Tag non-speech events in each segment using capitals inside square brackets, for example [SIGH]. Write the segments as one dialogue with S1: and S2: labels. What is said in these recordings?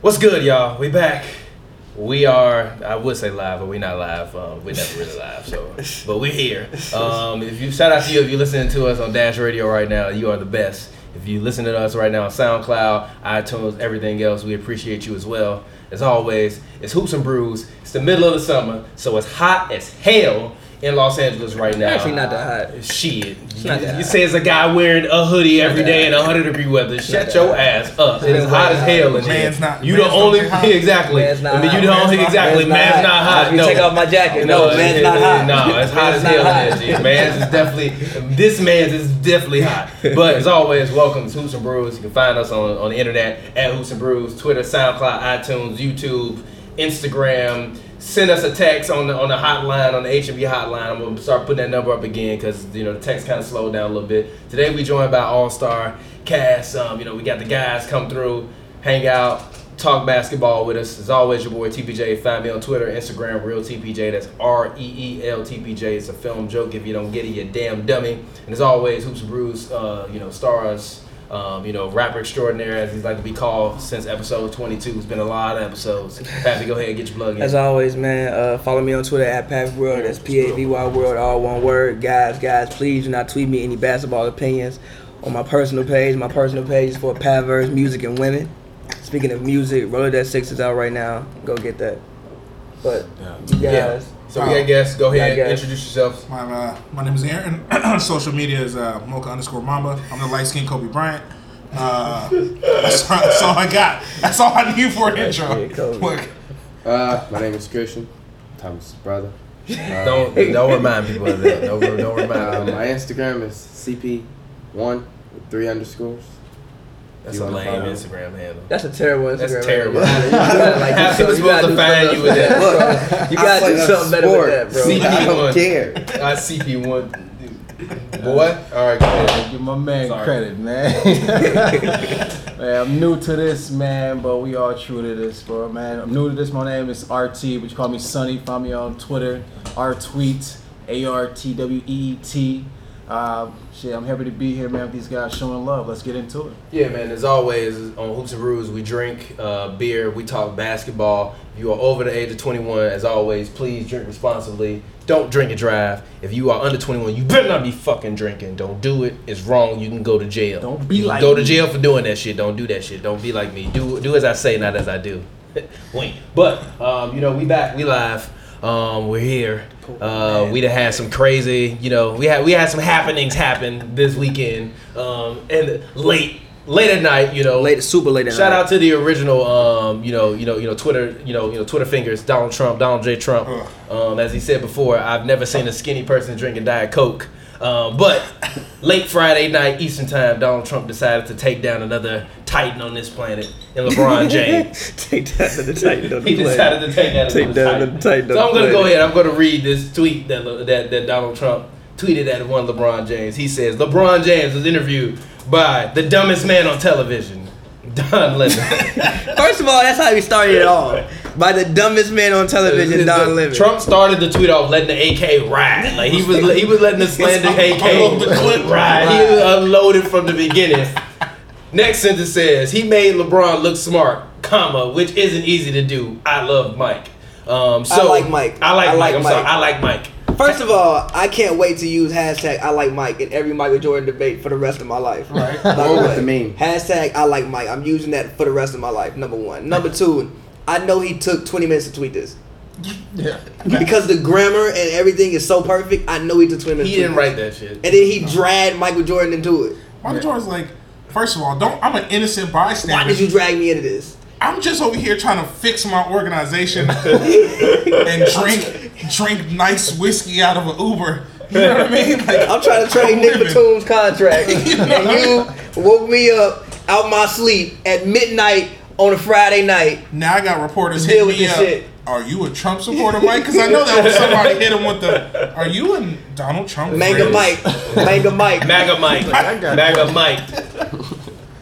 S1: What's good, y'all? We back. We are. I would say live, but we not live. Um, we never really live. So,
S2: [LAUGHS]
S1: but we're here. Um, if you shout out to you, if you're listening to us on Dash Radio right now, you are the best. If you listen to us right now on SoundCloud, iTunes, everything else, we appreciate you as well. As always, it's hoops and brews. It's the middle of the summer, so it's hot as hell in Los Angeles right now.
S2: Actually, not that hot.
S1: Shit. You,
S2: not that
S1: you
S2: hot.
S1: say it's a guy wearing a hoodie every day in 100 degree weather. Shut your ass up. It is hot as hell in here.
S3: Man's not-
S1: You
S3: man's
S1: the only [LAUGHS]
S3: not hot.
S1: exactly.
S2: Man's not
S1: I mean, you the
S2: hot.
S1: only
S3: Man's not-
S1: exactly. Man's, not, hot.
S2: Let me
S1: No.
S2: take off my jacket. No, man's
S1: it-
S2: not
S1: it-
S2: hot.
S1: No, it's hot as
S2: Man's
S1: hell
S2: not
S1: in
S2: hot.
S1: here. Man's is definitely. This man's is definitely hot. But as always, welcome to Hoops and Brews. You can find us on on the internet at Hoops and Brews, Twitter, SoundCloud, iTunes, YouTube, Instagram. Send us a text on the on the hotline on the HMB hotline. I'm gonna start putting that number up again because you know the text kind of slowed down a little bit. Today we joined by All Star Cast. Um, you know we got the guys come through, hang out talk basketball with us. As always, your boy TPJ. Find me on Twitter, Instagram, Real TPJ. That's R E E L TPJ. It's a film joke. If you don't get it, you damn dummy. And as always, Hoops and Brews, uh, you know, stars, um, you know, rapper extraordinaire, as he's like to be called since episode 22. It's been a lot of episodes. Pappy, go ahead and get your plug in.
S2: As always, man, uh, follow me on Twitter at Pav World. That's P A V Y World, all one word. Guys, guys, please do not tweet me any basketball opinions on my personal page. My personal page is for Pavers Music and Women. Speaking of music, Roller That Six is out right now. Go get that. But you
S1: Yeah.
S2: guys,
S1: So we got guests. Go ahead,
S2: Got guests.
S1: introduce yourselves.
S3: My, uh, my name is Aaron. [CLEARS THROAT] Social media is uh, Mocha underscore Mamba. I'm the light skinned Kobe Bryant. Uh, [LAUGHS] that's, all, that's all I got. That's all I need for an intro.
S2: yeah,
S3: [LAUGHS]
S2: Kobe.
S3: Look,
S4: Uh, my name is Christian, Thomas' [LAUGHS] brother. Uh,
S1: Don't don't remind people of that. Don't, don't remind
S4: uh,
S1: them.
S4: my Instagram is CP1 with three underscores.
S1: That's a lame Instagram handle.
S2: that's a terrible Instagram.
S1: That's terrible.
S2: Right there. You gotta, [LAUGHS] like, do
S1: Half of us
S2: something-
S1: supposed to find you with that.
S2: you gotta do something else. [LAUGHS] You gotta do something better with that, bro.
S1: See,
S4: I
S1: CP1.
S4: don't care.
S1: I CP one. Boy, all right, go ahead.
S5: Give my man
S1: Sorry.
S5: credit, man. man. I'm new to this, man, but we all true to this, bro, man. I'm new to this. My name is RT, but you call me Sonny. Find me on Twitter, R tweet, A R T W E E T. Uh, shit, I'm happy to be here, man. with These guys showing love. Let's get into it.
S1: Yeah, man. As always, on Hoops and Brews, we drink uh, beer, we talk basketball. If you are over the age of 21, as always, please drink responsibly. Don't drink and drive. If you are under 21, you better not be fucking drinking. Don't do it. It's wrong. You can go to jail.
S5: Don't be
S1: You can
S5: like
S1: go to
S5: me.
S1: jail for doing that shit. Don't do that shit. Don't be like me. Do do as I say, not as I do. [LAUGHS] Wait. But um, you know, we back. We live. Um, we're here. Uh, we done had some crazy, you know, we had we had some happenings happen this weekend, um, and late late at night, you know.
S2: Late, super late at
S1: Shout
S2: night.
S1: out to the original, um, you know, you know, you know, Twitter, you know, you know, Twitter fingers, Donald Trump, Donald J. Trump. Um, as he said before, I've never seen a skinny person drinking Diet Coke. Um, but late Friday night Eastern time, Donald Trump decided to take down another Titan on this planet, and LeBron James
S2: Take that to the Titan. Don't
S1: he
S2: play.
S1: decided to take that.
S2: Take
S1: as
S2: that
S1: a
S2: as
S1: type.
S2: a type,
S1: So I'm gonna
S2: don't
S1: go
S2: play.
S1: ahead. I'm gonna read this tweet that that, that Donald Trump tweeted at one LeBron James. He says LeBron James was interviewed by the dumbest man on television, Don Lemon.
S2: First of all, that's how we started it all. By the dumbest man on television, Don Lemon.
S1: Trump started the tweet off letting the AK ride. Like he was he was letting the
S2: [LAUGHS]
S1: slander AK ride. He was unloaded from the beginning. Next sentence says he made LeBron look smart, comma, which isn't easy to do. I love Mike. Um, so
S2: like Mike.
S1: I like,
S2: I
S1: Mike.
S2: like
S1: I'm sorry.
S2: Mike.
S1: I like Mike.
S2: First of all, I can't wait to use hashtag I like Mike in every Michael Jordan debate for the rest of my life. Right.
S4: Or with the meme.
S2: Hashtag I like Mike. I'm using that for the rest of my life. Number one. Number two, I know he took 20 minutes to tweet this.
S5: Yeah.
S2: Because the grammar and everything is so perfect, I know he took 20 minutes.
S1: He
S2: to
S1: didn't
S2: tweet
S1: write that shit.
S2: this. And then he dragged Michael Jordan into it.
S3: Michael Jordan's like, first of all, don't. I'm an innocent bystander.
S2: Why did you drag me into this?
S3: [LAUGHS] I'm just over here trying to fix my
S2: [LAUGHS]
S3: organization and drink drink nice whiskey out of an Uber. You know what I mean? Like,
S2: I'm trying to trade Nick
S3: Women.
S1: [LAUGHS]
S2: Batum's contract, and you woke me up out my sleep at midnight on a Friday night.
S3: Now I got reporters
S2: Deal
S3: hitting
S2: with
S3: me
S2: this
S3: up.
S2: shit.
S3: Are you a Trump supporter, Mike? Because I know that was somebody hit him with the. Are you a Donald Trump?
S2: Manga
S3: friend?"
S2: Mike, Manga
S1: [LAUGHS]
S2: Mike.
S1: MAGA Mike.
S5: I got
S1: MAGA Mike.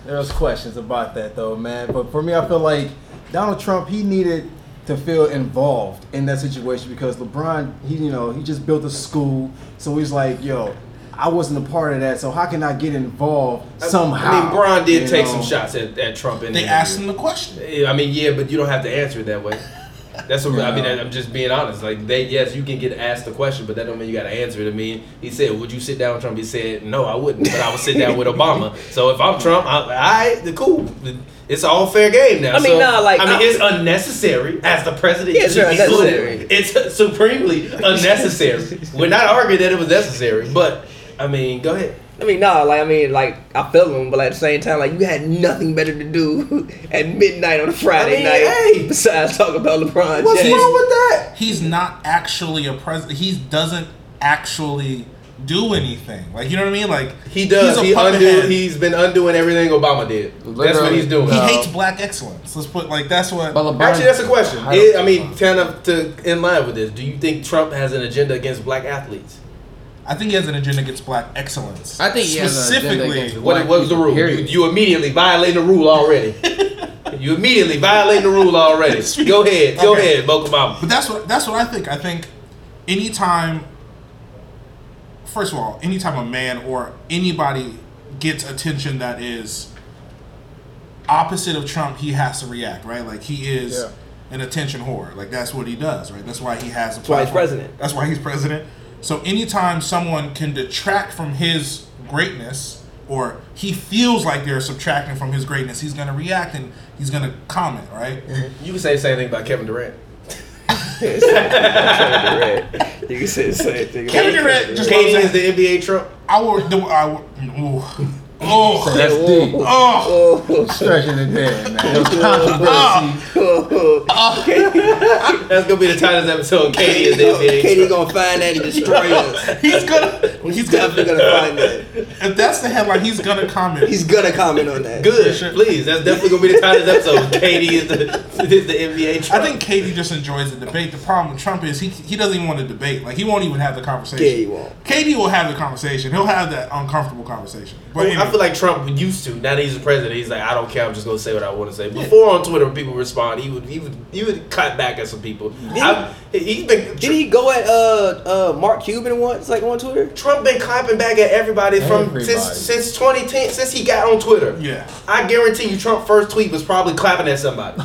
S5: There was questions about that though, man. But for me, I feel like Donald Trump he needed to feel involved in that situation because LeBron, he you know he just built a school, so he's like, yo, I wasn't a part of that, so how can I get involved somehow?
S1: I mean, Braun did
S5: you
S1: take
S5: know?
S1: some shots at, at Trump. In the
S3: They asked him
S1: interview.
S3: the question.
S1: Yeah, I mean, yeah, but you don't have to answer it that way. That's what I mean.
S5: Yeah.
S1: I'm just being honest. Like they, yes, you can get asked the question, but that don't mean you got to answer it. I mean, he said, "Would you sit down with Trump?" He said, "No, I wouldn't, but I would sit down with
S2: [LAUGHS]
S1: Obama." So if I'm Trump, I, I cool. It's all fair game now.
S2: I
S1: So,
S2: mean, nah, like,
S1: I mean,
S2: I-
S1: it's unnecessary as the president.
S2: Yeah,
S1: it
S2: sure,
S1: should be
S2: unnecessary.
S1: included. It's supremely unnecessary. We're not arguing that it was necessary, but I mean, go ahead.
S2: I mean, nah, like I mean, like I feel them, but at the same time, like you had nothing better to do [LAUGHS] at midnight on a Friday
S1: I mean,
S2: night
S1: hey.
S2: besides talk about LeBron
S1: What's
S2: James.
S1: wrong
S2: [LAUGHS]
S1: with that?
S3: He's not actually a president. He doesn't actually do anything. Like you know what I mean? Like
S1: He does.
S3: he's a
S1: He
S3: puppet
S1: undo,
S3: head.
S1: He's been undoing everything Obama did. That's what
S4: Literally.
S1: he's doing.
S3: He
S4: No.
S3: hates black excellence. Let's put like that's what.
S4: But LeBron,
S1: Actually, that's a question.
S4: I
S1: It-
S4: don't-
S1: I mean, kind of to in line with this. Do you think Trump has an agenda against black athletes?
S3: I think he has an agenda against black excellence.
S4: I think he has an agenda
S3: specifically.
S4: against
S1: What
S4: Black
S1: what was the
S4: people,
S1: rule? You,
S4: period.
S1: you immediately violating the rule
S3: [LAUGHS]
S1: already. you immediately violating the rule already. Go ahead. Go
S3: Okay.
S1: ahead, Boko Mama.
S3: But that's what that's what I think. I think anytime first of all, anytime a man or anybody gets attention that is opposite of Trump, he has to react, right? Like he is
S5: Yeah.
S3: an attention whore. Like that's what he does, right? That's why he has a
S2: why he's
S3: platform.
S2: president.
S3: That's why he's president. So anytime someone can detract from his greatness or he feels like they're subtracting from his greatness, he's gonna react and he's gonna comment, right?
S1: You can say the same thing about Kevin Durant.
S2: you can say the same thing.
S3: Kevin Durant just
S1: Katie
S3: loves
S1: is
S3: that.
S1: the NBA Trump.
S3: I will. The, I will ooh. Oh,
S5: That's deep.
S3: oh,
S5: Stretching it there, man. It was
S1: [LAUGHS]
S5: controversy.
S1: That's gonna be the title of this episode. Katie is the NBA
S2: Katie
S1: Trump.
S2: gonna find that
S1: [LAUGHS]
S2: and destroy us.
S3: he's gonna.
S2: He's definitely gonna find that.
S3: If that's the headline, he's gonna comment.
S2: He's gonna comment on that.
S1: Good, please. That's definitely gonna be the title of this episode. Katie is the [LAUGHS] is the NBA
S3: I
S1: Trump.
S3: think Katie just enjoys the debate. The problem with Trump is he he doesn't even want to debate. Like he won't even have the conversation.
S2: Yeah, he won't.
S3: Katie will have the conversation. He'll have that uncomfortable conversation. But
S1: Oh, I feel like Trump used to. Now that he's the president, he's like, I don't care. I'm just gonna say what I want to say. Before on Twitter, when people respond, he would he would he would cut back at some people. I, he's been
S2: Did he go at uh uh Mark Cuban once, like on Twitter?
S1: Trump been clapping back at everybody from since
S5: Everybody.
S1: since 2010 since he got on Twitter.
S3: yeah,
S1: I guarantee you, Trump's first tweet was probably clapping at somebody.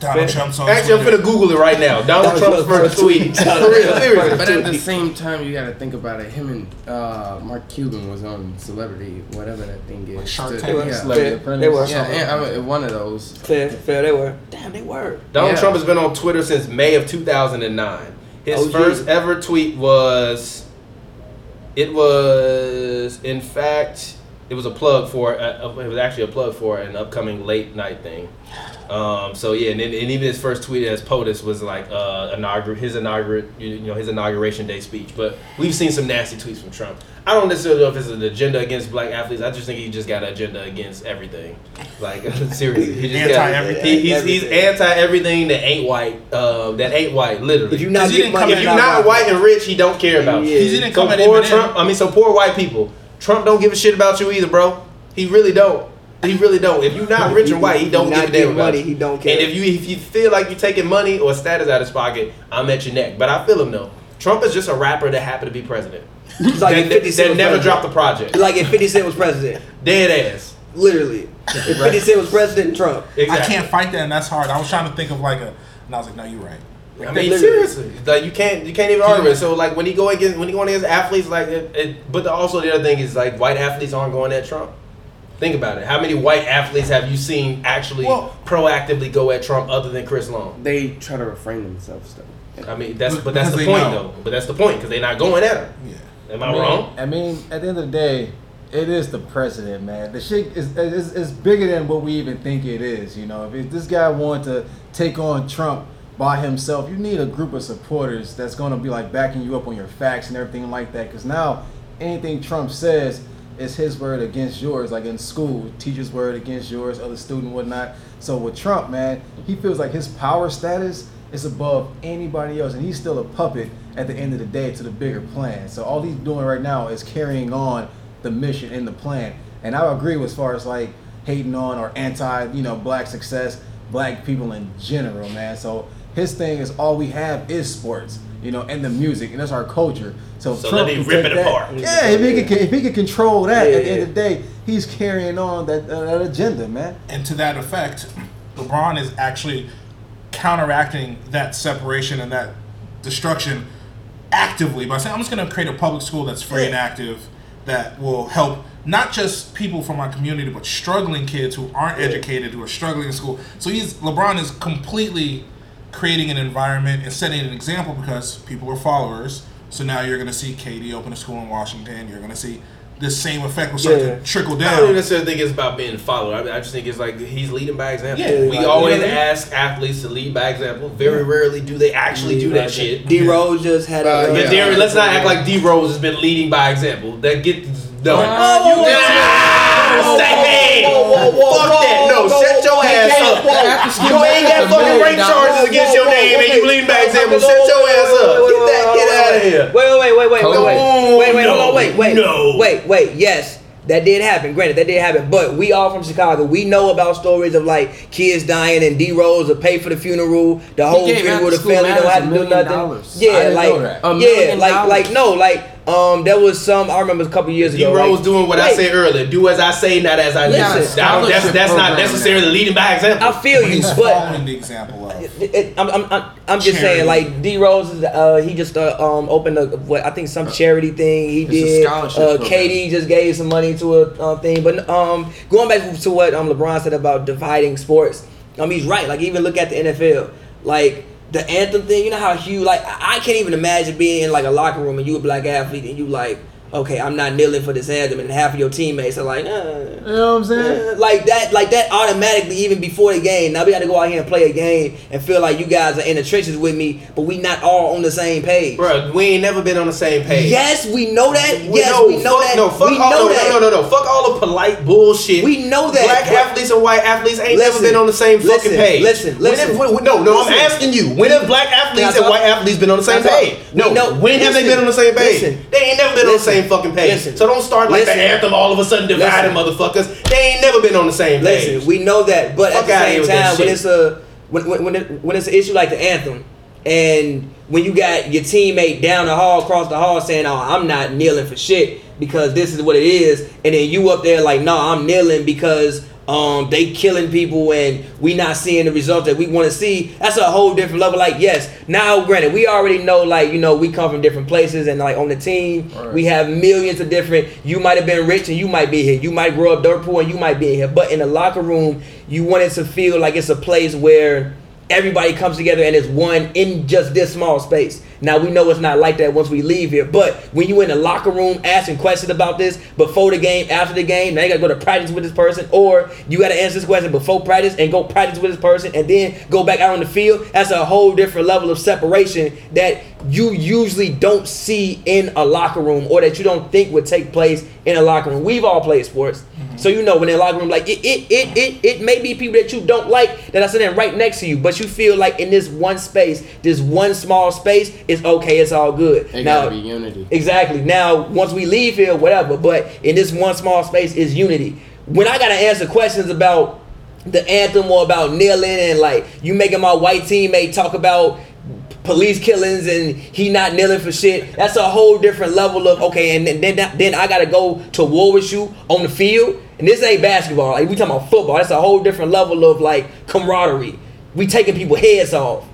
S3: Donald Trump's on
S1: Actually, I'm
S3: Twitter.
S1: finna Google it right now. Donald Trump's first tweet. For real, seriously.
S4: But at the same time, you got to think about it. Him and uh, Mark Cuban was on Celebrity, whatever that thing is.
S3: Shark
S4: The-
S3: Tank?
S4: Yeah,
S5: Celebrity
S2: Yeah,
S5: apprentice.
S2: they were.
S4: yeah and, I mean, one of those.
S2: Fair, fair, they were. Damn, they were.
S1: Donald
S4: Yeah.
S1: Trump has been on Twitter since May of 2009. His
S2: Oh, yeah.
S1: first ever tweet was, it was, in fact, it was a plug for, uh, it was actually a plug for an upcoming late night thing. Um, so yeah, and, then, and even his first tweet as POTUS was like uh, inaugur- his inaugural, you know, his inauguration day speech. But we've seen some nasty tweets from Trump. I don't necessarily know if it's an agenda against black athletes. I just think he just got an agenda against everything. Like [LAUGHS] seriously, he just got,
S3: Anti-everything.
S1: he- he's, he's
S2: Everything.
S1: anti everything that ain't white. Uh, that ain't white, literally.
S2: If you not
S3: he
S2: get
S3: didn't
S2: money,
S3: come-
S1: If you're not white and rich, he don't care about
S2: Yeah.
S1: you.
S3: He didn't
S1: So
S3: come at
S1: poor
S3: Eminem.
S1: Trump, I mean, so poor white people. Trump don't give a shit about you either, bro. He really don't. He really don't. If you're not rich or white, he don't
S2: Not
S1: give a
S2: get
S1: damn about
S2: money,
S1: you.
S2: he don't care.
S1: And if you if you feel like you're taking money or status out of his pocket, I'm at your neck. But I feel him though. Trump is just a rapper that happened to be president.
S2: It's like
S1: that
S2: if 50
S1: that,
S2: Cent
S1: that
S2: was
S1: never
S2: president.
S1: dropped the project.
S2: Like if 50 Cent was president,
S1: Dead ass.
S2: literally. If 50 Cent was president, Trump.
S3: I
S1: Exactly.
S3: can't fight that, and that's hard. I was trying to think of like a, and I was like, no, you're right.
S1: I
S3: Like,
S1: mean,
S2: Literally.
S1: seriously, like you can't you can't even argue it. So like when he go against when he going against athletes, like it, it, but the, also the other thing is like white athletes aren't going at Trump. Think about it. How many white athletes have you seen actually
S3: Well-
S1: proactively go at Trump other than Chris Long?
S4: They try to refrain themselves, though.
S1: I mean, that's but
S3: Because
S1: that's the
S3: they
S1: point
S3: know.
S1: though. But that's the point because they're not going at him.
S3: yeah.
S1: Am I wrong?
S5: I mean, at the end of the day, it is the president, man. The shit is, is, is bigger than what we even think it is. You know, if it- this guy wanted to take on Trump by himself, you need a group of supporters that's going to be like backing you up on your facts and everything like that. Because now, anything Trump says is his word against yours. Like in school, teacher's word against yours, other student whatnot. So with Trump, man, he feels like his power status is above anybody else, and he's still a puppet at the end of the day to the bigger plan. So all he's doing right now is carrying on the mission and the plan. And I agree with as far as like hating on or anti, you know, black success, black people in general, man. So his thing is all we have is sports. you know, and the music, and that's our culture. So,
S1: So
S5: Trump
S1: let me
S5: can
S1: rip
S5: take
S1: it
S5: that-
S1: apart.
S5: Yeah, if he can, if he can control that,
S2: Yeah,
S5: at the end
S2: yeah.
S5: of the day, he's carrying on that, uh, that agenda, man.
S3: And to that effect, LeBron is actually counteracting that separation and that destruction actively by saying, I'm just going to create a public school that's free and active that will help not just people from our community, but struggling kids who aren't educated, who are struggling in school. So he's LeBron is completely creating an environment and setting an example because people are followers. So now you're going to see Katie open a school in Washington. You're going to see the same effect will start
S2: Yeah.
S3: to trickle
S1: I don't
S3: down.
S1: necessarily think it's about being followed. I, mean, I just think it's like he's leading by example.
S3: Yeah.
S1: we always
S2: You know what I mean?
S1: ask athletes to lead by example. Very rarely do they actually do that shit.
S2: D Rose just had
S4: Uh,
S2: a.
S1: But
S4: yeah.
S1: Darren, let's not act like D Rose has been leading by example. That get no.
S2: Oh, you-
S1: Ah, say, hey, fuck that. No, shut your ass up. You ain't got fucking rape charges against your name, and you leading by example. Shut your ass up. Get that. Get out of here.
S2: Wait, wait, wait, wait, wait,
S4: Come
S2: wait,
S1: on.
S2: wait, wait,
S1: No,
S2: wait, wait, wait,
S1: no.
S2: wait, wait. Yes, that did happen. Granted, that did happen. But we all from Chicago. We know about stories of like kids dying and D Rose to pay for the funeral, the whole
S4: gave out
S2: funeral,
S4: the
S2: the family
S4: school
S2: don't have to
S4: matters
S2: do
S4: a million
S2: nothing.
S4: dollars.
S2: Yeah,
S5: I didn't
S2: like
S5: know that.
S4: A
S2: yeah,
S4: million
S2: like like
S4: dollars.
S2: no, like um, there was some. I remember a couple years
S1: D
S2: ago.
S1: Rose
S2: like,
S1: doing what I
S2: wait,
S1: said earlier. Do as I say, not as I
S2: Listen,
S1: listen. Now, That's, that's not
S4: scholarship
S1: necessarily leading by example.
S2: I feel you,
S3: He's
S2: but
S3: following the example of.
S2: It- it- I'm, I'm, I'm, I'm just saying,
S3: Charity.
S2: like D Rose is, uh, he just uh, um opened a what I think some charity thing he
S4: Uh, a
S2: did.
S4: scholarship
S2: Uh,
S4: program.
S2: Katie just gave some money to a uh, thing, but um, going back to what um LeBron said about dividing sports, um, he's right. Like even look at the NFL, like the anthem thing. You know how huge. Like I I can't even imagine being in like a locker room and you a black athlete and you like, okay, I'm not kneeling for this anthem, and half of your teammates are like, uh,
S5: You know what I'm saying?
S2: yeah, like that, like that automatically even before the game. Now we got to go out here and play a game and feel like you guys are in the trenches with me, but we not all on the same page.
S1: Bro, we ain't never been on the same page.
S2: Yes, we know that.
S1: We
S2: yes,
S1: know,
S2: we know
S1: fuck,
S2: that.
S1: No, fuck
S2: we
S1: all,
S2: know
S1: no,
S2: that.
S1: no, no, no, no. Fuck all the polite bullshit.
S2: We know that.
S1: Black
S2: But-
S1: athletes and white athletes ain't
S2: Listen,
S1: never been on the same
S2: listen,
S1: fucking page.
S2: listen,
S1: When
S2: listen.
S1: have- when- no, no, I'm
S2: Listen.
S1: asking you. When have black athletes
S2: Can I
S1: and
S2: talk?
S1: white athletes been on the same
S2: Can I talk?
S1: page? No.
S2: We know-
S1: when have they
S2: listen,
S1: been on the same page?
S2: listen.
S1: they ain't never been on the
S2: Listen,
S1: same fucking page.
S2: listen,
S1: so don't start like
S2: listen.
S1: the anthem all of a sudden dividing
S2: Listen.
S1: motherfuckers. They ain't never been on the same page.
S2: Listen, we know that, but
S1: Fuck
S2: at
S1: outta here
S2: the
S1: with
S2: same
S1: that
S2: time, when
S1: shit.
S2: it's a when when when, it, when it's an issue like the anthem, and when you got your teammate down the hall, across the hall, saying, "Oh, I'm not kneeling for shit because this is what it is," and then you up there like, "No, I'm kneeling because." Um, they killing people and we not seeing the results that we want to see. That's a whole different level. Like, yes, now granted, we already know, like, you know, we come from different places and like on the team,
S5: Right.
S2: we have have millions of different. You might have been rich and you might be here. You might grow up dirt poor and you might be here. But in the locker room, you want it to feel like it's a place where everybody comes together and it's one in just this small space. Now we know it's not like that once we leave here. But when you in the locker room asking questions about this before the game, after the game, now you gotta go to practice with this person, or you gotta answer this question before practice and go practice with this person and then go back out on the field. That's a whole different level of separation that you usually don't see in a locker room or that you don't think would take place in a locker room. We've all played sports.
S4: Mm-hmm.
S2: So you know when in a locker room like it it, it it it may be people that you don't like that are sitting right next to you, but you feel like in this one space, this one small space, it's okay, it's all good.
S4: It
S2: Now-
S4: gotta be unity.
S2: Exactly. Now, once we leave here, whatever, but in this one small space is unity. When I gotta answer questions about the anthem or about kneeling and like you making my white teammate talk about police killings and he not kneeling for shit, that's a whole different level of okay. And then then, then I gotta go to war with you on the field. And this ain't basketball. Like we talking about football. That's a whole different level of like camaraderie. We taking people heads off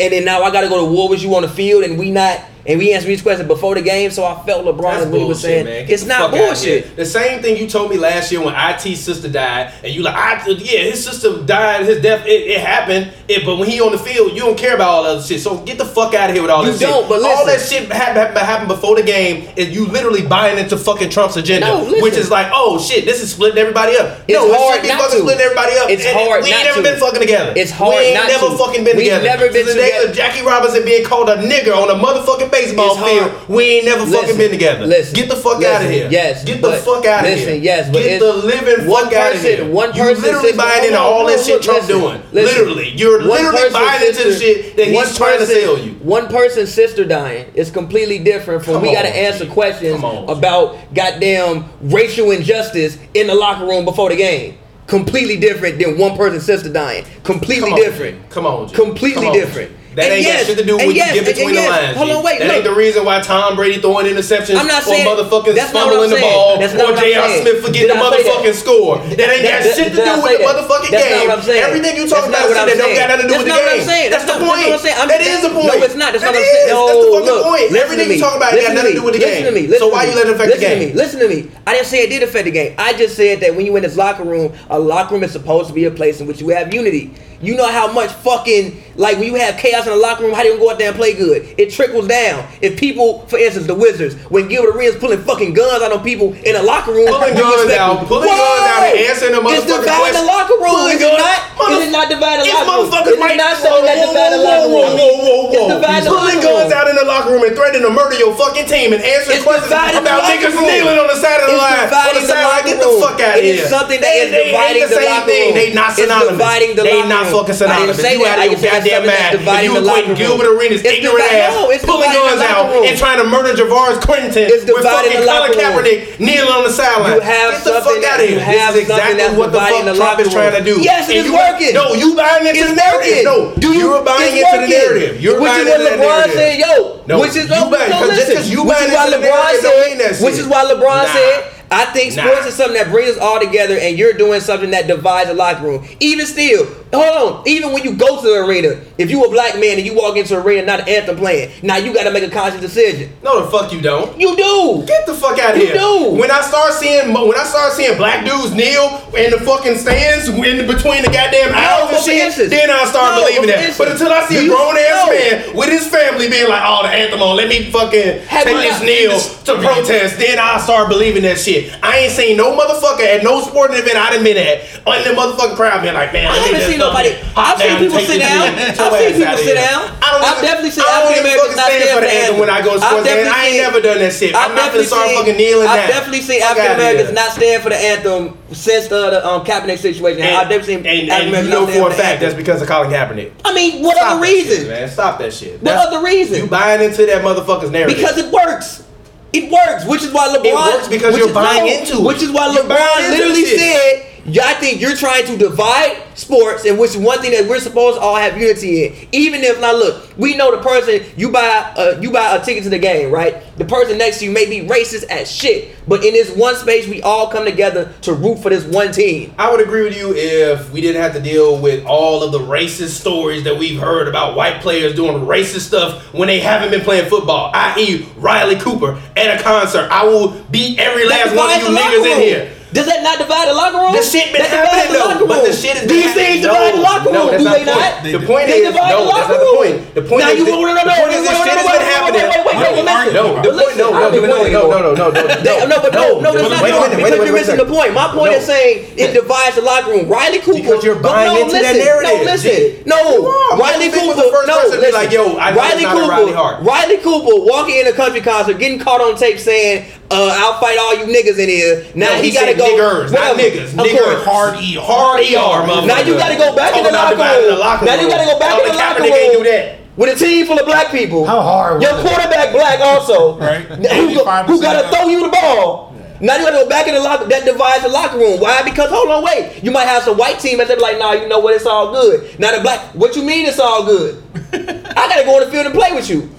S2: and then now I gotta go to war with you on the field, and we not, and we answer these questions before the game. So I felt LeBron
S1: That's
S2: is what he
S1: bullshit,
S2: was saying.
S1: man. Get
S2: It's
S1: the
S2: not
S1: fuck outta here.
S2: bullshit.
S1: The same thing you told me last year when IT's sister died, and you like, I, yeah, his sister died, his death, it, it happened. It, but when he on the field, you don't care about all that other shit. So get the fuck out of here with all
S2: You
S1: this
S2: don't,
S1: shit.
S2: but
S1: all that
S2: listen.
S1: shit happened, happened before the game, and you literally buying into fucking Trump's agenda,
S2: No, listen.
S1: which is like, oh shit, this is splitting everybody up.
S2: It's
S1: no, it
S2: hard
S1: should be
S2: not
S1: fucking
S2: to.
S1: splitting everybody up.
S2: It's
S1: And
S2: hard
S1: We ain't
S2: not
S1: never
S2: to.
S1: been fucking together.
S2: It's hard
S1: We ain't
S2: not
S1: never
S2: to.
S1: fucking been
S2: We've
S1: together.
S2: never been
S1: Since the day
S2: together.
S1: of Jackie Robinson being called a nigger on a motherfucking baseball
S2: It's
S1: field,
S2: hard.
S1: we ain't never fucking been together.
S2: Listen,
S1: get the fuck
S2: listen,
S1: out of here.
S2: Yes,
S1: get the
S2: but-
S1: fuck out of here.
S2: Listen, yes, but
S1: get
S2: it's
S1: the living
S2: one
S1: fuck out of
S2: person-
S1: here.
S2: One
S1: you
S2: person,
S1: literally
S2: sister-
S1: buying into
S2: hold on,
S1: all
S2: hold
S1: that
S2: on,
S1: shit Trump's
S2: listen,
S1: doing.
S2: listen.
S1: literally, you're
S2: One
S1: literally
S2: person,
S1: buying into the
S2: sister-
S1: shit that
S2: one
S1: he's trying to
S2: person-
S1: sell you.
S2: One person's sister dying is completely different from
S1: Come
S2: we
S1: on,
S2: got to answer
S1: G.
S2: questions
S1: Come on, G.
S2: about goddamn racial injustice in the locker room before the game. Completely different than one person's sister dying. Completely
S1: Come on,
S2: different.
S1: G. Come on, G.
S2: Completely
S1: Come on, G.
S2: different.
S1: That
S2: And
S1: ain't got
S2: yes,
S1: shit to do with
S2: and
S1: you
S2: yes,
S1: get
S2: and-
S1: between
S2: and
S1: the
S2: yes.
S1: lines.
S2: Hold
S1: G.
S2: on, wait,
S1: That
S2: look.
S1: ain't the reason why Tom Brady throwing interceptions
S2: I'm not
S1: or
S2: saying-
S1: motherfuckers
S2: that's not what
S1: fumbling
S2: I'm
S1: the
S2: saying.
S1: ball
S2: That's not
S1: or
S2: what
S1: J.R.
S2: I'm saying.
S1: Smith forgetting the
S2: Did I say
S1: motherfucking
S2: that?
S1: score. That ain't got shit
S2: That-
S1: to
S2: that-
S1: do
S2: that-
S1: with the
S2: that-
S1: motherfucking
S2: that's
S1: game.
S2: not what I'm saying.
S1: Everything you talking about
S2: That's
S1: is
S2: not what
S1: shit
S2: I'm
S1: that don't
S2: saying.
S1: got nothing to do
S2: That's
S1: with the
S2: not what I'm
S1: game.
S2: saying.
S1: That's the
S2: That's not- that's
S1: point.
S2: not what I'm saying. I'm
S1: That
S2: just
S1: is the
S2: saying- no,
S1: point.
S2: it's not. That's
S1: That
S2: not what I'm
S1: is.
S2: saying. No,
S1: That's the fucking
S2: look,
S1: point.
S2: listen
S1: Everything
S2: to
S1: you
S2: me.
S1: talking about ain't got
S2: Listen
S1: nothing to
S2: me.
S1: do with the
S2: Listen
S1: game.
S2: to me.
S1: So
S2: Listen
S1: why
S2: to
S1: you
S2: me.
S1: let it affect the game?
S2: Listen To me. Listen to me. I didn't say it did affect the game. I just said that when you in this locker room, a locker room is supposed to be a place in which you have unity. You know how much fucking like when you have chaos in the locker room, how they gonna go out there and play good? It trickles down. If people, for instance, the Wizards, when Gilbert Arenas pulling fucking guns out on people in a locker room,
S1: Pulling
S2: we
S1: guns
S2: respect
S1: out,
S2: you.
S1: pulling guns out and answering the
S2: It's
S1: motherfucking
S2: dividing the
S1: question.
S2: locker room.
S1: Pulling
S2: is
S1: guns-
S2: it not?
S1: Mother-
S2: is it not dividing the
S1: These
S2: locker room?
S1: motherfuckers
S2: Is it
S1: might
S2: not something that divide the locker room?
S1: Whoa, whoa, whoa,
S2: It's
S1: whoa, whoa.
S2: dividing the
S1: Pulling guns
S2: locker room.
S1: out in the locker room and threatening to murder your fucking team and answering
S2: It's
S1: questions
S2: dividing the
S1: about
S2: locker
S1: niggas
S2: room.
S1: kneeling on the side of the
S2: It's
S1: line. On the
S2: dividing the
S1: sideline,
S2: locker
S1: get the
S2: room.
S1: fuck out of
S2: It
S1: here.
S2: is something that
S1: They-
S2: is
S1: they ain't
S2: dividing
S1: the
S2: the
S1: same
S2: locker
S1: thing.
S2: room.
S1: They not
S2: It's
S1: synonymous.
S2: dividing the
S1: they
S2: locker
S1: not
S2: room.
S1: fucking
S2: I didn't
S1: synonymous.
S2: say
S1: You
S2: that.
S1: out
S2: I
S1: of your
S2: just said it's
S1: goddamn mind. If you
S2: something that's dividing the
S1: quitting
S2: locker room.
S1: Gilbert Arenas,
S2: It's
S1: ignorant
S2: dividing-
S1: ass,
S2: no, it's
S1: pulling
S2: dividing the
S1: guns out
S2: locker room.
S1: and trying to murder Javaris Quentin with
S2: It's dividing
S1: fucking Colin
S2: the locker room.
S1: Kaepernick kneeling on the sideline.
S2: You have
S1: Get the fuck
S2: something
S1: out
S2: that-
S1: of here.
S2: you have
S1: This is
S2: something
S1: exactly
S2: that's
S1: what the
S2: dividing
S1: fuck
S2: the
S1: Trump
S2: locker
S1: is trying to
S2: room.
S1: do.
S2: Yes, it
S1: And
S2: is
S1: you-
S2: working.
S1: No, you buying into
S2: It's
S1: the narrative.
S2: working.
S1: No,
S2: Do you-
S1: you're buying
S2: it's
S1: into the
S2: working.
S1: narrative. You're
S2: which
S1: buying
S2: is what
S1: into the
S2: LeBron
S1: narrative.
S2: said, yo.
S1: No,
S2: which is
S1: you
S2: no,
S1: buying-
S2: no,
S1: 'cause just
S2: listen.
S1: 'cause you
S2: which
S1: buying
S2: is why
S1: into the
S2: LeBron
S1: narrative don't mean that
S2: said. Which
S1: shit.
S2: is why LeBron
S1: Nah.
S2: said. I think
S1: Nah.
S2: sports is something that brings us all together, and you're doing something that divides the locker room. Even still, hold on. Even when you go to the arena, if you a black man and you walk into the arena, not an anthem playing, now you got to make a conscious decision.
S1: No, the fuck you don't.
S2: You do.
S1: Get the fuck out of
S2: You
S1: here.
S2: do.
S1: When I start seeing when I start seeing black dudes kneel in the fucking stands in between the goddamn aisles
S2: but
S1: and
S2: for
S1: shit,
S2: instance-
S1: then I start
S2: No,
S1: believing
S2: but for
S1: that. But
S2: instance,
S1: until I see a
S2: you-
S1: grown ass
S2: no.
S1: man with his family being like, "Oh, the anthem on, let me fucking
S2: Have
S1: take
S2: you
S1: this
S2: not-
S1: kneel to protest," then I start believing that shit. I ain't seen no motherfucker at no sporting event I done been at on the motherfucking crowd being like, "Man,
S2: I
S1: let me
S2: haven't
S1: just fucking
S2: seen nobody-
S1: hop
S2: I've seen
S1: down and
S2: people
S1: take
S2: sit
S1: this knee.
S2: down.
S1: Get your
S2: I've seen
S1: ass
S2: people
S1: outta
S2: sit
S1: here."
S2: down.
S1: I don't
S2: I've
S1: even-
S2: definitely seen
S1: I don't even
S2: African-Americans
S1: fucking
S2: not
S1: stand
S2: stand
S1: for the
S2: for the
S1: anthem when I go to
S2: anthem.
S1: sports.
S2: I've
S1: events. I ain't
S2: definitely
S1: never done that shit. I'm not
S2: I've
S1: gonna
S2: definitely
S1: start
S2: seen-
S1: fucking kneeling
S2: I've
S1: down.
S2: definitely seen
S1: Fuck outta
S2: African Americans
S1: here.
S2: not stand for the anthem since the, the um, Kaepernick situation.
S1: And,
S2: I've definitely
S1: and,
S2: seen African
S1: and you
S2: Americans
S1: know
S2: not stand
S1: for a
S2: for the
S1: fact that's
S2: anthem.
S1: because of Colin Kaepernick.
S2: I mean, what
S1: Stop
S2: other
S1: that
S2: reason?
S1: shit, man. Stop that shit.
S2: What other reason?
S1: You buying into that motherfucker's narrative.
S2: because it works. It works, which is why LeBron.
S1: It works because
S2: which
S1: you're
S2: is-
S1: buying
S2: no,
S1: into it.
S2: Which is why
S1: You're buying
S2: LeBron
S1: into
S2: literally
S1: shit.
S2: said, "Yeah, I think you're trying to divide sports, and which is one thing that we're supposed to all have unity in. Even if now, look, we know the person you buy, a, you buy a ticket to the game, right? The person next to you may be racist as shit, but in this one space, we all come together to root for this one team.
S1: I would agree with you if we didn't have to deal with all of the racist stories that we've heard about white players doing racist stuff when they haven't been playing football, i.e., Riley Cooper at a concert. I will beat every
S2: That
S1: last one of
S2: divides
S1: you
S2: the locker
S1: niggas in
S2: room.
S1: here.
S2: Does that not divide the locker room?
S1: This shit been
S2: That
S1: happening
S2: divides the
S1: though,
S2: locker
S1: but
S2: room.
S1: the shit is
S2: These things divide the locker room,
S1: No, that's
S2: do
S1: not
S2: they
S1: the point.
S2: not?
S1: The point
S2: They
S1: is
S2: divide
S1: no,
S2: the
S1: that's
S2: locker
S1: not the
S2: room.
S1: point. The point
S2: now
S1: is
S2: you
S1: that-
S2: no, no, no,
S1: the point is
S2: no,
S1: this
S2: no,
S1: shit has
S2: no, no,
S1: been
S2: no,
S1: happening.
S2: Wait, wait, wait,
S3: No,
S2: wait, listen.
S3: no, no,
S1: the point-
S2: Listen,
S1: no,
S2: I don't
S1: no, no,
S2: even know
S1: no,
S2: anymore.
S1: no, [LAUGHS] no, no, no,
S2: They-
S1: no,
S2: no, but no,
S1: no, wait
S2: no, that's not
S1: a minute, wait a
S2: your- because
S1: minute, wait
S2: you're
S1: a
S2: missing the
S1: second.
S2: point. My point
S1: No.
S2: is saying it divides the locker room. Riley Cooper.
S1: Because you're
S2: but
S1: buying
S2: no,
S1: into that
S2: listen,
S1: narrative,
S2: No,
S1: G.
S2: listen.
S1: You
S2: No,
S1: are.
S2: Riley
S1: Michael Vick was
S2: Cooper.
S1: the first
S2: no,
S1: person to be
S2: listen.
S1: like, yo, I know it's
S2: Riley
S1: not a
S2: Cooper.
S1: Riley Hart.
S2: Riley Cooper walking in a country concert, getting caught on tape saying, uh, "I'll fight all you niggas in here." Now
S1: No, he
S2: gotta
S1: said
S2: go.
S1: niggers, not
S2: Whatever.
S1: niggas.
S2: Of
S1: Nigger
S2: course.
S3: Hard ER.
S1: Hard ER, motherfucker.
S2: Now you gotta go back in
S1: Talking
S2: the
S1: about
S2: locker
S1: dividing
S2: room.
S1: the locker
S2: Now you gotta go back in
S1: Colin
S2: the locker
S1: Kaepernick ain't do that.
S2: room. With a team full of black people.
S5: How hard was
S2: Your
S5: it?
S2: quarterback black also.
S3: Right.
S2: Who, go- who
S3: 85%
S2: gotta throw you the ball. Now you gotta go back in the locker that divides the locker room. Why? Because hold on, wait. You might have some white team and they be like, nah, you know what, it's all good. Now the black, what you mean it's all
S1: [LAUGHS]
S2: good? I gotta go on the field and play with you.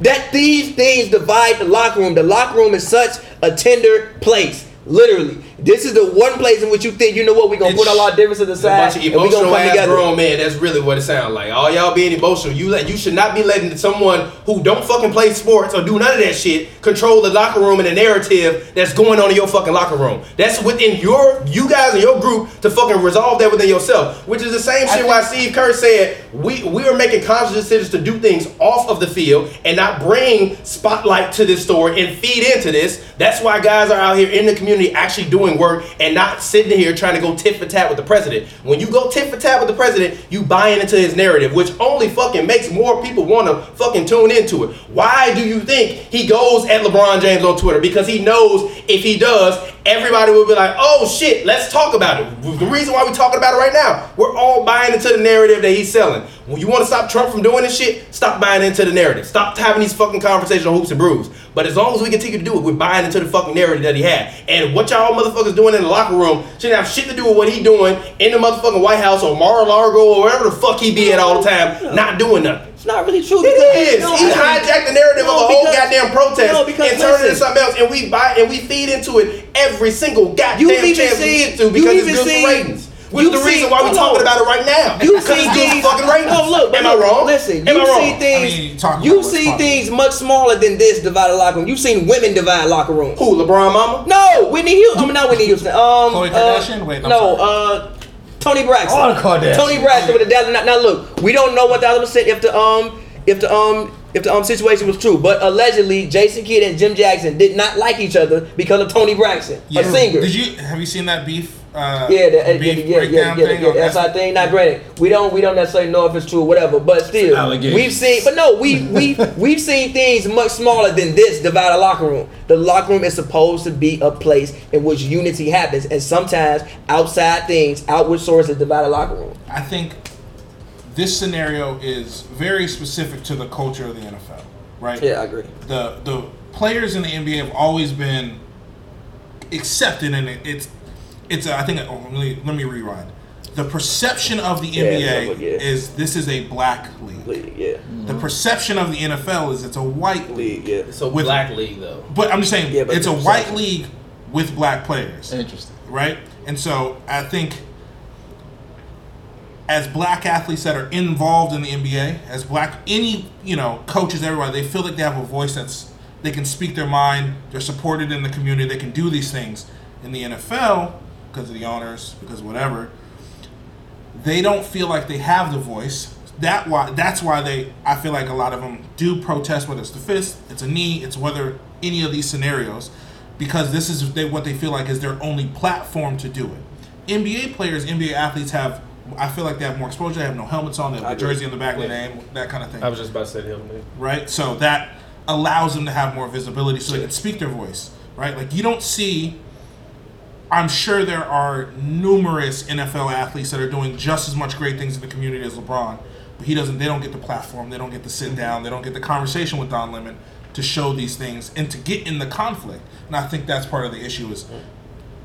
S2: That these things divide the locker room. The locker room is such a tender place. Literally. This is the one place in which you think, you know what, we're gonna
S3: It's-
S2: put all our differences aside.
S1: It's a bunch of
S2: and we gonna
S1: emotional
S2: come
S1: ass
S2: together.
S1: grown men. That's really what it sounds like. All y'all being emotional. You let you should not be letting someone who don't fucking play sports or do none of that shit control the locker room and the narrative that's going on in your fucking locker room. That's within your you guys and your group to fucking resolve that within yourself. Which is the same shit why Steve Kerr said we we are making conscious decisions to do things off of the field and not bring spotlight to this story and feed into this. That's why guys are out here in the community actually doing work and not sitting here trying to go tit for tat with the president. When you go tit for tat with the president, you buying into his narrative, which only fucking makes more people want to fucking tune into it. Why do you think he goes at LeBron James on Twitter? Because he knows if he does, everybody will be like, oh shit, let's talk about it. The reason why we're talking about it right now, we're all buying into the narrative that he's selling. When you want to stop Trump from doing this shit, stop buying into the narrative. Stop having these fucking conversations on hoops and brews. But as long as we continue to do it, we're buying into the fucking narrative that he had. And what y'all motherfuckers doing in the locker room shouldn't have shit to do with what he doing in the motherfucking White House or Mar-a-Lago or wherever the fuck he be at all the time, not doing nothing.
S2: It's not really true. because-
S1: It is.
S2: No,
S1: he
S2: I-
S1: hijacked the narrative
S2: No,
S1: of a whole
S2: because-
S1: goddamn protest
S2: No,
S1: and
S2: because
S1: turned it
S2: listen.
S1: into something else, and we buy and we feed into it every single goddamn
S2: You've even
S1: chance we
S2: seen-
S1: get to
S2: you've
S1: because it's
S2: even
S1: good
S2: seen-
S1: for ratings. Which is
S2: you've
S1: the reason
S2: seen-
S1: why we're
S2: hold
S1: talking
S2: on.
S1: about it right now. 'Cause
S2: You've seen
S1: it's good
S2: things.
S1: for fucking ratings.
S2: No, look, but
S1: Am I
S2: look,
S1: wrong?
S2: Listen,
S1: Am I
S2: you've
S1: wrong?
S2: seen things.
S3: I mean, talk about
S2: you've
S3: what's
S2: seen
S3: popular.
S2: things much smaller than this divided locker room. You've seen women divide locker rooms.
S1: Who, LeBron Mama?
S2: No, Whitney Houston. I mean, not Whitney Houston. Um, uh,
S3: Khloe Kardashian? Wait, I'm
S2: no,
S3: sorry.
S2: uh, Tony Braxton.
S5: All the Kardashians.
S2: Tony Braxton with the Dallas. Now, now look, we don't know one thousand percent if the um if the um if the um situation was true, but allegedly Jason Kidd and Jim Jackson did not like each other because of Tony Braxton,
S3: Yeah.
S2: a singer.
S3: Did you have you seen that beef? Uh,
S2: yeah, the, yeah,
S3: beef
S2: yeah, yeah, yeah,
S3: breakdown
S2: yeah,
S3: thing
S2: yeah,
S3: on
S2: That's
S3: S-
S2: our thing. Now, granted, we don't we don't necessarily know if it's true or whatever, but still,
S5: allegations.
S2: we've seen. But no, we we [LAUGHS] we've seen things much smaller than this divide a locker room. The locker room is supposed to be a place in which unity happens, and sometimes outside things, outward sources divide a locker room.
S3: I think this scenario is very specific to the culture of the NFL, right?
S2: Yeah, I agree.
S3: the the players in the NBA have always been accepted, and it, it's it's a, I think oh, let, me, let me rewind. The perception of the
S2: yeah,
S3: NBA
S2: yeah.
S3: is this is a black league.
S2: League, yeah,
S3: The perception of the NFL is it's a white league.
S2: league, yeah.
S1: It's a
S3: With-
S1: black league though.
S3: But I'm just saying
S2: Yeah, but
S3: it's a
S2: the
S3: white
S2: perception.
S3: league with black players,
S5: Interesting.
S3: right? And so I think as black athletes that are involved in the NBA, as black any you know coaches, everybody, they feel like they have a voice that's they can speak their mind. They're supported in the community. They can do these things in the NFL because of the honors, because of whatever. They don't feel like they have the voice. That why that's why they I feel like a lot of them do protest whether it's the fist, it's a knee, it's whether any of these scenarios, because this is they, what they feel like is their only platform to do it. NBA players, NBA athletes have I feel like they have more exposure. They have no helmets on. They have the jersey on the back of their name, that kind of thing
S1: I was just about to say the other day.
S3: right? So that allows them to have more visibility so they can speak their voice, right? Like you don't see I'm sure there are numerous NFL athletes that are doing just as much great things in the community as LeBron, but he doesn't they don't get the platform, they don't get to sit down, they don't get the conversation with Don Lemon to show these things and to get in the conflict. And I think that's part of the issue is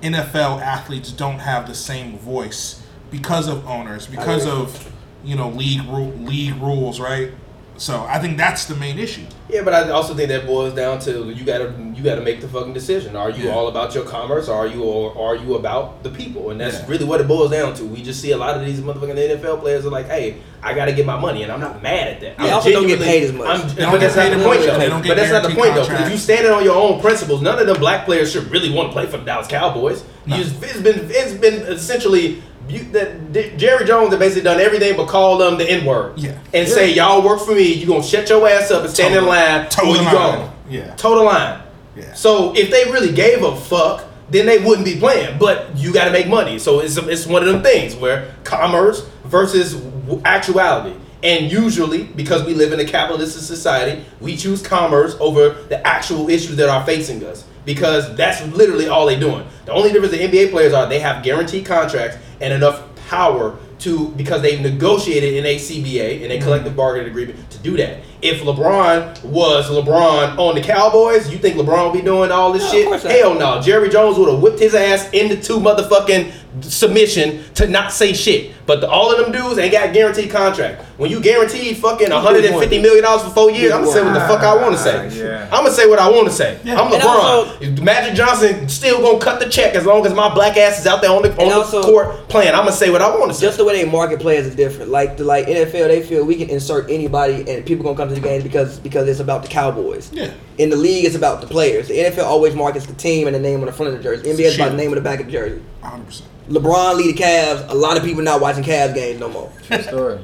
S3: NFL athletes don't have the same voice because of owners, because of you know league rule, league rules, right? So I think that's the main issue.
S1: Yeah, but I also think that boils down to you gotta you gotta make the fucking decision. Are you
S3: Yeah.
S1: all about your commerce or are you or are you about the people? And that's
S3: Yeah.
S1: really what it boils down to. We just see a lot of these motherfucking NFL players are like, hey, I gotta get my money and I'm not mad at that.
S2: They
S1: I'm
S2: also don't get
S1: genuinely-
S2: paid as much.
S1: I'm-
S3: They don't
S1: but
S3: get
S1: that's not
S3: paid
S1: the
S3: as
S1: point
S3: much. They
S1: though.
S3: don't get
S1: But that's not the
S3: guaranteed
S1: point though. If
S3: contracts.
S1: you standing on your own principles, none of the black players should really want to play for the Dallas Cowboys. You just, it's been it's been essentially you, that D- Jerry Jones has basically done everything but call them the N word
S3: Yeah.
S1: and say y'all work for me. You gonna shut your ass up and stand in
S3: Totally.
S1: line
S3: Toe
S1: or
S3: the
S1: you
S3: line.
S1: gone.
S3: Yeah.
S1: Toe the line.
S3: Yeah.
S1: So if they really gave a fuck, then they wouldn't be playing. But you got to make money. So it's it's one of them things where commerce versus w- actuality. And usually, because we live in a capitalist society, we choose commerce over the actual issues that are facing us. Because that's literally all they're doing. The only difference the NBA players are they have guaranteed contracts and enough power to because they negotiated in a CBA and a
S2: Mm-hmm.
S1: collective bargaining agreement to do that. If LeBron was LeBron on the Cowboys, you think LeBron would be doing all this
S2: No, of
S1: shit?
S2: course not.
S1: Hell no. Jerry Jones would have whipped his ass into two motherfucking submission to not say shit. But the, all of them dudes ain't got guaranteed contract. When you guaranteed fucking 150 million dollars for four years, I'm gonna say what the fuck I want to say.
S5: Yeah.
S1: I'm gonna say what I want to say. I'm
S2: And
S1: LeBron.
S2: also-
S1: Magic Johnson still gonna cut the check as long as my black ass is out there on the, on
S2: And
S1: the
S2: also-
S1: court playing. I'm gonna say what I want to say.
S2: Just the way they market players is different. Like the like NFL, they feel we can insert anybody and people gonna come to the games because because it's about the Cowboys.
S3: Yeah.
S2: In the league, it's about the players. The NFL always markets the team and the name on the front of the jersey. NBA is about
S3: Shit.
S2: the name on the back of the jersey.
S3: 100%.
S2: LeBron lead the Cavs. A lot of people not watching Cavs games no more.
S5: True story.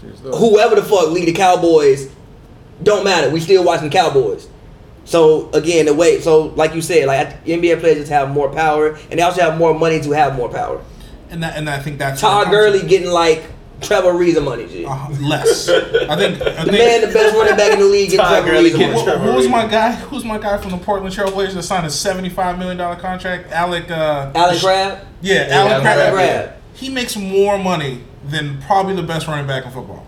S5: True story.
S2: Whoever the fuck lead the Cowboys, don't matter. We still watching Cowboys. So again, the way so like you said, like I- NBA players just have more power, and they also have more money to have more power.
S3: And that and I think that's where it
S2: Todd
S3: comes
S2: Gurley
S3: from.
S2: getting like Trevor Reza money, G.
S3: Uh, less. I think
S2: The
S3: I think
S2: man, the best running back in the league, getting
S1: Todd
S2: Trevor
S1: Gurley
S2: Reza
S1: getting
S2: money.
S1: Trevor-
S3: Who- who's my guy? Who's my guy from the Portland Trailblazers that signed a seventy-five million dollar contract? Alec. Uh,
S2: Allen Crab.
S3: Yeah,
S1: Allen
S3: Alec
S1: Crabbe,
S3: Crabbe.
S2: yeah.
S3: He makes more money than probably the best running back in football.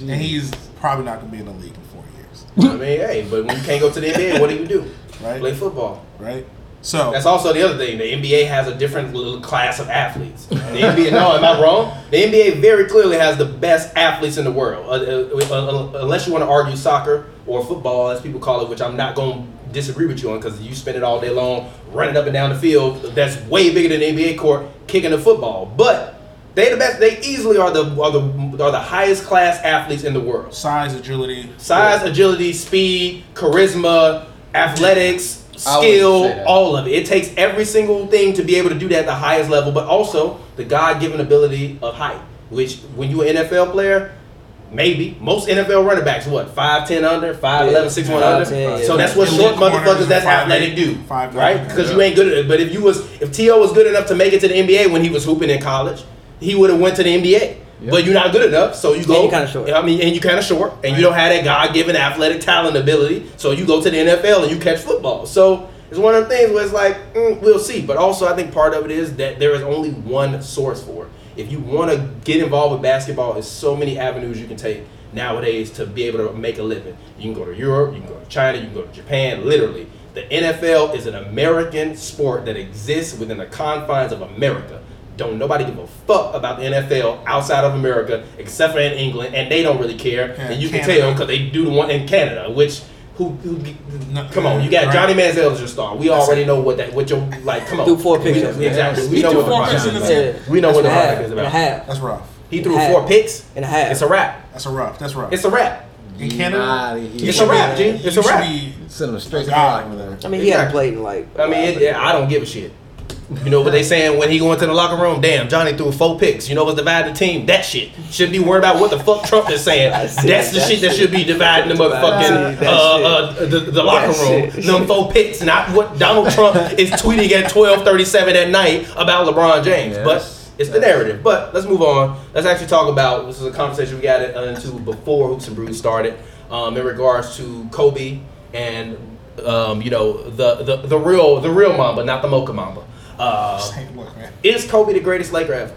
S3: and he's probably not gonna be in the league in four years,
S1: I mean, hey, but when you can't go to the NBA, what do you do?
S3: Right.
S1: Play football.
S3: right? So
S1: That's also the other thing. The NBA has a different little class of athletes. The NBA, no, am I wrong? The NBA very clearly has the best athletes in the world, Uh, uh, uh, uh, unless you want to argue soccer or football, as people call it, which I'm not going to disagree with you on because you spend it all day long running up and down the field. That's way bigger than the NBA court kicking the football, but. They the best. They easily are the are the are the highest class athletes in the world
S3: size, agility,
S1: size, agility, speed, charisma, athletics,
S4: I wouldn't
S1: skill,
S4: say that.
S1: all of it. It takes every single thing to be able to do that at the highest level, but also the God-given ability of height, which when you're an NFL player, maybe most NFL running backs what 5'10 under, 5'11, 6'1 under.
S2: 5'10", yeah.
S1: so that's what
S3: Elite
S1: short motherfuckers
S3: corners,
S1: that's
S3: 5'8",
S1: athletic do,
S3: 5'9".
S1: right? Because you ain't good at it. But if you was if T.O. was good enough to make it to the NBA when he was hooping in college, he would have went to the NBA.
S5: Yep.
S1: But you're not good enough, so you go.
S2: you're kinda short.
S1: I mean, and you kind of short, and you don't have that God-given athletic talent ability. So you go to the NFL and you catch football. So it's one of the things where it's like mm, we'll see. But also, I think part of it is that there is only one source for it. If you want to get involved with basketball, there's so many avenues you can take nowadays to be able to make a living. You can go to Europe, you can go to China, you can go to Japan. Literally, the NFL is an American sport that exists within the confines of America. Don't nobody give a fuck about the NFL outside of America except for in England, and they don't really care.
S3: Yeah,
S1: and you can
S3: Canada.
S1: tell because they do the one in Canada, which who, who
S3: No-
S1: come on, you got
S3: right.
S1: Johnny Manziel as your star. We already know what that what your like. Come on,
S2: Threw four
S1: We-
S2: pictures.
S1: exactly. We
S3: He
S1: know
S3: threw
S1: what the
S3: four
S1: product
S3: pictures
S1: is
S3: in
S1: about. We know what the product is
S2: And a
S1: about.
S2: half.
S3: that's rough.
S1: He threw
S2: half.
S1: four picks.
S2: And a half.
S1: It's a wrap.
S3: That's a rough. That's rough.
S1: It's a wrap.
S3: in Canada.
S5: Outta here.
S1: It's a wrap, G. It's a
S3: you should
S1: wrap.
S3: be-
S5: Send him straight to
S3: God.
S5: God with
S2: I
S5: that.
S2: mean, he hadn't
S1: Exactly.
S2: played in like.
S1: I mean, it, yeah, I don't give a shit. You know what they saying when he go into the locker room? Damn, Johnny threw four picks. You know what's dividing the team? That shit. Shouldn't be worried about what the fuck Trump is saying.
S2: [LAUGHS] I see
S1: That's the
S2: that
S1: shit that
S2: shit.
S1: should be dividing the
S2: Dividing
S1: motherfucking uh,
S2: that
S1: uh, the, the locker
S2: That
S1: room.
S2: shit.
S1: Them four picks, not what Donald Trump is tweeting at twelve thirty seven at night about LeBron James.
S5: Yes.
S1: But it's the
S5: Yes.
S1: narrative. But let's move on. Let's actually talk about this is a conversation we got into before Hoops and Brews started um, in regards to Kobe and um, you know the, the the real the real Mamba, not the Mocha Mamba. Uh,
S3: Hey, Look, man.
S1: is Kobe the greatest Laker ever?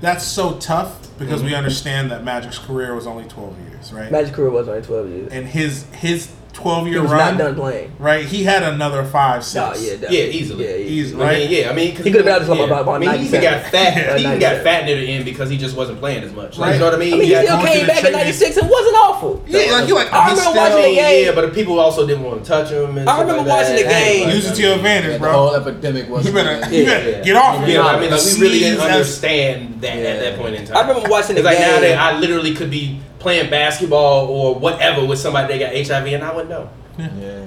S3: That's so tough because we understand that Magic's career was only 12 years, right?
S2: Magic career was only 12 years.
S3: and his his 12
S2: He
S3: year
S2: was
S3: run,
S2: not done playing.
S3: right? He had another five, six.
S2: Nah, yeah,
S1: Yeah, easily.
S2: Yeah, yeah.
S3: He's
S1: I
S3: right.
S1: mean, yeah, I mean, 'cause-
S2: He could've been out just talking about- about
S1: I mean, he even
S2: 97.
S1: got
S2: [LAUGHS]
S1: fat. He even got
S2: 97.
S1: fat near the end because he just wasn't playing as much.
S3: Right.
S1: You know what I mean?
S2: I mean,
S1: He
S2: he
S1: got-
S2: still
S3: going through
S2: came
S3: the
S2: back in
S3: training.
S2: 96 and wasn't awful.
S3: Yeah, like you like.
S2: I
S3: he's
S2: remember watching
S3: still-
S2: the game.
S1: Yeah, but the people also didn't want to touch him. And
S2: I
S1: stuff
S2: remember
S1: like
S2: watching
S1: that.
S2: the game.
S3: Use it to your advantage,
S5: The
S3: bro.
S5: whole epidemic was.
S3: You [LAUGHS] better,
S5: Yeah.
S3: you better
S1: Oh, Yeah.
S3: get off.
S1: You know what I mean? Like, we really
S3: Sneeze
S1: didn't
S3: as-
S1: understand that at that
S5: Yeah.
S1: point in time.
S2: I remember watching the
S1: It's like
S2: game.
S1: nowadays, I literally could be playing basketball or whatever with somebody that got HIV, and I wouldn't know.
S5: Yeah.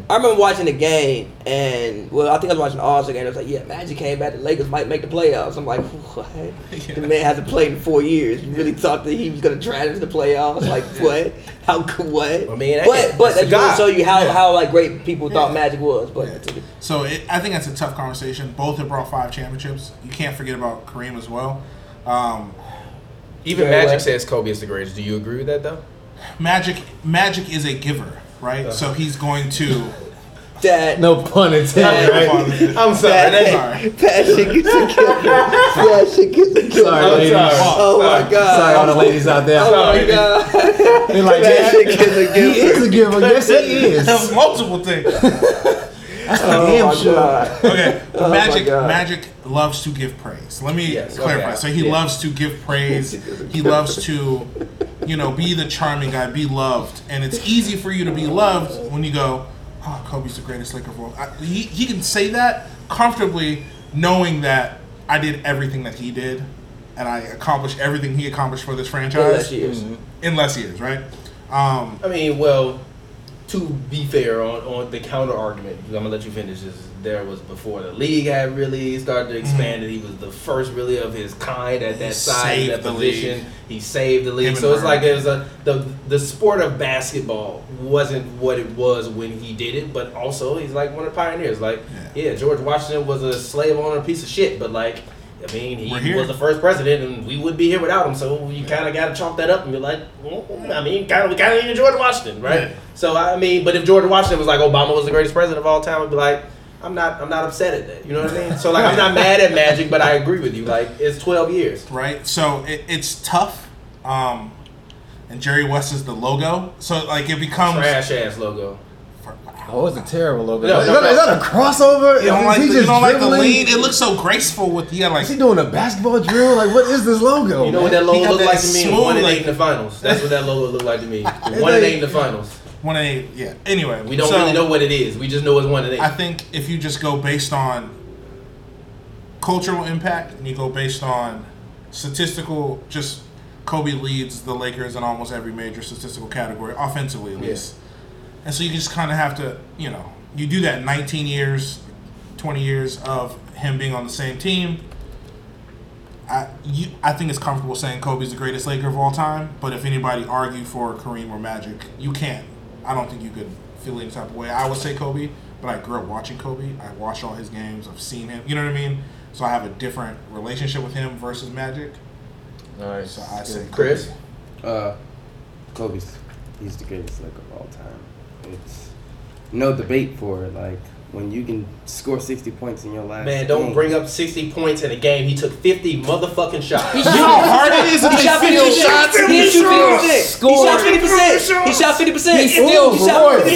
S2: I remember watching the game, and well, I think I was watching All Star game. I was like, "Yeah, Magic came back. The Lakers might make the playoffs." I'm like, "What? The man hasn't played in four years. You really thought that he was gonna try to the playoffs? Like, what? How could what?
S1: I mean, that-
S2: but but
S1: it's a
S2: that goes
S1: guy.
S2: to show you how how like great people thought Magic was. But
S3: So it, I think that's a tough conversation. Both have brought five championships. You can't forget about Kareem as well. Um,
S1: Even
S2: Very
S1: Magic
S2: well.
S1: says Kobe is the greatest. Do you agree with that though?
S3: Magic, Magic is a giver, right? So he's going to.
S2: that
S5: No pun intended, right?
S1: I'm sorry.
S2: that,
S1: That's,
S3: Sorry.
S2: that shit gets a killer. that shit gets a killer.
S5: Sorry,
S1: I'm
S5: ladies.
S1: sorry.
S2: Oh my
S1: Sorry.
S2: god.
S5: Sorry, all the ladies out there.
S2: Oh my
S1: Sorry.
S2: god.
S5: They're like,
S2: That shit
S5: yeah,
S2: gets a
S5: he
S2: killer.
S5: is a giver. Yes, he is.
S3: There's multiple things.
S2: Oh
S5: Damn
S2: my
S5: sure.
S1: [LAUGHS]
S2: god.
S3: Okay, Magic.
S2: God.
S3: Magic loves to give praise. Let me
S1: Oh Yes,
S3: clarify.
S1: okay.
S3: So he
S1: Yeah.
S3: loves to give praise. he loves to, you know, be the charming guy, be loved, and it's easy for you to be loved when you go, "Oh, Kobe's the greatest Laker of all." I, he he can say that comfortably, knowing that I did everything that he did, and I accomplished everything he accomplished for this franchise.
S2: Last years.
S3: Unless he is right. Um,
S1: I mean, well, to be fair on, on the counter argument, I'm gonna let you finish. Is there was before the league had really started to
S3: Mm-hmm.
S1: expand, and he was the first really of his kind at that size,
S3: saved
S1: that
S3: the
S1: position.
S3: league.
S1: He saved the league,
S3: Him
S1: so
S3: and
S1: it's like
S3: Bird.
S1: it was a the the sport of basketball wasn't what it was when he did it, but also he's like one of the pioneers. Like, yeah, George Washington was a slave owner, piece of shit, but like. I mean,
S3: We're
S1: he
S3: here.
S1: was the first president, and we would be here without him. So you kind of got to chalk that up and be like, mm, I mean, kind of, we kind of needed George Washington, right?
S3: Yeah.
S1: So I mean, but if George Washington was like Obama was the greatest president of all time, I'd be like, I'm not I'm not upset at that. You know what I mean? So like I'm not mad at Magic, but I agree with you. Like it's 12 years.
S3: right? So it, it's tough. Um, and Jerry West is the logo, so like it becomes.
S1: Trash ass logo.
S5: Oh, it's a terrible logo.
S1: No,
S5: is,
S1: no,
S5: that,
S1: no.
S5: is that a crossover?
S3: You don't
S5: is
S3: like, the,
S5: he
S3: you
S5: just
S3: don't like the
S5: dribbling?
S3: lean. It looks so graceful with yeah, like
S5: Is he doing a basketball drill? Like, what is this logo?
S1: You know what that
S3: He
S1: logo
S3: got
S1: looked
S3: that
S1: like to me?
S3: smooth,
S1: One and
S3: like-
S1: eight in the finals. That's what that logo looked like
S3: [LAUGHS]
S1: to me. One and eight in the finals.
S3: when they yeah. Anyway,
S1: We don't
S3: so
S1: really know what it is. We just know it's one and eight.
S3: I think if you just go based on cultural impact and you go based on statistical, just Kobe leads the Lakers in almost every major statistical category, offensively at least. And so you just kind of have to, you know, you do that 19 years, 20 years of him being on the same team. I you, I think it's comfortable saying Kobe's the greatest Laker of all time, but if anybody argued for Kareem or Magic, you can't. I don't think you could feel any type of way. I would say Kobe, but I grew up watching Kobe. I watched all his games. I've seen him. You know what I mean? So I have a different relationship with him versus Magic.
S1: All right.
S3: So I say
S1: Chris.
S4: Uh, Kobe's he's the greatest like of all time. It's no debate for it. Like when you can score sixty points in your last
S1: Man, don't
S4: game.
S3: Mm.
S1: bring up 60 points in a game. He took 50 motherfucking shots.
S3: You know how hard it is to
S2: He shot
S3: get 50
S2: 50
S3: shots?
S2: percent. He shot 50 percent. He shot 50 percent.
S5: Scored.
S2: He shot 50 percent.
S5: He still scored 16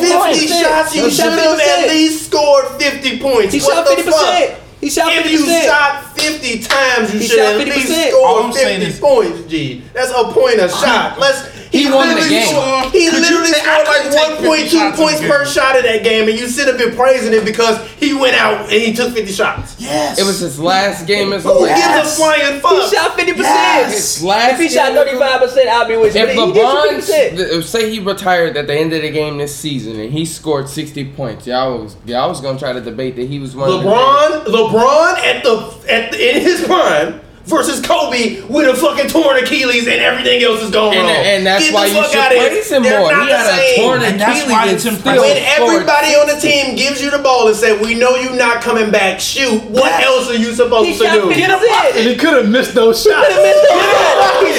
S1: 50 shots. You
S2: He
S1: should
S2: shot
S1: have
S2: 50
S1: at
S2: percent.
S1: least scored 50 points.
S2: He
S1: What
S2: shot
S1: the
S2: 50 percent.
S1: fuck?
S2: He shot 50
S1: If you
S2: percent.
S1: shot 50 times, you
S2: He
S1: should
S2: shot
S1: at least
S2: 50%.
S3: All
S1: score
S3: I'm saying
S1: 50
S3: is-
S1: points, G. That's a point a shot. Let's, he,
S4: won the
S1: literally
S4: game.
S1: scored- He
S3: Could you
S1: literally
S3: take- I
S1: scored
S3: couldn't take 50
S1: like 1.2
S3: shots in
S1: points
S3: the
S1: per
S3: game.
S1: shot in that game, and you sit up here praising him because he went out and he took 50 shots.
S3: Yes.
S4: It was his last game as a
S1: Who
S4: Laker.
S1: gives a flying fuck?
S2: He shot 50
S3: Yes.
S2: percent.
S4: His last
S2: If he shot
S4: game as a-
S2: 35 percent, I'll be with you.
S4: If
S2: But he did shoot 50%.
S4: LeBron, th- say he retired at the end of the game this season and he scored 60 points, y'all was, y'all was gonna try to debate that he was one of the greatest.
S1: LeBron, LeBron at the at the, in his prime versus Kobe with a fucking torn Achilles and everything else is going
S4: And,
S1: wrong.
S4: and that's
S1: Get
S4: why
S1: the
S4: you
S1: fuck
S4: should
S1: outta here.
S4: praise him
S1: They're
S4: more.
S1: not
S4: He
S1: the
S4: had a
S1: same.
S4: torn
S3: And that's
S4: Achilles
S3: why
S4: and
S3: it's
S4: still
S1: when
S3: impressive. When
S4: scored.
S1: everybody on the team gives you the ball and say, "We know you not coming back. Shoot! What else are you supposed
S2: He
S1: to
S2: shot 50
S1: do?"
S5: And
S2: percent.
S5: he could have missed those shots.
S2: He
S4: He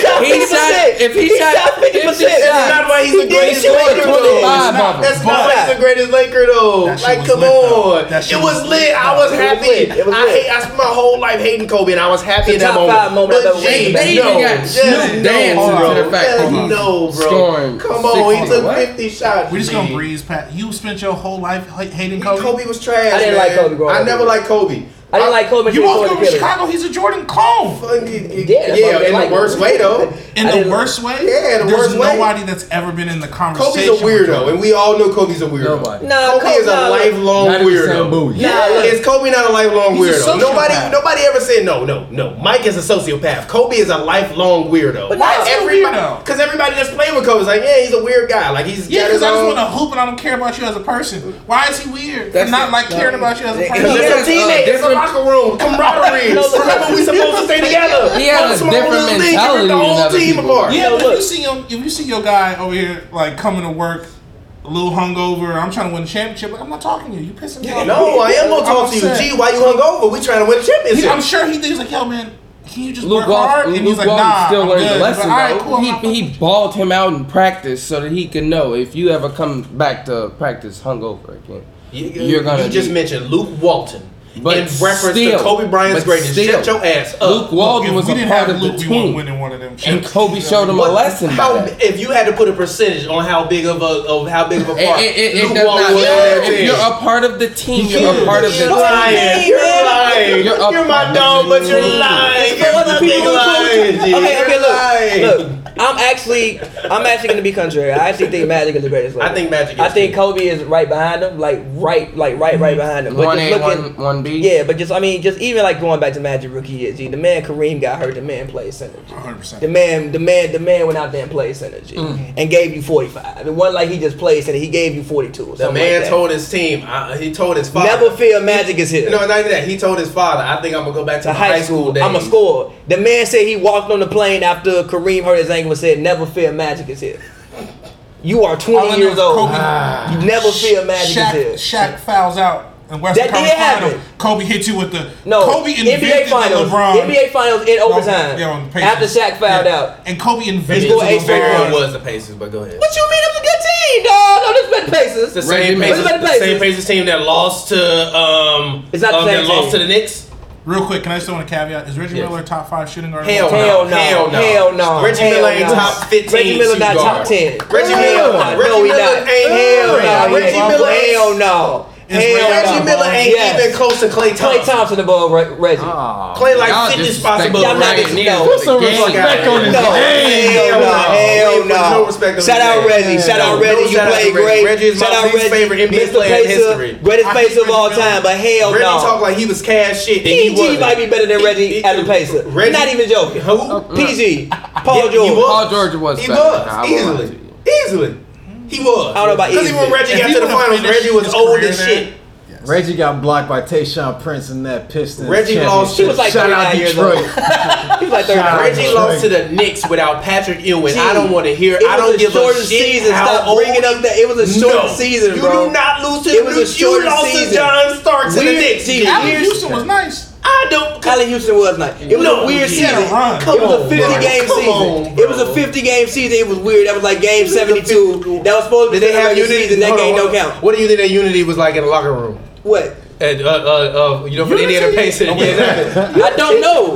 S4: shot-
S2: shot 50%.
S4: if he shot 50%,
S1: That's not why he's the
S2: did
S1: greatest
S2: shoot
S1: Laker. though.
S4: 25 of them.
S1: That's not
S3: But-
S1: why he's the greatest Laker though.
S3: That shit
S1: Like,
S3: was
S1: come
S3: lit, though.
S1: on.
S3: That shit
S1: It was
S3: was
S1: lit.
S3: lit,
S1: I
S3: though.
S1: was
S2: It was
S1: happy.
S2: lit. It was
S1: I
S2: lit.
S1: hate. I spent my whole life hating Kobe, and I was happy
S2: The
S1: in that
S2: top
S1: moment.
S2: five moment of
S1: But
S2: the
S1: Jay,
S2: Lakers.
S1: they
S4: They
S1: know.
S4: even got Snoop
S1: Just
S4: dancing
S1: know,
S3: to
S1: bro.
S3: the
S4: fact.
S1: Just
S4: Hold
S3: on.
S1: know, bro.
S4: Scoring
S1: Come on, he
S4: six-
S1: took
S4: what?
S1: 50 shots.
S3: We're just gonna
S1: G.
S3: breeze past. You spent your whole life ha- hating
S1: Kobe.
S3: Kobe.
S1: was trash.
S2: I didn't like
S1: man.
S2: Kobe growing
S1: I
S2: up.
S1: never liked Kobe.
S2: I didn't like Kobe. until he
S3: You both
S2: scored
S3: go
S2: the
S3: to
S2: killer.
S3: Chicago. He's a Jordan Cone.
S1: Fucking,
S2: Yeah,
S1: yeah,
S2: that's why I
S1: in
S2: like
S1: the
S2: him.
S1: worst way though.
S3: In
S2: I
S3: the
S2: didn't-
S3: worst way.
S1: Yeah, the
S3: There's
S1: worst way.
S3: nobody that's ever been in the
S1: Kobe's
S3: conversation.
S1: a
S3: with
S1: weirdo,
S3: Jordan.
S1: and we all know Kobe's a weirdo.
S5: Nobody.
S2: Nah,
S1: Kobe is a
S2: nah,
S1: lifelong
S5: Not in the same
S1: weirdo.
S5: booth.
S1: Yeah,
S2: Nah.
S1: is Kobe not a lifelong
S3: He's a
S1: weirdo?
S3: sociopath.
S1: nobody, nobody ever said no, no, no. Mike is a sociopath. Kobe is a lifelong weirdo.
S2: But why is he a
S3: weirdo?
S1: Because everybody that's playing with Kobe is like, yeah, he's a weird guy. Like he's
S3: Yeah,
S1: got his
S3: because I just want
S1: own.
S3: to hoop, and I don't care about you as a person. Why is he weird? That's
S4: That's it.
S3: not like caring about you as a
S2: Yeah,
S1: Because
S3: person.
S4: he
S1: it's
S4: has
S1: a
S4: a
S1: teammate, it's a
S4: different-
S1: locker
S4: [LAUGHS]
S1: room, camaraderie.
S2: No, look.
S1: Remember, we supposed to stay together.
S4: He has
S1: One
S4: a
S1: small
S4: different
S1: little thing can rip
S4: mentality
S1: the
S4: than
S1: whole
S4: other
S1: team
S4: people.
S1: apart.
S3: Yeah,
S2: Yo,
S3: but if
S2: look.
S3: you see him, if you see your guy over here like coming to work, a little hungover, I'm trying to win a championship. Like, I'm not talking to you. You pissing me off.
S1: No, I am gonna talk to you,
S3: upset.
S1: G. Why you hungover? We trying to win a
S3: He-
S1: championship.
S3: I'm sure he thinks like, yo, man, can you just
S4: Luke
S3: work
S4: Walton,
S3: hard? And
S4: Luke
S3: he's like,
S4: Walton
S3: nah,
S4: still
S3: I'm
S4: learning
S3: good.
S4: the lesson.
S3: But, all right,
S4: though.
S3: cool, I'm not
S4: he, he balled him out in practice so that he could know if you ever come back to practice hungover again.
S1: You,
S4: You're gonna
S1: you just
S4: be-
S1: mentioned Luke Walton
S4: But
S1: in reference
S4: still-
S1: to Kobe Bryant's
S4: but
S1: greatness.
S4: still,
S1: Shut your ass up.
S4: Luke Walton
S3: Uh, If
S4: was
S3: we
S4: a
S3: didn't
S4: part
S3: have
S4: of
S3: Luke,
S4: the
S3: we weren't
S4: team.
S3: winning one of them.
S4: And
S3: shit.
S4: Kobe showed him a
S1: What-
S4: lesson by
S1: How,
S4: that.
S1: if you had to put a percentage on how big of a of how big of a
S4: It,
S1: part
S4: it- it- it
S1: Luke
S4: does
S1: Walton
S4: not
S1: was on that
S4: matter. If
S1: team.
S4: you're a part of the team, you're a part of the
S1: You're
S4: team.
S1: lying. You're
S2: You're
S1: lying. You're,
S4: You're up
S1: my
S4: on
S1: dog,
S4: the
S1: but you're
S4: team.
S1: lying.
S2: It's for other people
S1: You're
S2: who
S1: lying.
S2: told you- Okay,
S1: You're
S2: okay,
S1: lying.
S2: look, look. I'm actually, I'm actually gonna be contrary. I actually think Magic is the greatest. Player.
S1: I think Magic
S2: I
S1: is
S2: think
S1: too.
S2: Kobe is right behind him, like right, like right, right behind him. But
S4: Mm-hmm. One
S2: just
S4: A,
S2: looking,
S4: one one B.
S2: yeah, but just I mean, just even like going back to Magic rookie year, G, the man Kareem got hurt. The man played center. G.
S3: 100%.
S2: The man, the man, the man went out there and played center, G,
S4: Mm.
S2: and gave you 45. It wasn't like he just played center. He gave you 42. Or
S1: The
S2: something
S1: man
S2: like that.
S1: told his team. I, he told his father.
S2: Never feel Magic is here.
S1: No, not even that. He told his father. I think I'm gonna go back to, my
S2: to
S1: high school. days.
S2: I'm a scorer. The man said he walked on the plane after Kareem hurt his ankle and said, "Never fear, Magic is here." You are 20
S3: All I know
S2: years
S3: is
S2: old.
S3: Kobe-
S2: you never fear Magic
S3: Shaq,
S2: is here.
S3: Shaq fouls out in Western
S2: That did
S3: Conference Final.
S2: happen.
S3: Kobe hits you with the
S2: No,
S3: Kobe
S2: NBA
S3: invented
S2: Finals.
S3: the LeBron.
S2: NBA Finals in
S3: No,
S2: overtime.
S3: yeah, on the Pacers.
S2: after Shaq fouled
S3: Yeah.
S2: out.
S3: and Kobe
S1: I
S3: invented
S1: mean,
S2: Let's go
S1: the
S2: eight
S1: favorite
S2: for
S1: one
S2: one.
S1: was the Pacers, but go ahead.
S2: What you mean? It was a good team. team, dog. No disrespect to Pacers.
S1: The same
S2: Reggie
S1: Pacers,
S2: Miller.
S1: the same Pacers team that lost to um,
S2: It's not the
S1: um
S2: same
S1: that lost to
S2: team.
S1: the Knicks.
S3: Real quick, can I just throw in a caveat? Is Reggie
S1: Yes.
S3: Miller top five shooting guard? of
S1: Hell,
S3: all time?
S2: Hell
S1: no,
S2: no.
S1: hell no.
S2: Hell no.
S1: Reggie
S2: Hell
S1: Miller ain't
S2: no.
S1: top 15
S2: Reggie Miller not
S1: shooting
S2: top
S1: guard.
S2: 10.
S1: Reggie
S2: Hell
S1: Miller-
S2: no.
S1: Reggie
S2: No, he
S1: Miller
S2: not.
S1: ain't-
S2: Hell no.
S1: Reggie
S2: he ain't.
S1: Miller
S2: Hell
S1: ain't-
S2: no.
S3: It's
S2: Hell
S3: Reggie
S2: no.
S1: Reggie Miller ain't
S2: Yes.
S1: even close to Clay
S2: Clay
S1: Thompson.
S2: Thompson above Re- Reggie.
S5: Oh,
S1: Play
S6: Y'all
S1: like 50 spots
S6: disrespectful
S1: above
S2: Y'all not
S1: Reggie.
S6: right
S2: dis-
S6: now.
S2: no.
S5: Put some
S6: The game.
S5: respect on his
S2: No,
S5: name.
S2: hell no, hell
S1: no.
S2: no.
S1: No respect on
S2: Shout
S1: his
S2: out
S1: name.
S2: Reggie, shout
S1: No,
S2: out
S1: no
S2: Reggie, you
S1: shout out to
S2: played
S1: Reggie.
S2: great.
S1: Reggie is
S2: shout
S1: my
S2: out
S1: least
S2: Reggie,
S1: favorite NBA
S2: Mr.
S1: player in history.
S2: Pacer, greatest
S3: I think
S2: Pacer of all
S3: Reggie Miller-
S2: time, but hell
S1: Reggie talk
S2: no.
S1: like he was cash shit. and he
S2: PG
S1: wasn't.
S2: might be better than Reggie
S1: He-
S2: as a Pacer.
S1: Reggie-
S2: Not even joking.
S1: Who?
S2: PG,
S1: Yeah,
S2: Paul
S1: he
S2: George.
S1: was.
S6: Paul George was
S1: He
S6: better.
S1: was
S6: Nah, I won't lie to
S1: easily,
S6: you.
S1: easily. He was.
S2: I don't know about
S1: Because even when
S2: easily.
S1: Reggie
S3: If
S1: got
S3: he
S1: to the
S3: would've
S1: finals,
S3: finished
S1: Reggie was
S3: his
S1: old
S3: career
S1: as
S3: there-
S1: shit.
S3: Yes.
S5: Reggie got blocked by Tayshawn Prince in that Pistons.
S1: Reggie lost
S5: championship.
S1: to- He was
S2: like
S5: Shout out
S2: 39 years
S5: Detroit. [LAUGHS]
S2: He was like
S5: Shout out
S2: 30.
S1: Reggie
S5: Right.
S1: lost to the Knicks without Patrick Ewing.
S2: Gee,
S1: I don't want to hear.
S2: It
S1: I
S2: was
S1: don't
S2: a
S1: give a
S2: shorter
S1: shit
S2: season.
S1: how
S2: Stop
S1: old.
S2: bringing up that. It was a short
S1: no,
S2: season,
S1: you
S2: bro.
S1: do not lose to
S2: It
S1: the
S2: was a
S1: Knicks.
S2: shorter
S1: You lost to
S2: season.
S1: John Starks and the
S2: Weird
S1: Knicks.
S2: season.
S3: Allen
S2: Here's-
S3: Houston was nice.
S1: I don't.
S2: Allen Houston was nice. It was
S1: No,
S2: a weird
S1: he
S2: season.
S1: had
S3: a run.
S2: It was a
S1: Come
S2: 50
S1: on,
S2: game
S1: bro. Come
S2: season.
S1: on,
S2: it was a 50 game season. It was weird. That was like game 72. That was supposed to be
S1: Did they have
S2: regular
S1: unity?
S2: season. That
S1: Hold on,
S2: game
S1: hold
S2: don't
S1: on.
S2: count.
S1: What do you think that unity was like in the locker room?
S2: What?
S1: And, uh, uh, uh, you know, for the Indiana Pacers. Yeah, exactly.
S2: I don't know.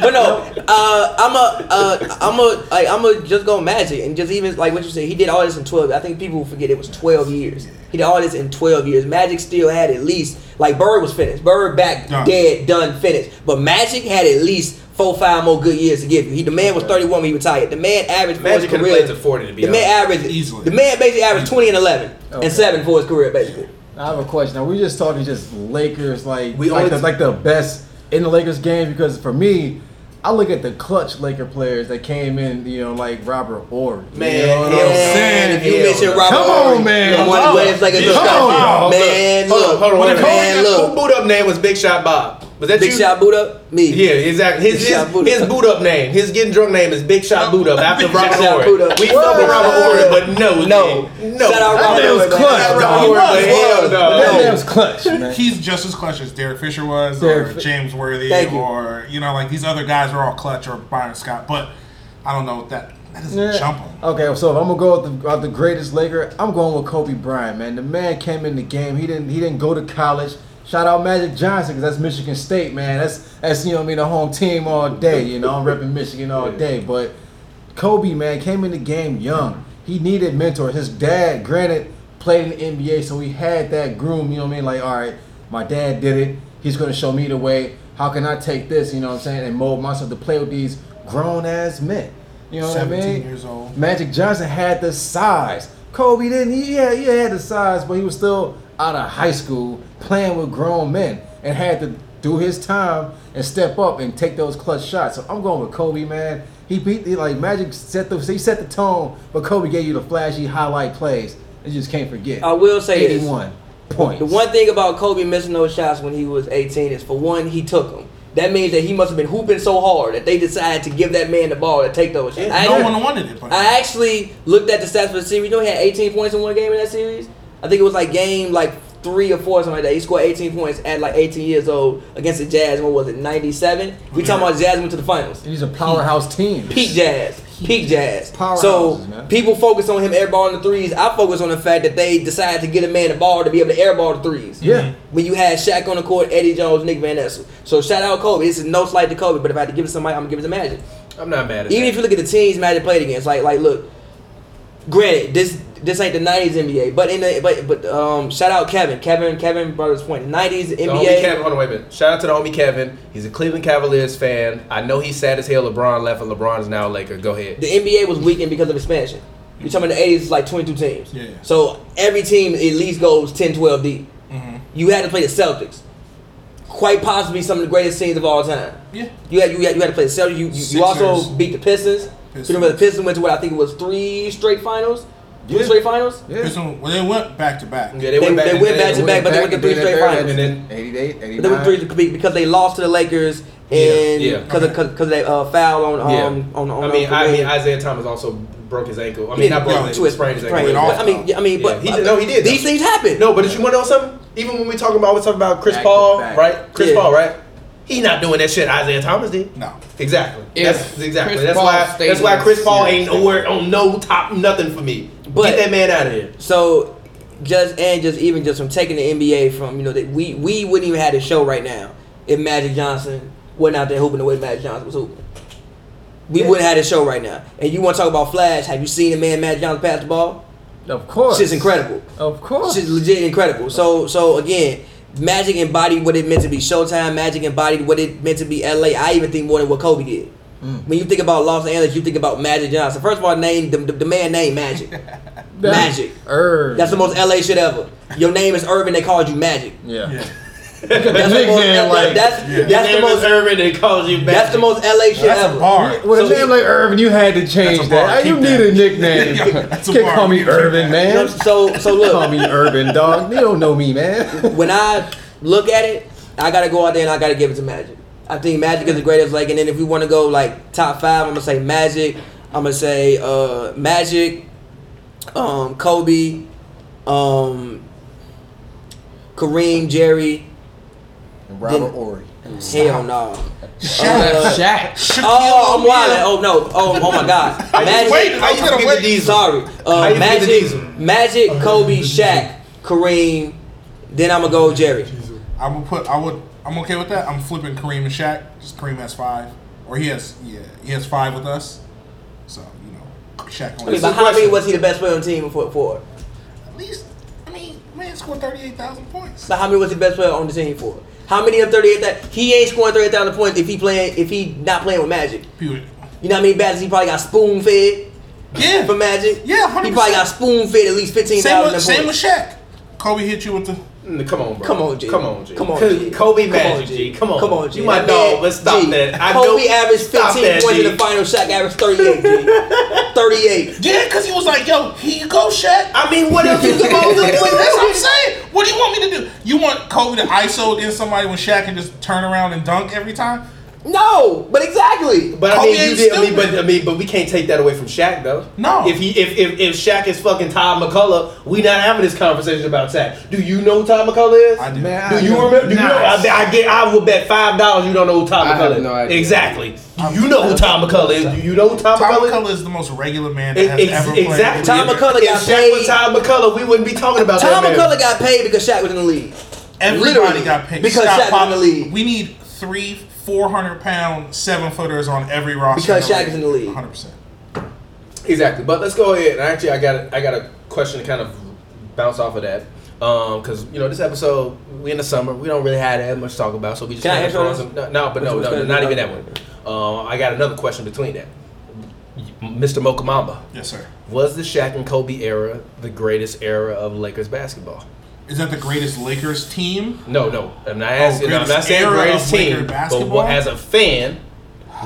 S2: But no, uh, I'm a, uh, I'm a, like, I'm a just go magic and just even like what you said. He did all this in 12. I think people forget it was 12 years. He did all this in 12 years. Magic still had at least like Bird was finished. Bird back
S3: Done.
S2: dead, done, finished. But Magic had at least four, five more good years to give you. He the man was 31 when he retired. The man averaged for his
S1: Magic could have
S2: career.
S1: played to 40 to be
S2: the man averaged
S3: Easily.
S2: The man basically averaged 20 and 11
S5: Okay.
S2: and seven for his career basically.
S5: I have a question. Are we just talking just Lakers like
S1: We
S5: like,
S1: only-
S5: the, like the best in the Lakers game? Because for me, I look at the clutch Laker players that came in, you know, like Robert Ory. you know
S1: Man,
S5: what I'm
S2: Man,
S5: saying?
S2: if you mention Robert
S5: Come on,
S2: Ory,
S5: man.
S2: and one of the greatest Lakers of
S5: Come
S2: all time.
S5: on.
S2: man,
S1: Hold
S2: look,
S1: on, hold on. wait a
S2: man,
S1: minute. Who
S2: look,
S1: boot up name was Big Shot Bob? Was that
S2: big
S1: you?
S2: shot boot up, me,
S1: Yeah, exactly. His his,
S2: Big Shot Boot
S1: his
S2: Up.
S1: boot up name, his getting drunk name is Big Shot Boot Up after Robert
S2: Shot Boot
S1: Ory.
S2: Up.
S1: We fuck with
S2: Word.
S1: Robert Ory, but no,
S2: No.
S1: G. no.
S2: Shout out
S1: That
S2: Robert
S1: man was
S2: Ory, man.
S1: clutch,
S2: Shout out
S1: dog.
S2: Robert Ory,
S1: But hell
S2: was,
S1: no.
S5: But that
S2: No.
S5: man was clutch, man.
S3: He's just as clutch as Derek Fisher was,
S5: Derek
S3: or
S5: Fi-
S3: James Worthy,
S2: Thank you.
S3: or you know, like these other guys are all clutch, or Byron Scott. But I don't know what that that doesn't
S5: Yeah.
S3: jump him.
S5: Okay, so if I'm gonna go with the, uh, the greatest Laker, I'm going with Kobe Bryant, man. The man came in the game. He didn't he didn't go to college. Shout out Magic Johnson because that's Michigan State, man. That's that's you know what I mean the home team all day. You know I'm repping Michigan all day, but Kobe man came in the game young. He needed mentors. His dad, granted, played in the NBA, so he had that groom. You know what I mean? Like all right, my dad did it. He's gonna show me the way. How can I take this? You know what I'm saying? And mold myself to play with these grown ass men. You know what I mean?
S3: 17 years old.
S5: Magic Johnson had the size. Kobe didn't. He, yeah, he had the size, but he was still out of high school playing with grown men and had to do his time and step up and take those clutch shots. So I'm going with Kobe, man. He beat he, like Magic set the he set the tone, but Kobe gave you the flashy highlight plays. You just can't forget.
S2: I will say this.
S5: 81 points.
S2: The one thing about Kobe missing those shots when he was 18 is, for one, he took them. That means that he must have been hooping so hard that they decided to give that man the ball to take those shots. I,
S3: no one wanted it, but
S2: I actually looked at the stats for the series. You know, he had 18 points in one game in that series. I think it was like game like three or four, something like that. He scored 18 points at like 18 years old against the Jazz. What was it, 97? We talking about Jazz went to the finals.
S5: These are powerhouse teams.
S2: Peak jazz. Peak jazz.
S5: Powerhouses,
S2: So
S5: man.
S2: people focus on him airball the threes. I focus on the fact that they decided to get a man the ball to be able to airball the threes.
S5: Yeah.
S2: When you had Shaq on the court, Eddie Jones, Nick Van Ness. So shout out Kobe. This is no slight to Kobe, but if I had to give it to somebody, I'm gonna give it to Magic.
S1: I'm not mad at
S2: Even if you
S1: that.
S2: look at the teams Magic played against, like like look, granted this this ain't the '90s NBA, but in the but but um shout out Kevin Kevin Kevin Brothers point '90s
S1: The homie
S2: NBA.
S1: Kevin, hold on, wait a minute. Shout out to the homie Kevin. He's a Cleveland Cavaliers fan. I know he's sad as hell. LeBron left, and LeBron is now a Laker. Go ahead.
S2: the NBA was weakened because of expansion. You're talking about the 80s, it's like 22 teams.
S3: Yeah.
S2: So every team at least goes 10, 12 deep. You had to play the Celtics. Quite possibly some of the greatest teams of all time.
S3: yeah,
S2: You had you had, you had to play the Celtics. You, you, you also
S3: Sixers.
S2: beat the Pistons.
S3: Pistons.
S2: You remember the Pistons went to what I think it was three straight finals? Three
S5: Yeah.
S2: straight finals?
S5: Yeah.
S3: This one- well, they went back to back.
S1: Yeah,
S2: They, they went back
S1: they
S2: to back, but they went to
S5: back
S2: three
S5: and
S2: straight
S5: then
S2: finals.
S1: And then
S5: 88, 89.
S2: They were three to compete because they lost to the Lakers and
S1: yeah.
S2: because of because they uh, foul on um
S1: Yeah.
S2: on, uh, on
S1: I mean,
S2: on-
S1: I mean, Isaiah Thomas also broke his ankle. I mean, not broke his ankle,
S2: twist,
S1: sprained his
S2: sprained.
S1: ankle.
S3: Sprained
S2: But, I mean, yeah, I mean,
S1: Yeah,
S2: but
S1: he did- no, he did,
S2: These
S1: though.
S2: things happen.
S1: No, but if you want to know something, even when we talking about, we talking about Chris
S5: Back to
S1: Paul,
S5: back.
S1: right? Chris
S2: Yeah.
S1: Paul, right? He not doing that shit Isaiah Thomas did.
S3: No.
S1: Exactly.
S6: If
S1: that's exactly.
S6: Chris
S1: that's
S6: Paul
S1: why.
S6: stayed
S1: That's why
S6: in
S1: Chris Paul
S6: the
S1: ain't
S6: series.
S1: nowhere on no top nothing for me.
S2: But-
S1: Get that man out of here.
S2: So just and just even just from taking the NBA from you know that we we wouldn't even have the show right now if Magic Johnson wasn't out there hooping the way Magic Johnson was hooping. We wouldn't have the show right now. And you want to talk about Flash? Have you seen the man Magic Johnson pass the ball?
S5: Of course.
S2: Shit's incredible.
S5: Of course.
S2: Shit's legit incredible. So so again, Magic embodied what it meant to be Showtime. Magic embodied what it meant to be LA. I even think more than what Kobe did.
S5: Mm.
S2: When you think about Los Angeles, you think about Magic Johnson. First of all, name the, the, the man named Magic.
S5: [LAUGHS]
S2: Magic.
S5: Irv.
S2: That's the most LA shit ever. Your name is Irvin, they called you
S3: [LAUGHS]
S2: Magic.
S5: yeah.
S3: Yeah.
S2: [LAUGHS] That's the most,
S5: Nickname, like-
S2: that's,
S3: Yeah.
S1: Your
S2: that's the
S1: name is
S2: most
S1: Irvin. They calls you back.
S2: that's the most LA shit
S3: That's
S2: ever.
S3: a bar.
S5: With a
S2: So-
S5: name like Irvin, you had to change
S3: That's a bar.
S5: that. You
S3: Keep
S5: need
S3: that.
S5: a nickname.
S3: Yeah, [LAUGHS] that's a
S5: Can't
S3: bar.
S5: call me
S3: Keep that. [LAUGHS]
S5: Irvin,
S2: You know,
S5: man.
S2: so so look,
S5: call me Irvin, dog. You don't know me,
S3: [LAUGHS]
S5: man.
S2: when I look at it, I gotta go out there and I gotta give it to Magic. I think Magic is the greatest. Like, and then if we want to go like top five, I'm gonna say Magic. I'm gonna say uh, Magic, um, Kobe, um, Kareem, Jerry.
S5: Robert Ory.
S2: Hell no. Uh,
S5: Shaq.
S2: Oh, I'm wilding. Oh no. Oh, oh my God. Magic.
S3: Wait, [LAUGHS] how you gonna
S1: Get the
S3: wait?
S1: diesel.
S2: Sorry.
S1: How
S2: Uh,
S1: you get the diesel?
S2: Magic, Magic, Kobe, Shaq, Kareem. Then I'm gonna go Jerry.
S3: I would put. I would. I'm okay with that. I'm flipping Kareem and Shaq. Just Kareem has five, or he has. Yeah, he has five with us. So you know, Shaq only.
S2: Okay, but how many was he the best player on the team for? for?
S3: At least, I mean, man scored thirty-eight thousand points.
S2: So how many was he the best player on the team for? How many of 38 that he ain't scoring 38,000 points if he playing if he not playing with Magic?
S3: Period.
S2: You know how many battles he probably got spoon fed
S3: Yeah.
S2: for Magic?
S3: Yeah,
S2: He
S3: 100%.
S2: probably got spoon fed at least
S3: Same
S2: 15,000
S3: with,
S2: points.
S3: same with Shaq. Kobe hit you with the.
S1: Mm, Come on, bro.
S2: Come on, G.
S1: Come on, G.
S2: Come on, G.
S1: Kobe
S2: Come
S1: Magic,
S2: on,
S1: G. Come on.
S2: Come on, G.
S1: You my
S2: That man-
S1: dog. Let's stop
S2: G.
S1: that. I
S2: Kobe
S1: know-
S2: averaged 15
S1: Stop that,
S2: points
S1: G.
S2: in the final.
S1: [LAUGHS]
S2: Shaq averaged 38, G. 38.
S3: Yeah, because he was like, yo, here you go, Shaq.
S2: [LAUGHS]
S1: I mean, what else you supposed
S4: [LAUGHS]
S1: to
S3: That's
S1: do?
S3: what I'm saying. What do you want me to do? You want Kobe to ISO in somebody when Shaq can just turn around and dunk every time?
S2: No, but exactly.
S1: But I
S3: Kobe
S1: mean, you
S3: ain't
S1: did. I mean,
S3: stupid.
S1: but I mean, but we can't take that away from Shaq though.
S3: No.
S1: If he, if if, if Shaq is fucking Todd McCullough, we not having this conversation about Shaq. Do you know who Todd McCullough is?
S3: I do.
S5: Man,
S1: Do you remember? Do you know, I, bet- I get. I will bet five dollars you don't know who Tom
S4: I have
S1: McCullough. is.
S4: no idea.
S1: Exactly. Do you know who Tom McCullough is? Do you know who Tom
S3: Tom
S1: McCullough?
S3: McCullough is the most regular man that
S1: is?
S2: E-,
S3: has
S1: Ex-
S3: ever played.
S1: Exactly.
S2: Tom
S1: If-
S2: McCullough
S1: if
S2: got
S1: Shaq was
S2: paid-
S1: Tom McCullough, we wouldn't be talking about
S2: Tom
S1: that. man.
S2: McCullough got paid because Shaq was in the league.
S3: Everybody
S2: Literally,
S3: got picked.
S2: because
S3: Scott
S2: Shaq was in the
S3: Pop-
S2: league.
S3: We need three, four hundred pound seven footers on every roster.
S2: Because Shaq is in the league.
S3: One hundred percent.
S1: Exactly, but let's go ahead. And actually, I got I got a question to kind of bounce off of that, because you know this episode we in the summer we don't really have that much to talk about, so we just
S2: Can I
S1: kinda
S2: answer
S1: throw
S2: this?
S1: some- no, no, but no,
S2: Which
S1: no,
S2: one's
S1: not even
S2: better?
S1: that one. Um, I got another question between that, Mr. Mokamamba.
S3: Yes, sir.
S1: Was the Shaq and Kobe era the greatest era of Lakers basketball?
S3: Is that the greatest Lakers team?
S1: No, no. I'm not asking. I'm not
S3: Oh, greatest
S1: saying
S3: era
S1: greatest
S3: of Laker
S1: team, but
S3: basketball?
S1: as a fan,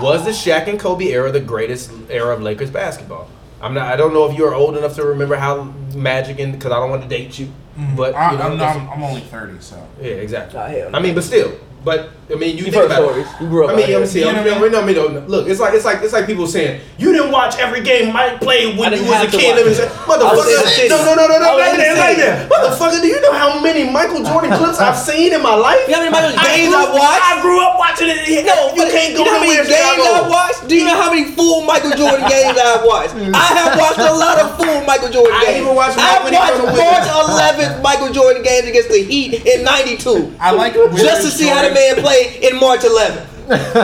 S1: was the Shaq and Kobe era the greatest era of Lakers basketball? I'm not. I don't know if you are old enough to remember how Magic and because I don't want to date you, but
S3: Mm-hmm. I,
S1: you know,
S3: I'm,
S1: it's-
S3: I'm, I'm only thirty, so
S1: yeah, exactly.
S2: Nah, Oh, hell no.
S1: I mean, but still, but I mean, you,
S2: You've
S1: think
S2: heard
S1: about
S2: stories.
S1: it.
S2: You grew
S1: I
S2: up
S1: mean,
S2: out here.
S1: I'm saying,
S3: You know
S1: I'm-
S3: what
S1: I mean, no, no, look, it's like it's like it's like people saying you didn't watch every game Mike played
S2: I
S1: when you
S2: didn't
S1: was a
S2: have to
S1: kid.
S2: watch
S1: And it's like,
S2: it. I was in the
S1: Motherfucker,
S2: city.
S1: no, no, no, no, no,
S2: I was
S1: like
S2: in the
S1: that, like
S2: city.
S1: that. Motherfucker, do you know how many Michael
S2: [LAUGHS]
S1: Jordan clips I've seen in my life?
S2: You know how many Michael
S1: I
S2: games
S1: grew-
S2: I watched?
S1: I grew up watching it. No, you
S2: but
S1: can't go
S2: you know how many
S1: nowhere.
S2: games
S1: if you're not
S2: I
S1: old.
S2: watched? Do you know how many full Michael
S1: [LAUGHS]
S2: Jordan games I've watched? I have watched a lot of full Michael Jordan
S1: I
S2: games.
S1: even watched Mike
S2: I've
S1: when he
S2: watched
S1: threw the
S2: March 11th Michael Jordan games against the Heat in 92.
S3: I
S2: [LAUGHS]
S3: like
S2: just to see how the man played in
S1: [LAUGHS]
S2: March 11th.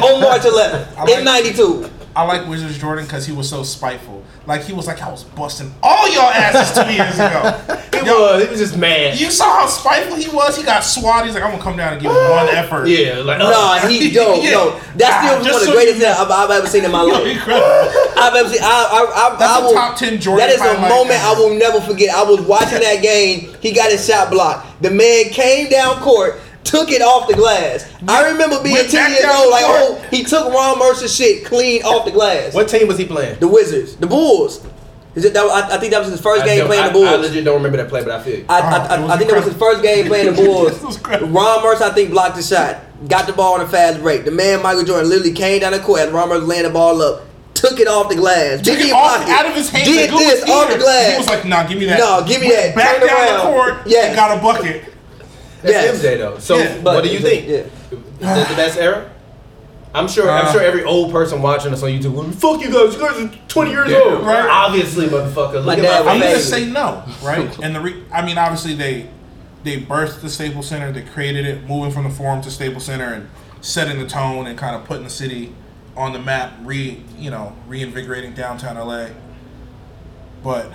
S2: on March 11th
S3: I
S2: in
S3: like-
S2: 92.
S3: I like Wizards Jordan because he was so spiteful. Like he was like, I was busting all y'all asses two years ago.
S2: [LAUGHS]
S1: It was. It was just mad.
S3: You saw how spiteful he was. He got swatted. He's like, I'm gonna come down and
S2: [LAUGHS]
S3: give him one effort. [LAUGHS]
S1: Yeah, like uh,
S2: Nah, he yo
S3: Yeah.
S2: yo. That's
S3: Ah,
S2: still one
S3: just
S2: of the
S3: so
S2: greatest things I've, I've ever seen in my
S3: [LAUGHS] Yo,
S2: life.
S3: incredible.
S2: I've ever seen. I, I, I,
S3: That's
S2: I
S3: a
S2: will,
S3: top 10 Jordan
S2: That is a
S3: highlight
S2: moment I
S3: ever.
S2: will never forget. I was watching that game. He got his shot blocked. The man came down court, took it off the glass. I remember being
S3: Went back
S2: 10 years
S3: down
S2: old, like,
S3: court.
S2: oh, he took Ron Mercer's shit clean off the glass.
S1: what team was he playing?
S2: The Wizards, the Bulls. Is it that? I, I think that was his first
S1: I
S2: game
S1: don't-
S2: playing
S1: I,
S2: the Bulls.
S1: I legit don't remember that play, but I feel you.
S2: I,
S3: Oh, it
S2: I,
S3: was
S2: I, I think that was his
S3: incredible.
S2: first game playing the
S3: [LAUGHS] It
S2: Bulls.
S3: was incredible.
S2: Ron Mercer, I think, blocked the shot. Got the ball in a fast break. The man Michael Jordan literally came down the court as Ron Mercer laying the ball up, took it off the glass,
S3: Took
S2: didn't
S3: it
S2: even
S3: off,
S2: block it,
S3: out of his hand.
S2: did this off the glass.
S3: He was like, "Nah, give me that."
S2: No, give me that.
S3: Went Back
S2: Turn
S3: down
S2: around.
S3: the court.
S2: Yeah.
S3: and got a bucket.
S1: That's
S2: Yes.
S1: MJ though. So
S3: Yeah.
S1: what do you
S2: But-
S1: think? Is that the best era? I'm sure. I'm
S3: Uh,
S1: sure every old person watching us on YouTube would fuck you guys. You guys are 20 years old,
S3: right.
S1: Obviously, motherfucker. Look
S2: My
S1: at
S2: dad
S1: my
S3: I'm
S2: was
S1: face.
S3: gonna
S2: Amazing.
S3: say no, right? [LAUGHS] And the re- I mean, obviously they they birthed the Staples Center, they created it, moving from the Forum to Staples Center, and setting the tone and kind of putting the city on the map, re you know reinvigorating downtown LA. But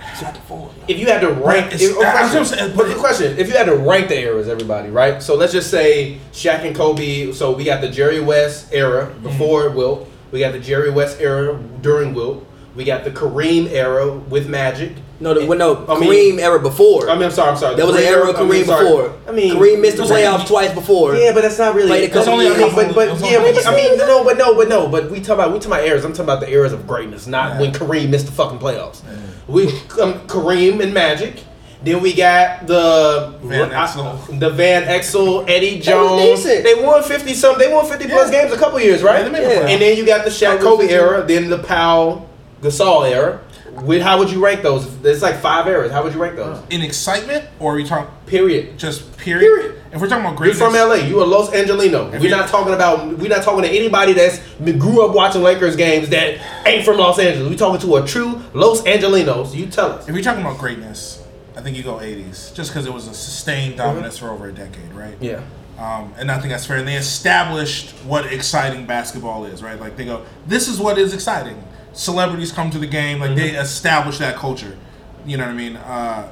S1: If you had to rank,
S3: Right,
S1: if,
S3: it's-
S1: oh,
S3: that's what I'm
S1: question,
S3: saying,
S1: but
S3: but
S1: the
S3: it-
S1: question: If you had to rank the eras, everybody, right? So let's just say Shaq and Kobe. So we got the Jerry West era before
S3: Mm-hmm.
S1: Wilt. We got the Jerry West era during Wilt. We got the Kareem era with Magic.
S2: No, the, well, no,
S1: I mean-
S2: Kareem era before.
S1: I mean, I'm sorry, I'm sorry.
S2: that was
S1: the
S2: an era of
S1: I mean,
S2: Kareem
S1: sorry.
S2: before.
S1: I mean,
S2: Kareem missed the
S3: it was like-
S2: playoffs twice before.
S1: Yeah, but that's not really.
S2: Played a
S1: that's
S2: couple
S1: only a
S2: years.
S1: couple- But, but
S3: That's
S1: yeah,
S3: only a
S1: but, I
S3: couple
S1: mean, no, but no, but no, but we talk about we talk about eras. I'm talking about the eras of greatness, not
S3: Yeah.
S1: when Kareem missed the fucking playoffs. We um, Kareem and Magic. Then we got the
S3: Van
S1: I-
S3: Exel.
S1: the Van Exel, Eddie
S2: That was
S1: Jones.
S2: decent.
S1: They won fifty some. They won fifty plus
S3: Yeah.
S1: games a couple years, right?
S3: Yeah, they made the
S2: Yeah. playoffs.
S1: And then you got the Shaq Kobe era, then the Powell Gasol era. With how would you rank those? It's like five eras. How would you rank those?
S3: in excitement, or are we talking
S1: Period.
S3: just period?
S1: Period.
S3: If we're talking about
S1: You
S3: greatness,
S1: from LA? You a Los Angelino. We're
S3: you-
S1: not talking about. We're not talking to anybody that's grew up watching Lakers games that ain't from Los Angeles. We talking to a true Los Angelinos. You tell us.
S3: if you're talking about greatness, I think you go 80s, just because it was a sustained dominance for over a decade, right?
S1: Yeah.
S3: Um, and I think that's fair. And they established what exciting basketball is, right? Like they go, this is what is exciting. Celebrities come to the game, like they establish that culture. You know what I mean? Uh,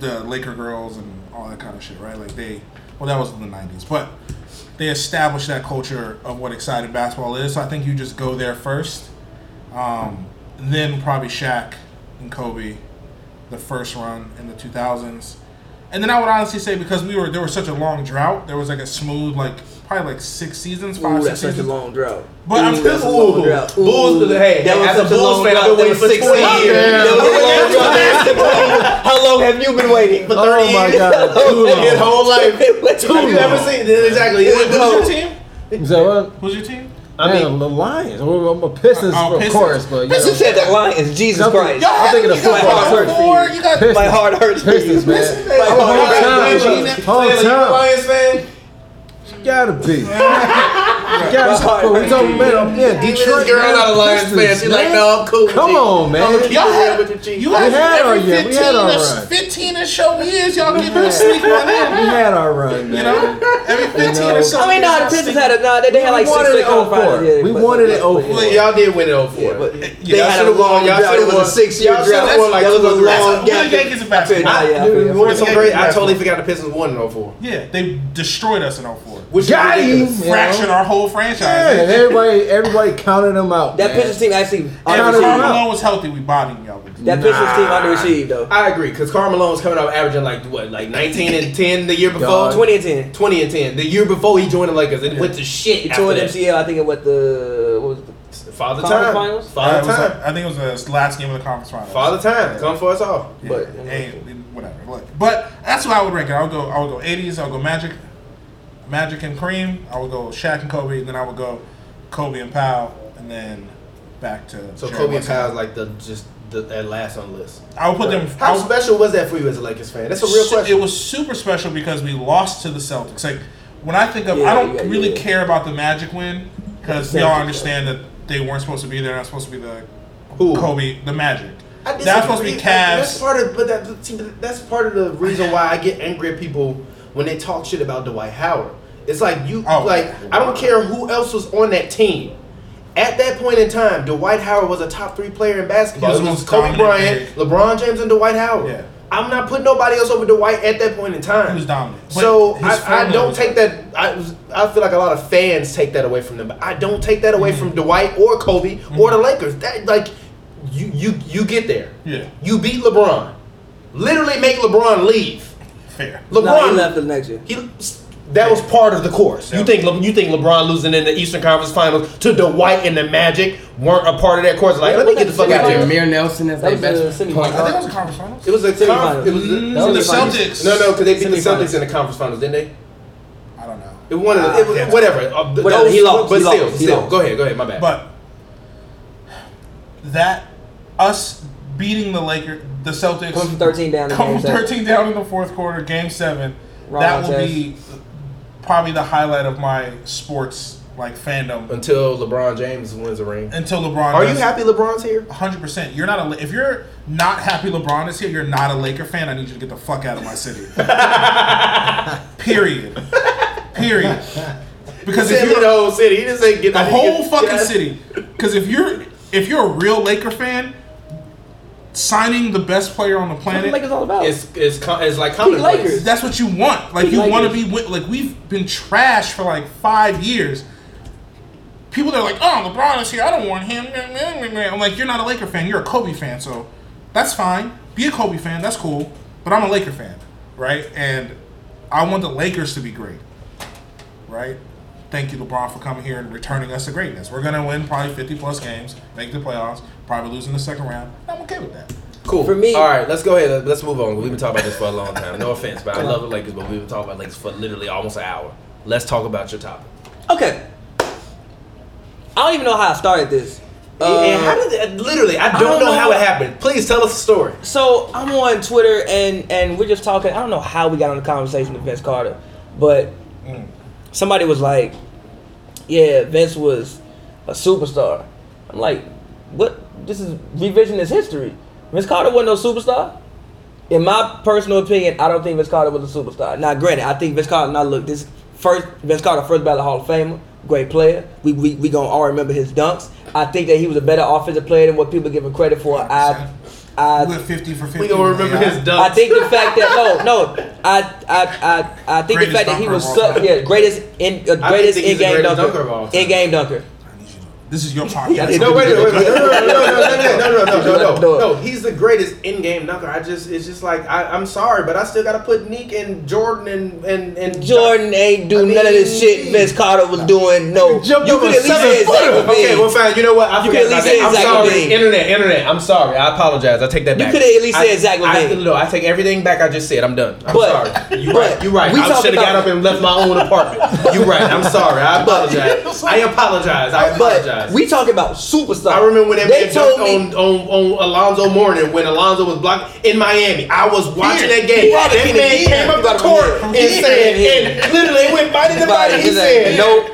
S3: the Laker girls and all that kind of shit, right? Like they, well, that was in the '90s, but they established that culture of what exciting basketball is. So I think you just go there first, um, then probably Shaq and Kobe, the first run in the 2000s. And then I would honestly say because we were there was such a long drought, there was like a smooth like probably like six seasons,
S2: Ooh,
S3: five
S2: that's
S3: six
S2: such a
S3: seasons.
S2: long drought.
S3: But I'm
S2: Ooh, that's a
S3: still
S2: long
S1: Ooh,
S2: drought.
S1: Bulls to the head.
S2: That was
S1: As a
S2: such a
S1: Bulls
S2: long
S1: fan, I've been waiting
S2: drought. That was
S1: for
S2: six
S1: 20
S2: years.
S1: years.
S2: That was a long drought.
S1: How long have you been waiting? For
S5: Oh my
S2: [LAUGHS]
S5: god. Too
S1: Your
S5: long.
S1: whole life. Have you ever seen exactly? Who's your team?
S5: So, uh,
S3: Who's your team?
S1: I
S5: I
S1: mean-
S5: mean, the Lions. Well, I'm a Pistons,
S3: Oh,
S5: of
S3: Pistons.
S5: course, but you know,
S2: You said that Lions, Jesus
S5: Something-
S2: Christ.
S5: I'm thinking of
S3: you got
S5: football
S3: Final
S5: first.
S3: Four, you got
S5: Pistons.
S2: My heart hurts. for you.
S5: Pistons, man.
S2: My
S5: I'm a
S2: heart hurts.
S5: hometown.
S3: Taylor, you
S1: Taylor, you a
S5: Hometown.
S1: Lions fan?
S5: Gotta be. [LAUGHS] Gotta be.
S2: Right.
S5: We talking about yeah,
S1: Even
S5: Detroit.
S1: this girl
S5: man,
S1: not a Lions fan.
S5: Pistons,
S1: She like,
S5: man.
S1: no, I'm cool. with
S5: Come
S1: you.
S5: on, man.
S1: I'ma keep
S3: Y'all
S1: it real
S3: had-
S1: with your chief.
S3: You had,
S5: We had our
S3: every
S5: year, we
S3: 15
S5: had our
S3: or
S5: run.
S3: 15 or so years, y'all get
S5: Yeah.
S3: to sneak one
S5: We [LAUGHS]
S3: in.
S5: had our run,
S3: You
S5: man.
S3: know, every 15 or
S5: know.
S3: so.
S2: I mean,
S3: years,
S2: no, the
S3: y'all
S2: Pistons
S3: sneak-
S2: had a no. They, they had like
S5: we won
S2: six
S5: it
S2: six
S5: in
S2: on
S5: 04.
S2: finals.
S5: we wanted it
S2: over.
S5: 04.
S1: Well, y'all did win it 04.
S2: Yeah, but
S3: They
S2: y'all
S3: had
S2: should've
S1: a long
S2: Y'all
S1: drought.
S2: should
S1: It
S2: have
S1: won-
S2: won six year
S1: y'all
S2: drought.
S1: should've won, like,
S2: That was
S1: two
S2: a
S1: or three.
S2: long
S3: That's a
S2: drought.
S3: real Yankees basketball.
S2: I feel you.
S5: I feel you.
S1: You won some
S3: Yeah,
S1: great.
S3: yeah,
S1: I totally
S3: yeah.
S1: forgot the Pistons won in 04.
S3: Yeah, they destroyed us in 04.
S1: Which is
S5: Got him.
S1: ridiculous.
S5: You know?
S3: Fractured our whole franchise.
S5: Yeah, and everybody, everybody counted them out.
S2: That
S5: man.
S2: Pistons team actually
S5: Counted
S3: If
S5: him
S3: Carl
S2: underachieved.
S5: out.
S3: Malone was healthy, we bodied him, y'all.
S2: That Pistons team underachieved though.
S1: I agree, because Carl Malone's coming out averaging like what, like 19 and 10 the year before?
S5: Dog.
S1: 20,
S2: Twenty and ten.
S1: 20 and 10. The year before he joined the Lakers, it went to shit.
S2: He
S1: After
S2: tore an
S1: that.
S2: MCL. I think it was the what was it?
S1: Father
S2: Conference
S1: time.
S2: finals?
S3: Uh,
S1: Father
S3: it was
S1: time.
S3: like- I think it was the last game of the conference finals.
S1: Father time. Come for us all.
S3: Yeah,
S2: But-
S3: and whatever. Look, but that's what I would rank it. I would go. I would go 80s. I would go Magic, Magic and Kareem. I would go Shaq and Kobe. And then I would go Kobe and Powell, and then back to.
S1: So
S3: Jerry
S1: Kobe and
S3: West.
S1: Kyle's like the just the, that last on the list.
S3: I would put them. I
S1: How
S3: would-
S1: special was that for you as a Lakers fan? That's a real
S3: su-
S1: question.
S3: It was super special because we lost to the Celtics. Like when I think of,
S2: Yeah,
S3: I don't
S2: yeah,
S3: really
S2: yeah.
S3: care about the Magic win because
S2: The
S3: y'all
S2: Celtics,
S3: understand that they weren't supposed to be there. They're not supposed to be the
S1: Who?
S3: Kobe, the Magic.
S1: I
S3: That's supposed to be
S1: disagree. That- That's
S3: Cavs.
S1: part of, but that, see, but that's part of the reason why I get angry at people when they talk shit about Dwight Howard. It's like you,
S3: Oh.
S1: like I don't care who else was on that team. At that point in time, Dwight Howard was a top three player in basketball.
S3: He was
S1: It
S3: the
S1: was
S3: most
S1: Kobe
S3: dominant
S1: Bryant, LeBron James, and Dwight Howard.
S3: Yeah.
S1: I'm not putting nobody else over Dwight at that point in time.
S3: He was dominant. But
S1: So
S3: his
S1: I, I
S3: formula
S1: don't
S3: was-
S1: take that. I was- I feel like a lot of fans take that away from them, but I don't take that
S3: Mm-hmm.
S1: away from Dwight or Kobe or the Lakers. That like you you you get there.
S3: Yeah.
S1: You beat LeBron. Literally make LeBron leave.
S3: Fair.
S1: LeBron
S2: No, he left the next year.
S1: he- that was part of the course. You think Le, you think LeBron losing in the Eastern Conference Finals to Dwight and the Magic weren't a part of that course? Like, let me get the fuck out
S4: Got
S1: of here.
S4: Jameer Nelson as their
S2: That was
S4: best
S2: the semifinal.
S4: point
S3: I think it
S4: guard.
S3: was a conference finals.
S1: It was a
S2: Semifinals.
S1: conf- it was the-
S2: That was
S3: Mm, the
S2: semifinals.
S3: Celtics.
S1: no, no, because they beat the
S2: Semifinals.
S1: Celtics in the Conference Finals, didn't they?
S3: I don't know.
S1: It wanted it was,
S3: yeah.
S1: whatever. Uh, th-
S2: Whatever, he
S1: those-
S2: lost,
S1: But
S2: he
S1: still,
S2: lost, he
S1: still,
S2: lost.
S1: go ahead, go ahead. My bad.
S3: But that us beating the Lakers, the Celtics,
S2: Come from thirteen down. to
S3: come
S2: game
S3: from
S2: seven.
S3: 13 down in the fourth quarter, game seven.
S2: Ron
S3: that will
S2: Artest.
S3: be probably the highlight of my sports like fandom
S1: until LeBron James wins a ring.
S3: until LeBron.
S1: Are you
S3: does-
S1: happy LeBron's here?
S3: 100%. You're not a La- if you're not happy LeBron is here, you're not a Laker fan. I need you to get the fuck out of my city. Period. Period. Because if
S1: Said
S3: you're
S1: the whole city. He just ain't get
S3: the
S1: I didn't
S3: whole
S1: get-
S3: fucking
S1: yeah.
S3: city. Because if you're if you're a real Laker fan, signing the best player on the
S2: What the
S3: planet,
S2: Lakers all about?
S1: It's it's co- it's like commonplace.
S2: Lakers.
S3: that's what you want. Like
S2: Big
S3: you want to
S2: Lakers.
S3: be with. Like we've been trash for like five years. People that are like, oh, LeBron is here. I don't want him. I'm like, you're not a Laker fan. You're a Kobe fan. So that's fine. Be a Kobe fan. That's cool. But I'm a Laker fan, right? And I want the Lakers to be great, right? Thank you, LeBron, for coming here and returning us to greatness. We're gonna win probably 50 plus games, make the playoffs, probably losing the second round. I'm okay with that.
S1: Cool.
S2: For me-
S1: all right, let's go ahead. Let's move on. We've been talking about this for a long time. [LAUGHS] No offense, but I love the Lakers, but we've been talking about Lakers for literally almost an hour. Let's talk about your topic.
S2: okay. I don't even know how I started this.
S1: and
S2: Uh,
S1: how did it, literally? I don't,
S2: don't
S1: know,
S2: know.
S1: how it happened. Please tell us the story.
S2: So I'm on Twitter and and we're just talking. I don't know how we got on the conversation with Vince Carter, but somebody was like, "Yeah, Vince was a superstar." I'm like, "What? This is revisionist history. Vince Carter wasn't no superstar." In my personal opinion, I don't think Vince Carter was a superstar. Now, granted, I think Vince Carter. Now, look, this first Vince Carter, first ballot Hall of Famer, great player. We we, we gonna all remember his dunks. I think that he was a better offensive player than what people give him credit for. I, I
S3: We're 50 for 50.
S1: We gonna remember
S3: Yeah.
S1: his dunks.
S2: I think the fact that no, no, I, I, I, I think the
S3: Greatest
S2: fact that he
S3: dunker
S2: was
S3: of all
S2: such
S3: time.
S2: yeah greatest in uh,
S1: I think
S2: greatest
S1: he's
S2: in
S1: the
S2: game
S1: greatest
S2: dunker,
S1: dunker of all time.
S2: in game dunker.
S3: I need you to- This
S1: [LAUGHS]
S3: is your podcast.
S1: No, wait, wait, wait, wait, no, no, no, no, no, no, no, no, no, no,
S2: No.
S1: no. He's the greatest in-game dunker. I just, it's just like I, I'm sorry, but I still gotta put Nick and Jordan and and and
S2: Jordan ain't do
S1: I mean,
S2: none of this shit
S1: geez.
S2: Vince Carter was doing. No,
S5: Jump
S2: you
S5: over
S2: could at least
S5: seven
S2: say
S5: footer.
S2: Zach
S1: Okay,
S2: Levine.
S1: well, fine. You know what? I
S2: You
S1: forgot
S2: could
S1: about
S2: at least
S1: that. I'm
S2: say Zach
S1: sorry.
S2: Levine.
S1: Internet, internet. I'm sorry. I apologize. I take that
S2: You
S1: back.
S2: could at least
S1: I-
S2: say Zach
S1: I-
S2: Levine.
S1: No, I take everything back. I just said. I'm done. I'm
S2: But-
S1: sorry. You
S2: but
S1: right. You right.
S2: we
S1: I
S2: talking
S1: should have got
S2: about-
S1: up and left my own apartment. You right. I'm sorry. I
S2: But-
S1: apologize. I apologize. I apologize.
S2: But we talking about superstar.
S1: I remember when that
S2: Uh, they
S1: man
S2: told
S1: dunked on,
S2: me.
S1: on, on Alonzo Mourning when Alonzo was blocked in Miami. I was watching
S3: Here.
S1: that game.
S2: He had
S1: That
S2: to be
S1: man
S2: here.
S1: came up the
S2: He
S1: court
S2: had to
S1: and
S2: be here.
S1: said,
S2: Here.
S1: and literally it went body to body. He
S2: He's like,
S1: said,
S2: "Nope."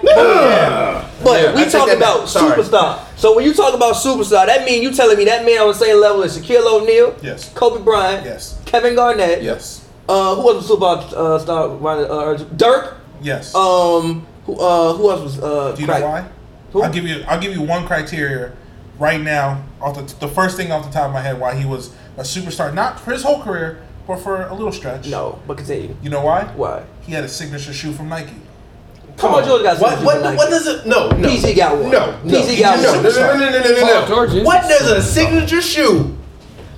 S2: But
S1: Yeah, I
S2: we
S1: take
S2: talking
S1: that back.
S2: about
S1: Sorry.
S2: superstar. So when you talk about superstar, that mean you telling me that man on the same level as Shaquille O'Neal,
S3: Yes.
S2: Kobe Bryant,
S3: Yes.
S2: Kevin Garnett,
S5: Yes.
S2: Uh, who was a super uh, star? running, Uh, Dirk.
S3: Yes.
S2: Um, who, uh, who else was? Uh,
S3: Do you know
S2: crack?
S3: why?
S2: Who?
S3: I'll give you. I'll give you one criteria right now. Off the the first thing off the top of my head, why he was a superstar, not for his whole career, but for a little stretch.
S2: No, but continue.
S3: You know why?
S2: Why?
S3: He had a signature shoe from Nike.
S2: Oh, Come on, George got
S1: what,
S2: some
S1: what,
S2: super
S1: what
S2: Nike.
S1: does it? No, no.
S2: PG got one.
S1: No, no.
S2: PG got
S1: no,
S2: one.
S1: No, no, no, no, no, no, no.
S4: Paul George is
S1: What does a signature shoe?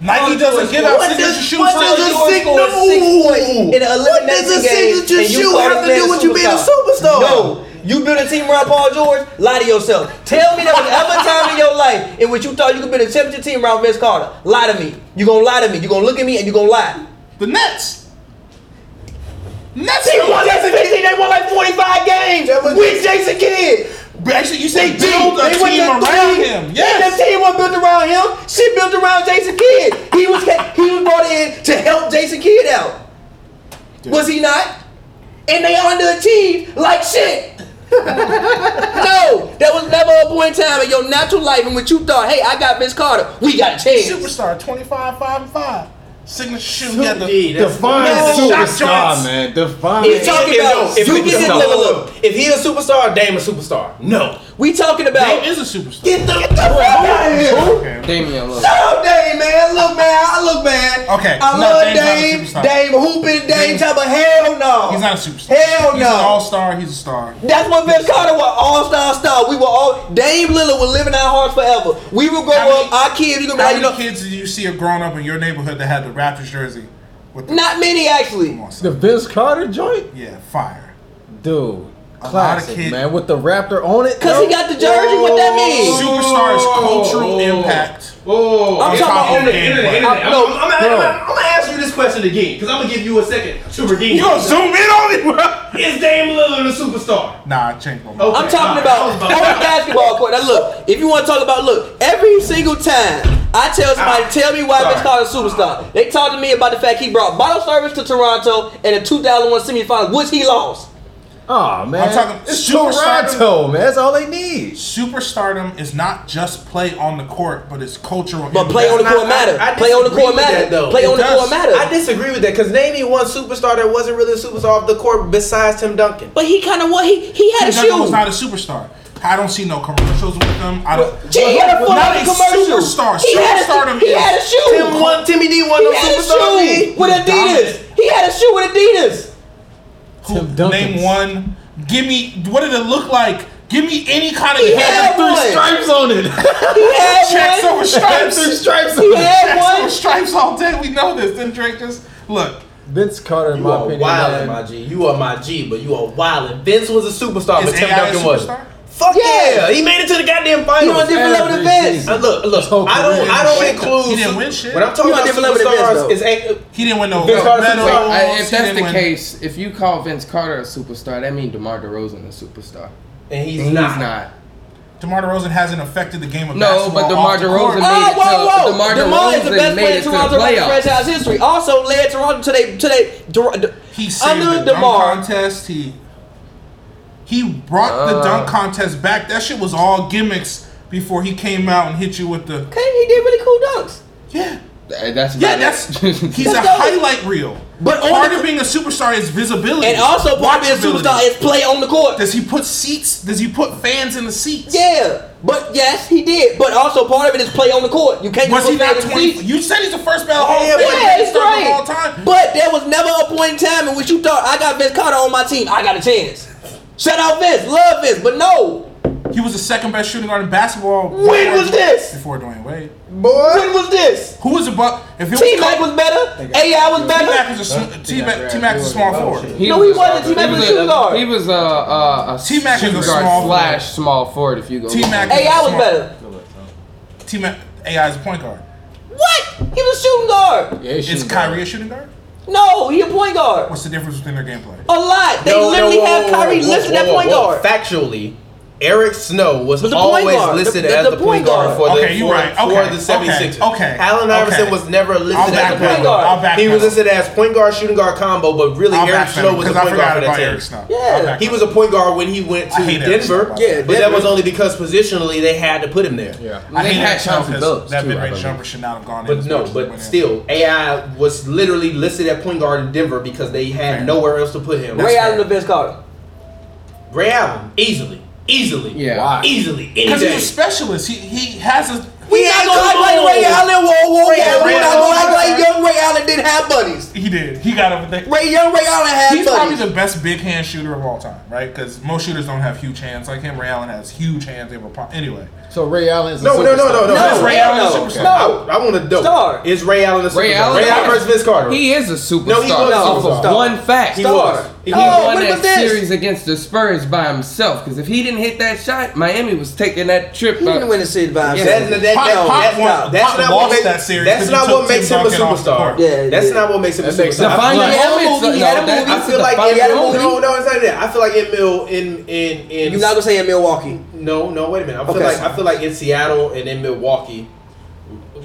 S3: Nike
S2: Paul
S3: doesn't
S2: George
S3: give
S2: scored-
S3: out
S1: What
S3: signature
S1: does,
S3: shoes.
S1: what
S3: to
S1: does
S3: Nike.
S1: a signature
S2: scored six points in an
S1: What does a
S2: elimination game,
S1: signature
S2: and you
S1: shoe
S2: call
S1: have
S2: that
S1: to
S2: man
S1: do
S2: a
S1: with you being a superstar?
S2: superstar? No. You build a team around Paul George, lie to yourself. Tell me there was ever a time in your life in which you thought you could build a championship team around Vince Carter. Lie to me. You're going to lie to me. You're going to look at me and you're going to lie.
S3: The Nets. Nets.
S2: They won that division. They won like 45 games with Jason Kidd.
S3: But actually,
S2: They
S3: you say
S2: did.
S3: build a
S2: they went
S3: team
S2: to
S3: around
S2: three.
S3: him.
S2: And the
S3: Yes.
S2: team was built around him. She built around Jason Kidd. He was he was brought in to help Jason Kidd out. Was he not? And they underachieved like shit. [LAUGHS] no, there was never a point in time in your natural life in which you thought, "Hey, I got Vince Carter. We got a chance."
S3: Superstar. 25, 5, and 5. Signature shoe. He had the-
S1: Dude, that's-
S5: Define
S2: No.
S3: Shot
S5: superstar,
S3: shots.
S5: man. Define.
S2: He's talking
S1: If-
S2: about
S1: if-
S2: you
S1: if-
S2: get this
S1: no.
S2: level up.
S1: If he a superstar, Dame a superstar. No.
S2: We talking about
S3: Dame is a superstar.
S2: get the, get the fuck out of here.
S3: Okay.
S4: Damian Lillard.
S2: Shout out Dame, man. Look, man. I look bad.
S5: Oh,
S3: Okay,
S2: I
S3: no,
S2: love
S3: Dame's not a
S2: Dame.
S3: superstar.
S2: Dame hooping. Dame
S3: Dame-
S2: Tupper. Hell no.
S3: He's not a superstar.
S2: Hell
S3: He's
S2: no.
S3: an all star. He's a star.
S2: That's when Vince Carter was all star star. We were all Dame Lillard will live in our hearts forever. We will grow
S3: How many-
S2: up. Our kids, you gonna be
S3: How
S2: like, you
S3: many
S2: know,
S3: kids did you see are growing up in your neighborhood that had the Raptors jersey? With the
S2: not many actually.
S3: Come on,
S5: the
S3: son.
S5: Vince Carter joint,
S3: yeah, fire.
S5: dude.
S3: A lot of
S5: Classic,
S3: kid-
S5: man. With the Raptor on it.
S2: Cause he got the jersey. What that mean?
S3: Superstar is cultural
S1: Whoa.
S3: impact.
S1: Whoa.
S2: Oh. I'm talking about
S3: on the internet,
S2: internet.
S1: No,
S2: I'm-
S1: I'm,
S5: I'm- I'm-
S1: gonna ask you this question again, because I'm gonna give you a second to redeem.
S3: You gonna zoom in on it, bro?
S1: Is Dame Lillard a superstar?
S3: Nah, change my mind.
S1: Oh.
S2: I'm talking
S1: Okay,
S2: about
S1: all
S2: on
S1: right.
S2: a basketball court. Now look, if you want to talk about look, every single time I tell somebody,
S1: Ah,
S2: tell me why Vince
S1: sorry.
S2: Carter's a superstar. They talk to me about the fact he brought bottle service to Toronto in the 2001 semifinals, which he lost.
S5: Oh man,
S3: I'm talking
S5: it's
S3: superstardom.
S5: Toronto, man. That's all they need.
S3: Superstardom is not just play on the court, but it's cultural.
S2: But play on the
S1: I-
S2: court matter.
S1: I
S2: play on the
S1: disagree
S2: court
S1: with
S2: matter.
S1: that, though.
S2: play
S1: It
S2: on the
S3: does.
S2: court matter.
S1: I disagree with that because name me one superstar that wasn't really a superstar off the court besides Tim Duncan.
S2: but he kind of what he he had a
S3: Duncan
S2: shoe.
S3: was not a superstar. I don't see no commercials with them. I don't.
S2: Gee, he had a
S3: Well, not
S2: fucking commercial.
S3: Superstar.
S2: He had a-
S3: Superstardom
S2: he
S3: is
S2: had a shoe.
S1: Tim one, Timmy D one,
S2: He
S1: them
S2: had a
S1: superstar
S2: shoe
S1: D.
S2: with Adidas. He had a shoe with Adidas.
S3: Who-
S5: Tim Duncan.
S3: Name one. Give me. What did it look like? Give me any kind of.
S2: He
S3: hint.
S2: had
S5: Three
S2: one.
S5: stripes on it. [LAUGHS]
S2: He had
S3: Checks
S2: one.
S3: over
S5: Three
S3: stripes.
S5: stripes on
S2: He
S5: it.
S2: had
S3: Checks over
S2: one.
S3: stripes all day. We know this. Then Drake just look.
S5: Vince Carter, in
S1: You
S5: my
S1: are
S5: opinion,
S1: wild,
S5: man,
S1: my G. You are my G, but you are wild. And Vince was a
S4: Oh,
S1: superstar,
S3: Is
S1: but Tim
S3: AI a
S1: Duncan wasn't.
S3: superstar?
S1: Fuck
S2: Yes.
S1: yeah, he made it to the goddamn
S2: He on a
S1: finals.
S2: different level than
S5: Every
S2: Vince.
S5: season.
S1: Uh, look, look.
S5: Whole
S1: I don't.
S5: career.
S1: I
S3: He
S1: don't
S3: didn't
S1: include.
S3: win
S1: super-
S3: shit.
S1: When I'm talking
S2: He on
S1: about
S2: a different level than Vince,
S1: superstars,
S2: though.
S1: it's ain't.
S3: He didn't win no
S1: Vince
S3: gold
S1: Carter's
S3: medals.
S1: a superstar.
S4: I, if
S3: He
S4: that's
S3: Oh, didn't
S4: the
S3: win-
S4: case, if you call Vince Carter a superstar, that means DeMar DeRozan a superstar.
S1: And he's,
S4: And he's
S1: not.
S4: not.
S3: DeMar DeRozan hasn't affected the game of
S4: No,
S3: basketball.
S4: but DeMar
S3: off the court.
S4: DeRozan made
S2: Oh,
S4: it
S2: whoa,
S4: to
S2: whoa! DeMar,
S4: DeMar
S2: is the
S4: DeRozan
S2: best
S4: made
S2: player
S4: it
S2: in
S4: to the
S2: Toronto in
S4: playoffs.
S2: franchise history. Also led Toronto to they to they Dor- d-
S3: He saved
S2: under
S3: the dunk
S2: DeMar.
S3: contest. He he brought the dunk
S4: Uh.
S3: contest back. That shit was all gimmicks before he came out and hit you with the
S2: Okay, he did really cool dunks.
S3: yeah.
S4: Th- That's
S3: Yeah,
S4: about
S3: that's
S2: [LAUGHS]
S4: it.
S3: he's a
S2: That's dope.
S3: highlight reel.
S2: But
S3: But
S2: on
S3: part
S2: the-
S3: of being a superstar is visibility.
S2: And also part of being a
S3: watchability.
S2: superstar is play on the court.
S3: does he put seats? Does he put fans in the seats?
S2: Yeah, but yes, he did. But also part of it is play on the court. You can't.
S3: Was
S2: just
S3: he
S2: put
S3: not
S2: fans in
S3: twenty?
S2: seats.
S3: You said he's the first ballot Hall
S1: Yeah,
S3: of Famer.
S2: Yeah,
S3: He's
S2: it's
S3: the first of
S2: great.
S3: all time.
S2: But there was never a point in time in which you thought I got Vince Carter on my team. I got a chance. Shout out Vince, love Vince, but no.
S3: He was the second best shooting guard in basketball.
S2: When was this?
S3: Before Dwayne Wade.
S2: When was this?
S3: Who was above? If it was
S2: T Mac was better. AI was
S3: T-Mac
S2: better.
S3: was a sm- T-Mac, T-Mac is a small forward.
S2: No, he wasn't. T-Mac was a shooting guard.
S4: He was a, a, a
S3: T-Mac is a
S4: shooting
S3: small
S4: guard
S3: forward.
S4: slash small forward. If you go,
S3: T-Mac-
S2: AI was better.
S3: T-Mac AI is a point guard.
S2: What? He was a shooting guard.
S4: yeah, he's
S3: Is
S4: shooting
S3: Kyrie a shooting guard?
S2: No, he a point guard.
S3: What's the difference between their gameplay?
S2: A lot. They
S1: No, no,
S2: literally
S1: whoa,
S2: have
S1: whoa, whoa,
S2: Kyrie
S1: whoa,
S2: listed
S1: whoa,
S2: at
S1: whoa,
S2: point
S1: whoa.
S2: guard.
S1: Factually, Eric Snow was
S2: But the point
S1: always
S2: guard,
S1: listed
S2: the- the-
S1: as
S2: the
S1: the,
S2: point
S1: point guard,
S2: guard.
S1: for the
S3: Okay, you're
S1: for,
S3: right.
S1: for
S3: Okay,
S1: the 76ers.
S3: okay, okay,
S1: Allen Iverson
S3: okay.
S1: was never listed
S3: back
S1: as the point
S2: that.
S1: guard.
S3: I'll back
S1: he was
S3: that.
S1: listed as point guard shooting guard combo, but really
S3: I'll
S1: Eric
S3: back
S1: Snow
S3: him
S1: was a
S3: because I
S1: point
S3: forgot
S1: guard for
S3: about
S1: that
S3: Eric
S1: team.
S3: Snow.
S2: Yeah.
S3: I'll back
S1: He
S3: him.
S1: was a point guard when he went
S3: I
S1: to
S3: hate Eric
S1: Denver,
S3: Snow.
S2: Yeah,
S1: but that
S2: Denver.
S1: was only because positionally they had to put him there.
S5: Yeah.
S4: guard.
S3: I
S4: They
S3: hate
S4: had
S3: Eric Snow
S4: Chauncey
S3: because
S4: Billups
S3: that
S4: too. I
S3: mid-range
S4: believe.
S3: jumper should not have gone in.
S1: But
S3: as
S1: no,
S3: much as it
S1: but
S3: went in.
S1: still, AI was literally listed at point guard in Denver because they had
S3: Fair.
S1: nowhere else to put him.
S2: Ray
S1: Ray,
S2: Allen to Vince Carter.
S1: Allen, easily, easily,
S4: Yeah.
S5: Why?
S1: easily, any
S3: because
S1: day.
S3: he's a specialist. He he has a.
S2: We not gonna act like Ray Allen. Whoa, whoa, whoa. We not gonna act like young Ray Allen didn't have buddies.
S3: He did. He got over there.
S2: Ray Young Ray Allen had
S3: He's probably
S2: buddies.
S3: the best big hand shooter of all time, right? Because most shooters don't have huge hands like him. Ray Allen has huge hands. They were pop- anyway.
S5: So Ray Allen's a
S1: No, no, no,
S5: superstar.
S1: no, no.
S2: No,
S1: Is
S3: Ray
S2: hell
S3: Allen a
S2: no.
S3: superstar?
S2: No.
S1: I, I want to dope.
S2: Star.
S1: Is Ray Allen a superstar?
S4: Ray Allen,
S1: versus Vince Carter.
S4: He is a superstar.
S1: No, he was a
S4: off of
S1: superstar.
S4: one fact.
S1: He
S4: He,
S1: was. He
S2: No,
S1: was.
S4: won
S2: what
S4: that
S2: about this?
S4: series against the Spurs by himself. Because if he didn't hit that shot, Miami was taking that trip.
S2: He didn't
S4: out.
S2: win the series by
S1: That's, that,
S2: himself.
S1: that,
S3: Pop-
S1: no,
S3: Pop
S1: that's
S2: won-
S1: not, that's
S3: Pop
S1: not what
S3: lost
S1: makes,
S3: that series
S1: that's
S3: 'cause
S1: not
S3: he
S1: what
S3: took
S1: makes
S3: Tim
S1: him a
S3: Duncan off the
S1: superstar.
S3: court.
S2: Yeah,
S1: that's
S2: yeah.
S1: not what makes him a
S5: That makes
S1: superstar.
S5: sense.
S1: I feel
S4: Define
S1: like-
S4: the
S2: He had a
S4: elements.
S2: movie, he had a
S4: No, that-
S2: movie.
S4: I
S1: I feel
S4: said
S1: like
S4: define
S1: in
S4: the
S1: no,
S4: movie.
S1: no, no, it's not that. I feel like in Mill, in in in
S2: You're not gonna say in Milwaukee.
S1: No, no, wait a minute. I feel
S2: Okay.
S1: like I feel like in Seattle and in Milwaukee.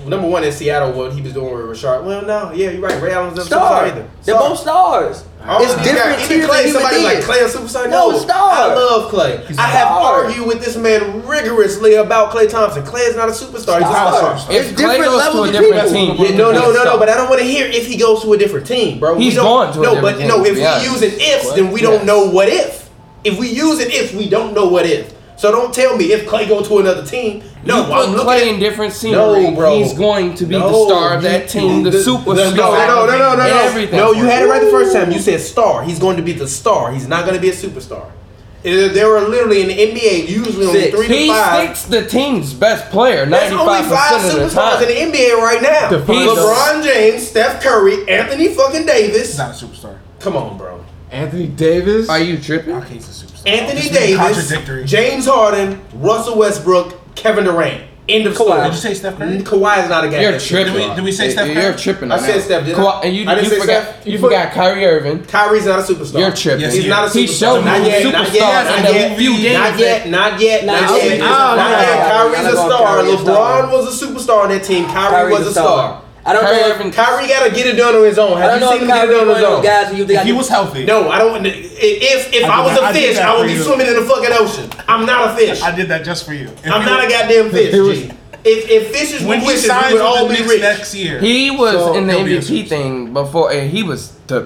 S1: Number one in Seattle, what he was doing with Rashard. Well, no, yeah, you're right. Ray Allen's not a superstar
S2: Star.
S1: either.
S2: They're both stars.
S1: All
S2: It's
S1: these
S2: different
S1: guys-
S2: tiers
S1: Even
S2: of
S1: Clay, somebody like
S2: human
S1: Clay a superstar.
S2: No,
S1: No,
S2: star.
S1: I love Clay.
S3: He's a
S1: I have
S2: star.
S1: argued with this man rigorously about Clay Thompson. Clay is not a superstar. He's a
S2: Star.
S1: superstar.
S3: Superstar.
S4: If
S2: It's
S4: Clay
S2: different
S4: goes to
S2: levels
S4: a
S2: of
S4: different
S2: people.
S4: team,
S1: Yeah, no, no, no, no. But I don't want to hear if he goes to a different team, bro.
S4: He's
S1: do
S4: gone to a
S1: no,
S4: different
S1: but
S4: team,
S1: no.
S4: to
S1: If
S4: be
S1: we
S4: honest.
S1: using ifs,
S5: What?
S1: then we don't
S5: Yes.
S1: know what if. If we using ifs, we don't know what if. So don't tell me if Clay go to another team. No,
S4: you
S1: I'm
S4: put
S1: looking
S4: Clay
S1: at-
S4: in different scenery,
S1: No, bro.
S4: he's going to be the
S1: No,
S4: star of
S1: you-
S4: that team, the,
S1: the-
S4: superstar.
S1: No, no, no, no, no, no.
S4: and
S1: no.
S4: Everything.
S1: No, you had it right the first time. You said star. He's going to be the star. He's not going to be a superstar. There there are literally in the NBA usually only
S2: Six.
S1: three
S4: He
S1: to five.
S4: sticks the team's best player
S1: There's only
S4: ninety-five
S1: five
S4: percent of the
S1: superstars in
S4: time.
S1: the NBA right now.
S5: Define
S1: LeBron James, Steph Curry, Anthony fucking
S3: He's
S1: Davis.
S3: not a superstar.
S1: Come on, bro.
S5: Anthony Davis.
S4: Are you tripping?
S3: Okay, he's a superstar.
S1: Anthony
S3: Just being Contradictory.
S1: Davis, James Harden, Russell Westbrook, Kevin Durant. End of
S3: Did you
S1: story.
S3: say Steph Curry?
S1: Kawhi is not a guy.
S4: You're
S1: that-
S4: tripping.
S3: Did we- did we say Steph
S4: You're
S3: Curry?
S4: tripping.
S1: I
S4: on
S1: said
S4: that.
S1: Steph, didn't I?
S4: Kawhi- And you,
S1: I didn't
S4: you
S1: say
S4: forgot.
S1: Steph.
S4: You
S1: You
S4: forgot Kyrie Irving.
S1: Kyrie's not a superstar.
S4: You're tripping.
S3: Yes,
S1: He's
S3: he
S1: not a
S3: is.
S1: superstar.
S4: He showed
S1: not
S4: me
S1: yet, not yet,
S4: superstar
S1: not
S4: in
S1: yet,
S4: the few games.
S1: Not yet, not yet,
S2: Nah,
S1: not yet.
S2: nah,
S1: Not
S5: nah,
S1: yet.
S5: nah,
S2: nah,
S1: Kyrie's
S2: nah,
S1: a
S2: nah,
S1: star.
S2: Kyrie's a star.
S1: LeBron was a superstar on that team. Kyrie
S2: Kyrie's
S1: was
S2: a
S1: a
S2: star.
S1: star.
S2: I don't know. if-
S4: Kyrie-
S1: Kyrie got to get it done on his own.
S2: I
S1: Have
S2: don't
S1: you
S2: know
S1: seen
S2: if
S1: him get it
S2: Kyrie
S1: done
S2: one
S1: on
S2: of
S1: his
S2: those
S1: own?
S2: guys who you think
S3: If he was healthy.
S1: No, I don't. If if
S3: I
S1: I,
S3: did
S1: was
S3: that- I
S1: a
S3: did
S1: fish,
S3: that
S1: I would
S3: for
S1: be
S3: you.
S1: swimming in the fucking ocean. I'm not a fish.
S3: I did that just for you. If
S1: I'm
S3: he
S1: not a
S3: was-
S1: goddamn fish.
S5: He was-
S1: G. If if fishes were
S3: When he
S1: wishes,
S3: signs
S1: we
S3: with
S1: would all
S3: the
S1: be
S3: Knicks
S1: rich.
S3: next year,
S4: He was
S5: So-
S4: in the
S3: He'll be
S4: MVP
S3: a-
S4: thing before, and he was to, to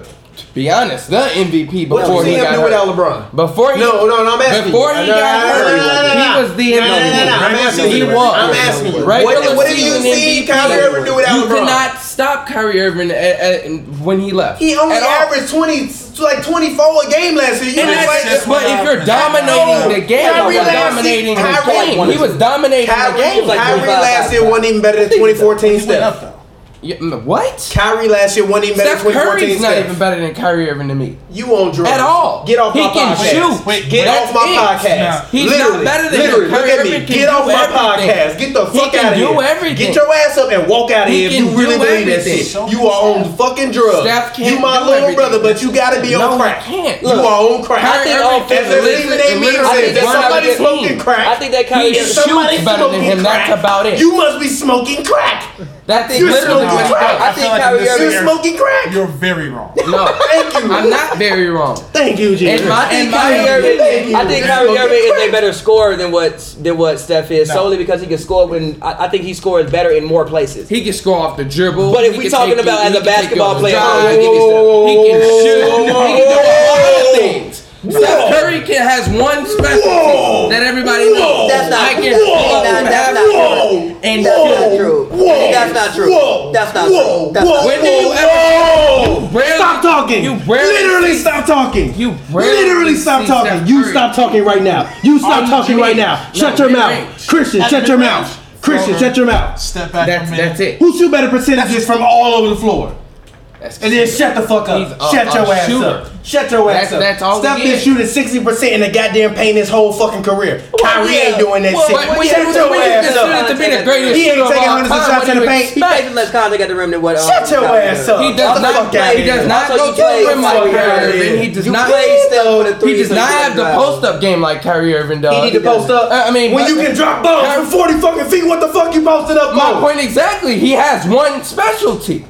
S4: be honest, the MVP
S1: What
S4: before
S1: you see
S4: he
S1: him
S4: got
S1: do without
S4: hurt.
S1: LeBron?
S4: Before he
S1: No, no, no. I'm asking.
S4: Before
S1: you.
S4: he
S1: No, no,
S4: got
S1: no,
S4: hurt,
S1: no, no, no, no.
S4: he was the
S1: No, no, no, no. I'm
S4: MVP.
S1: asking.
S4: He
S1: you.
S4: was.
S1: I'm asking. you.
S4: Regular
S1: What, what have you
S4: season
S1: seen
S4: MVP.
S1: Kyrie ever do without
S4: You
S1: LeBron?
S4: could not stop Kyrie Irving at, at, when he left.
S1: He only
S4: At all.
S1: averaged 20, like 24 a game last year. You
S4: And
S1: know,
S3: That's
S1: like,
S4: that's,
S3: just
S4: but if you're
S3: what
S4: dominating the game,
S1: Kyrie
S4: he was
S1: last year-
S4: dominating the
S1: Kyrie like
S4: game.
S1: one
S4: He
S1: of
S4: was dominating the
S1: Kyrie,
S4: game.
S2: like
S1: Kyrie
S2: 25,
S1: last year wasn't even better than
S3: he
S1: 2014
S3: went up
S1: Steph.
S3: though.
S4: Yeah, mm, What?
S1: Kyrie last year wasn't even better
S4: Steph
S1: than 2014
S4: Curry's not
S1: Steph.
S4: even better than Kyrie Irving to me.
S1: You on drugs
S4: At all.
S1: Get off
S4: He
S1: my
S4: can
S1: podcast.
S4: shoot.
S3: Wait,
S1: get
S4: that's
S1: off my
S4: it.
S1: podcast.
S3: Nah.
S4: He's not
S1: literally,
S4: better than
S1: literally.
S4: him.
S1: Look
S4: Kyrie
S1: at me.
S4: Irving can
S1: Get
S4: do
S1: off my
S4: everything.
S1: podcast. Get the
S4: He
S1: fuck
S4: can
S1: out of
S4: do
S1: here.
S4: everything.
S1: Get your ass up and walk out of
S4: He
S1: here if
S4: can
S1: you really
S4: do
S1: believe that
S4: everything.
S1: shit. You are on fucking drugs.
S4: Steph can't
S1: you my
S4: do
S1: little
S4: everything.
S1: brother, but you gotta be
S4: No,
S1: on
S4: he
S1: crack.
S4: can't.
S1: You are
S4: Look,
S1: on crack.
S4: Kyrie
S1: That's
S4: Irving
S1: the
S4: is
S1: reason they
S4: a-
S1: mean
S4: I
S1: said
S4: think
S1: that
S4: one out of
S1: somebody
S4: the team.
S1: smoking crack.
S2: I think that Kyrie
S4: He
S1: If
S2: Irving-
S4: shoots
S1: somebody
S4: better than
S1: smoking
S4: him.
S1: crack,
S4: That's about it.
S1: You must be smoking crack.
S4: That's
S1: You're
S4: literally
S1: smoking
S4: what he
S1: crack.
S4: does.
S2: I
S3: I feel
S2: think
S3: like
S2: Kyrie
S3: in this
S1: You're
S2: Irving.
S3: era-
S1: smoking crack.
S3: You're very wrong.
S4: No,
S1: Thank you.
S4: I'm not very wrong.
S1: Thank you, G.
S4: In my in my
S2: Kyrie Irving,
S4: opinion,
S2: I think Kyrie Irving is a better scorer than what than what Steph is
S3: No.
S2: solely because he can score when I, I think he scores better in more places.
S4: he can score off the dribble.
S2: But if
S4: he
S2: we
S4: can
S2: talking
S4: take
S2: about
S4: you-
S2: as
S4: he
S2: a
S4: can take you
S2: basketball
S4: on the
S2: player,
S4: drive,
S2: I'll
S4: he
S2: give you
S4: can- he can shoot. He can do all
S1: Whoa.
S4: other things. Steph Curry can has one specialty
S1: Whoa.
S4: that everybody
S1: Whoa.
S4: knows.
S6: That's not-
S4: I can
S6: Whoa.
S4: score
S6: That- that's
S4: faster
S6: not
S1: true.
S4: and
S6: That's
S4: shoot.
S6: not true. That's not true. That's not true. That's not
S4: When did you ever-
S1: Whoa.
S4: barely-
S1: stop talking.
S4: you barely-
S1: literally stop talking.
S4: You barely
S1: literally stop
S4: see
S1: talking.
S4: Steph
S1: you
S4: Curry.
S1: stop talking right now. You stop
S4: On
S1: talking
S4: the
S1: right
S4: range.
S1: now.
S4: No,
S1: Shut your mouth,
S4: mid-range.
S1: Christian.
S3: At
S1: Shut your
S3: mid-range.
S1: mouth, Christian.
S3: Forward.
S1: Shut your mouth.
S3: Step back.
S4: That's
S3: a minute.
S4: that's it.
S1: Who shoot better percentages from all over the floor?
S4: That's
S1: And then shut the fuck
S4: He's
S1: up.
S4: a-
S1: shut
S4: a
S1: your ass
S4: shooter.
S1: up. Shut your ass
S4: That's-
S1: up.
S4: that's all
S1: Steph
S4: he
S1: been
S4: is.
S1: shooting sixty percent in the goddamn paint his whole fucking career. Kyrie ain't doing that
S4: Well,
S1: shit.
S4: when, when,
S1: shut
S4: when
S1: your
S4: you
S1: ass
S4: consider
S1: up.
S4: to be the greatest
S1: He ain't
S4: shooter of
S1: taking
S4: all
S1: hundreds of
S4: time,
S1: shots
S4: what
S1: in
S4: do
S1: the
S4: you
S1: paint.
S6: He takes less contact at the rim than what. Um,
S1: Shut your
S6: Kyrie
S1: ass
S6: does.
S1: up.
S4: He does
S1: Get the
S4: not.
S1: fuck outta
S4: He
S1: here.
S4: does not
S2: So
S4: go
S2: you
S4: to the rim
S2: play-
S1: so
S4: like
S1: you
S4: Kyrie
S1: play-
S4: Irving. He does
S2: You
S4: not.
S2: play Steph with a three.
S4: He does
S2: so
S4: not
S2: you
S4: have the
S2: drive.
S4: post up game like Kyrie Irving does.
S1: He need to post up.
S4: Uh, I mean,
S1: when
S4: but-
S1: you can drop bombs
S4: Kyrie-
S1: from forty fucking feet, what the fuck you posted up
S4: My
S1: for?
S4: point exactly. He has one specialty.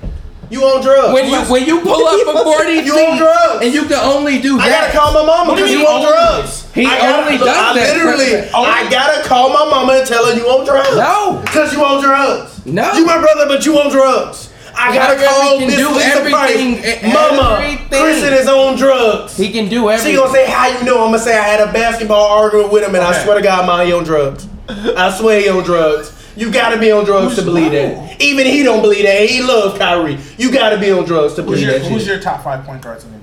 S1: You on drugs?
S4: When you
S1: [LAUGHS]
S4: when you pull up for forty,
S1: You on drugs.
S4: and you can only do
S1: I gotta
S4: that.
S1: call my mama
S4: What do
S1: because
S4: you
S1: you
S4: mean
S1: on
S4: only?
S1: drugs.
S4: He
S1: I gotta,
S4: only
S1: look,
S4: does
S1: I
S4: that.
S1: literally, I gotta call my mama and tell her you on drugs.
S4: No.
S1: because you on drugs.
S4: No.
S1: you my brother, but you on drugs. I gotta
S4: Kyrie
S1: call
S4: can
S1: this
S4: do
S1: Lisa
S4: everything-
S1: Price. Mama,
S4: everything.
S1: Kristen is on drugs.
S4: He can do
S1: she
S4: everything.
S1: gonna say how you know? I'm gonna say I had a basketball argument with him, and I
S3: Okay.
S1: swear to God, man, he on drugs. I swear he on drugs. You gotta be on drugs to believe that. Even he don't believe that. He loves Kyrie. You gotta be on drugs to
S3: Who's
S1: believe
S3: your,
S1: that.
S3: who's
S1: shit.
S3: your top five point guards in the NBA?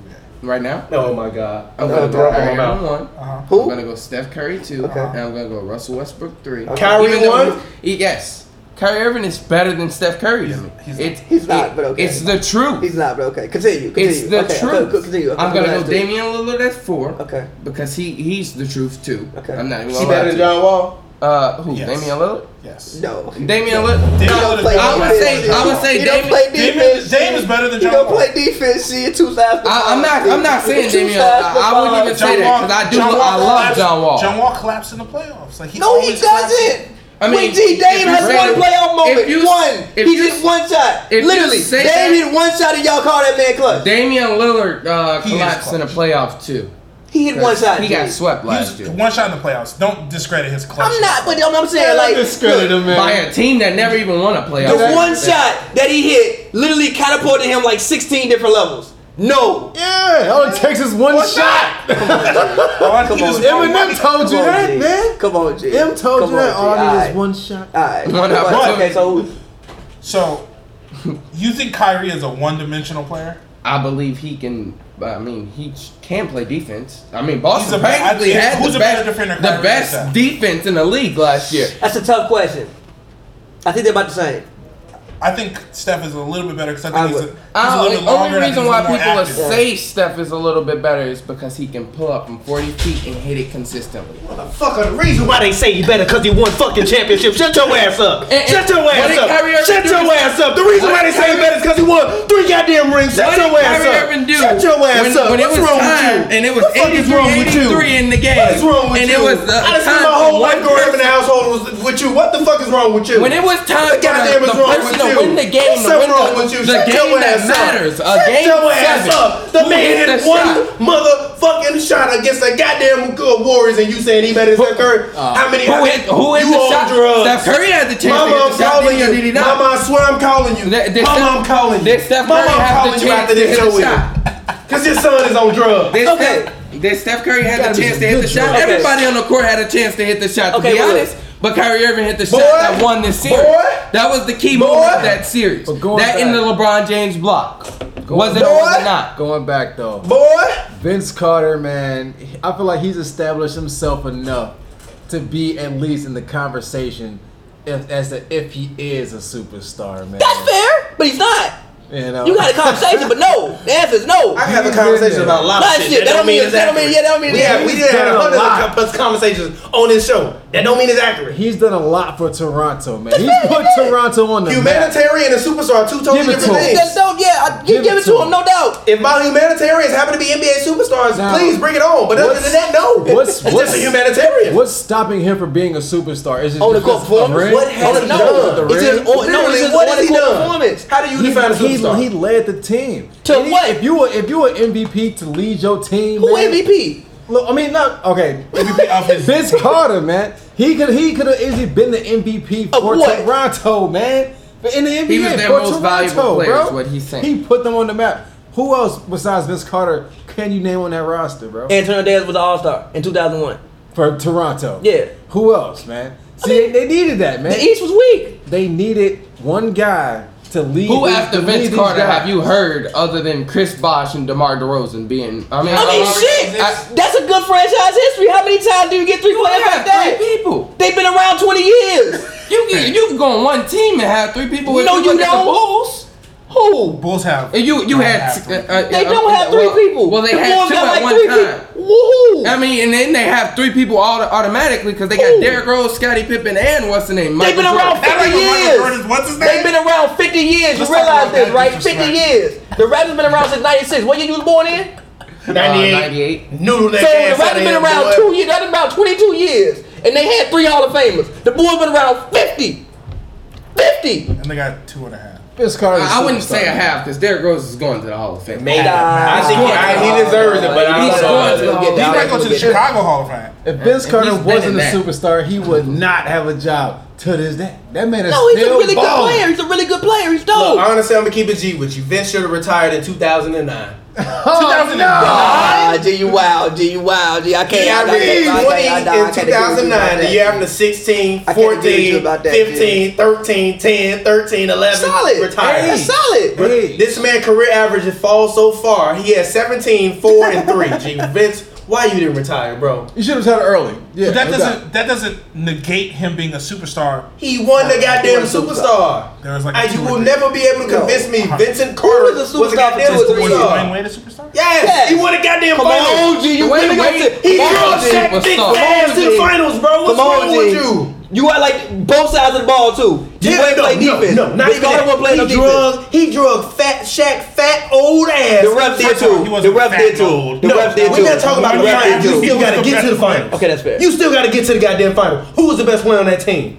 S4: right now.
S1: Oh my God, I'm
S4: I'm
S1: gonna throw up in my
S4: Kyrie
S1: mouth.
S4: one.
S3: Uh-huh.
S4: I'm
S2: Who?
S4: gonna go Steph Curry two, and I'm gonna go Russell Westbrook three.
S1: Kyrie
S4: Even though
S1: one?
S4: he's- He, yes, Kyrie Irving is better than Steph Curry to me.
S3: he's-
S4: It's-
S6: he's not,
S4: it-
S6: but okay.
S4: It's the truth.
S6: He's not, but okay. Continue. continue.
S4: It's the
S6: okay,
S4: truth.
S6: co- co- continue. Okay,
S4: I'm gonna
S6: last
S4: go
S6: two.
S4: Damian Lillard at four.
S6: Okay.
S4: Because he he's the truth too.
S6: Okay.
S4: I'm not even
S1: She
S4: gonna lie
S1: better
S4: to
S1: than
S4: you.
S1: John Wall.
S4: Uh, who?
S3: Yes.
S4: Damian Lillard.
S3: Yes.
S6: No.
S4: Damian Lillard.
S3: Damian
S6: He
S3: Lillard
S6: don't
S3: is
S6: play
S3: better
S4: I
S3: than
S4: would
S3: John
S4: say-
S6: defense.
S3: Wall.
S4: I would say
S6: He don't
S4: Damian-
S6: play
S3: Dame
S6: defense.
S3: is- Dame is better than
S6: He
S3: John
S6: don't
S3: Wall.
S6: play defense. He two sides. to
S4: I, I'm
S6: five.
S4: not. I'm not
S6: Two
S4: saying
S6: sides
S4: Damian. Lillard.
S6: to
S4: I, I wouldn't
S6: five.
S4: even say that because I do.
S3: John Wall
S4: I love
S3: collapsed-
S4: John Wall.
S3: John Wall collapsed in the playoffs. Like he
S6: No, he
S3: always collapses.
S6: doesn't.
S4: I
S6: I
S4: mean,
S6: mean, G,
S4: if
S6: Dame
S4: you
S6: has
S4: say-
S6: one playoff
S4: if
S6: moment.
S4: you-
S6: one.
S4: if
S6: He
S4: you-
S6: just one shot.
S4: if you
S6: Literally,
S4: say
S6: Dame
S4: that-
S6: hit one shot and y'all call that man clutch.
S4: Damian Lillard uh,
S3: He is
S4: collapsed in a playoff too.
S6: he hit one shot.
S4: He
S6: G.
S4: got swept
S3: He
S4: last
S3: was
S4: year
S3: one shot in the playoffs. Don't discredit his clutch.
S6: I'm not, but I'm, I'm saying like
S5: discredit
S6: look,
S5: him,
S4: by
S5: man.
S4: a team that never even won a
S6: the
S4: playoff.
S6: one shot that he hit literally catapulted him like 16 different levels. No,
S5: Yeah, all it takes is one, shot.
S3: Come on,
S5: Eminem told you
S6: Come on, G.
S5: that, man.
S6: Come on, G.
S5: Em told
S6: Come
S5: you that. All
S6: on, G.
S5: I need
S6: Aight.
S5: is one shot.
S6: Alright.
S4: One
S6: But-
S4: opportunity.
S6: Okay, so who-
S3: So, you think Kyrie is a one-dimensional player?
S4: I believe he can. I mean, he ch- can play defense. I mean,
S3: He's a
S4: Boston
S3: ba- I
S4: practically
S3: think-
S4: had
S3: who's
S4: the
S3: a better
S4: best,
S3: defender,
S4: the
S3: Kyrie or
S4: best
S3: Steph?
S4: defense in the league last year.
S6: that's a tough question. I think they're about the same.
S3: I think Steph is a little bit better because I think
S6: I
S3: he's, a,
S6: would-
S3: he's a
S4: I
S3: little
S4: don't,
S3: bit
S4: the
S3: longer. and
S4: only
S3: I think
S4: reason
S3: he's
S4: why
S3: a little more
S4: people
S3: active.
S4: say Steph is a little bit better is because he can pull up from 40 feet and hit it consistently.
S1: Motherfucker, the reason why they say he better because he won fucking championships. Shut your ass up.
S4: and-
S1: Shut your
S4: what
S1: ass
S4: did
S1: up.
S4: Kyrie Irving
S1: Shut
S4: do
S1: your
S4: to-
S1: ass up. The reason why they say he better is because he won three goddamn rings. Shut
S4: What did
S1: your ass
S4: Kyrie
S1: up.
S4: Irving do?
S1: Shut your ass
S4: when,
S1: up.
S4: When
S1: What's
S4: it was
S1: wrong
S4: time,
S1: with you?
S4: and it was
S1: What the fuck is
S4: 83,
S1: wrong with you?
S4: 83 in the game.
S1: What's wrong with
S4: and
S1: you?
S4: it was uh,
S1: I done spent
S4: time
S1: my
S4: for
S1: whole
S4: one
S1: life growing up in the
S4: person-
S1: household was with you. What the fuck is wrong with you?
S4: When it was time
S1: What the
S4: for
S1: goddamn
S4: the,
S1: is
S4: the
S1: wrong
S4: person
S1: with
S4: to
S1: you?
S4: to win the game.
S1: What's
S4: to
S1: up
S4: win
S1: wrong
S4: the,
S1: with you?
S4: The
S1: Shut
S4: game
S1: your
S4: that
S1: ass up.
S4: matters. A
S1: Shut
S4: game
S1: your
S4: seven.
S1: ass up. The
S4: Who
S1: man hit
S4: the
S1: one
S4: shot?
S1: motherfucking shot against the goddamn good Warriors, and you saying he better than Steph Curry? How many?
S4: uh, Who hit? Who hit
S1: you
S4: the
S1: on
S4: shot?
S1: drugs?
S4: Steph Curry had the
S1: Mama,
S4: chance.
S1: I'm
S4: to hit the shot.
S1: calling
S4: Did he
S1: you.
S4: not?
S1: Mama, I swear I'm calling you.
S4: Th- did
S1: Mama,
S4: Steph-
S1: I'm calling you.
S4: did Steph
S1: Mama,
S4: Curry
S1: I'm
S4: have the
S1: calling you
S4: chance
S1: after
S4: to
S1: this
S4: hit
S1: show
S4: the
S1: with
S4: shot?
S1: you. Cause your son is on drugs.
S4: Did,
S7: Okay.
S4: Steph, did Steph Curry had
S5: Gotta
S4: the
S5: be
S4: chance
S5: some
S4: to hit the
S5: good
S4: shot?
S5: drugs.
S7: Okay.
S4: Everybody on the court had a chance to hit the shot, to
S7: Okay,
S4: be
S7: but look.
S4: honest. But Kyrie Irving hit the shot
S1: Boy.
S4: that won this series.
S1: Boy.
S4: that was the key
S1: Boy.
S4: moment of that series.
S5: But going
S4: That in the
S5: back.
S4: LeBron James block. Was it or was
S1: Boy.
S4: it not?
S5: Going back though,
S1: Boy.
S5: Vince Carter, man, I feel like he's established himself enough to be at least in the conversation if, as to if he is a superstar, man.
S2: That's fair, but he's not.
S5: You know,
S2: You got a conversation, but no. The answer is no.
S1: I can have a
S5: He's been
S1: conversation
S5: there.
S1: about a lot of
S2: Lot of
S1: shit.
S2: shit.
S1: That, don't mean it's
S2: that don't
S1: accurate.
S2: mean- yeah, that don't mean
S1: we
S2: it's
S1: have, we
S2: accurate.
S1: did have
S5: He's done a
S1: hundreds
S5: lot.
S1: of plus conversations on this show. That don't mean it's accurate.
S5: he's done a lot for Toronto, man. He's put Toronto on the map.
S1: Humanitarian and superstar are two totally
S5: Give it
S1: different
S5: to him.
S1: things.
S2: That's dope. Yeah, I, you
S5: Give
S2: give,
S5: it
S2: it
S5: to
S2: to
S5: him.
S2: him, no doubt.
S1: If my humanitarians happen to be NBA superstars,
S5: Now,
S1: please bring it on. But other
S5: what's-
S1: than that, no.
S5: what's-
S1: it's just
S5: what's-
S1: a humanitarian.
S5: What's stopping him from being a superstar? Is it
S2: On the
S5: just
S2: court
S5: a
S2: performance?
S5: ring?
S2: What has
S5: Is it
S2: he
S5: just
S2: done?
S5: the
S2: It's
S5: ring?
S2: just on- no,
S1: Literally,
S2: it's just
S1: what
S2: on
S1: has
S2: the
S1: he
S2: court
S1: done?
S2: performance.
S1: How do you define a
S5: he, he,
S1: superstar?
S5: he led the team
S2: To
S5: Any-
S2: what?
S5: If you were if you were MVP to lead your team,
S2: Who
S5: man,
S2: MVP?
S5: Look, I mean, not okay.
S3: MVP of his
S5: [LAUGHS] Vince Carter, man, he could he could have easily been the MVP
S2: Of
S5: for
S2: what?
S5: Toronto, man. But in the NBA,
S4: was their
S5: for
S4: most
S5: Toronto,
S4: valuable player,
S5: bro.
S4: is what he's saying.
S5: He put them on the map. Who else besides Vince Carter can you name on that roster, bro?
S2: Antonio Davis was an All Star in 2001.
S5: for Toronto,
S2: Yeah.
S5: Who else, man? See, they, they needed that, man.
S2: The East was weak.
S5: They needed one guy to lead.
S4: Who
S5: these-
S4: after
S5: to lead
S4: Vince
S5: these
S4: Carter
S5: guys.
S4: have you heard other than Chris Bosh and DeMar DeRozan being? I mean,
S2: I mean,
S4: Robert-
S2: shit.
S4: uh, I-
S2: That's a good franchise history. How many times do you get three
S4: you
S2: players
S4: have
S2: like that?
S4: three people.
S2: They've been around 20 years.
S4: You can you can go on one team and have three people. If
S2: No, you
S4: look at
S2: don't.
S4: The Bulls. Who?
S3: Bulls have.
S4: And you you
S3: don't
S4: had
S3: have
S4: uh,
S3: three.
S4: uh,
S2: They
S4: uh,
S2: don't
S4: uh,
S2: have three
S4: well-
S2: people.
S4: Well, they
S2: The
S4: had
S2: Bulls
S4: two
S2: got
S4: at
S2: like
S4: one
S2: three
S4: time.
S2: people. Woohoo!
S4: I mean, and then they have three people all automatically because they got
S2: Who?
S4: Derrick Rose, Scottie Pippen, and what's the name?
S2: They've been
S4: Michael
S2: around
S4: Jordan.
S3: That ain't
S2: 50
S3: Michael
S2: years.
S3: Jordan. What's his name?
S2: They've been around 50 years.
S3: Let's
S2: you
S3: talk
S2: realize
S3: about
S2: this,
S3: that
S2: right? 50
S3: disrespect.
S2: years. The Raptors been around since 96. What year you was born in?
S1: 98.
S4: Uh, 98.
S1: Noodle neck
S2: So the
S1: ass. out
S2: Raptors
S1: of
S2: been
S1: here,
S2: around
S1: boy.
S2: two years. That's about 22 years. And they had three Hall of Famers. The Bulls been around 50. 50.
S3: and they got two and a half.
S5: Vince Carter.
S4: I I wouldn't say I have because Derrick Rose is going to the Hall of Fame.
S1: Man, I think he, I, he deserves it, but I
S4: He's
S1: don't know. about
S4: going to
S1: that.
S3: He
S4: the Hall of Fame.
S3: might go to the Chicago Hall of Fame.
S5: If Vince
S4: And
S5: Carter
S4: he's been
S5: wasn't
S4: in
S5: a
S4: that.
S5: superstar, he would not have a job to this day. That man is
S2: No, he's a
S5: still
S2: really good
S5: balling.
S2: player. He's a really good player. He's dope.
S1: Look, honestly, I'm gonna keep it G with you. Vince should have retired in 2009.
S5: Oh, no.
S2: Ah, G, you wild. G, you wild. G, I can't.
S1: He
S2: I
S1: averaged
S2: can't- I can't- I
S1: 20
S2: can't- I can't- I
S1: in
S2: can't agree with you about
S1: 2009. The
S2: that.
S1: year after 16,
S2: I can't agree with you
S1: 14,
S2: about that,
S1: 15, 13, 10, 13, 11.
S2: Solid.
S1: Retired.
S2: That's solid.
S5: Hey.
S1: This man career average has fallen so far. He has 17, 4, and
S2: [LAUGHS]
S1: 3. G. Vince, why you didn't retire, bro?
S5: You should have said it early. Yeah,
S3: But that
S5: no doubt.
S3: doesn't that doesn't negate him being a superstar.
S1: He won the goddamn superstar.
S3: There was like a
S1: And you
S3: two
S1: will
S3: or
S1: never be able to convince me Vincent Carter
S2: Who
S1: was
S2: was
S1: a,
S2: a superstar
S1: goddamn
S2: for two
S3: Was
S2: years?
S1: superstar.
S3: Dwayne Wade a superstar?
S1: Yes,
S2: Yes.
S1: he won a goddamn
S2: Come
S1: finals.
S2: on, G, you
S4: Wait,
S2: really got
S4: wait.
S2: to.
S1: He
S4: Come
S1: drilled
S4: on, G,
S1: Shaq
S4: what's
S1: Dick
S4: up?
S1: ass
S2: Come
S1: in
S2: on, G.
S1: finals, bro. What's
S2: Come on,
S1: wrong with
S2: G.
S1: you?
S2: You are like both sides of the ball too. You
S1: Yeah,
S2: ain't
S1: no,
S2: play
S1: no,
S2: defense.
S1: no, not
S2: Vince
S1: even
S2: Carter
S1: that.
S2: won't play
S1: he
S2: no defense.
S1: drug, he drug fat Shaq, fat old ass.
S2: The ref did
S3: First of all, he
S2: too. The
S3: wasn't
S2: ref
S3: fat,
S2: did
S3: though.
S2: too. The
S1: No,
S2: ref did
S1: we're
S2: too.
S1: not talking about the
S2: ref
S1: finals.
S2: did
S1: You
S2: too.
S1: still got to get to the finals.
S2: Okay, that's fair.
S1: You still got to get to the goddamn final. Who was the best player on that team?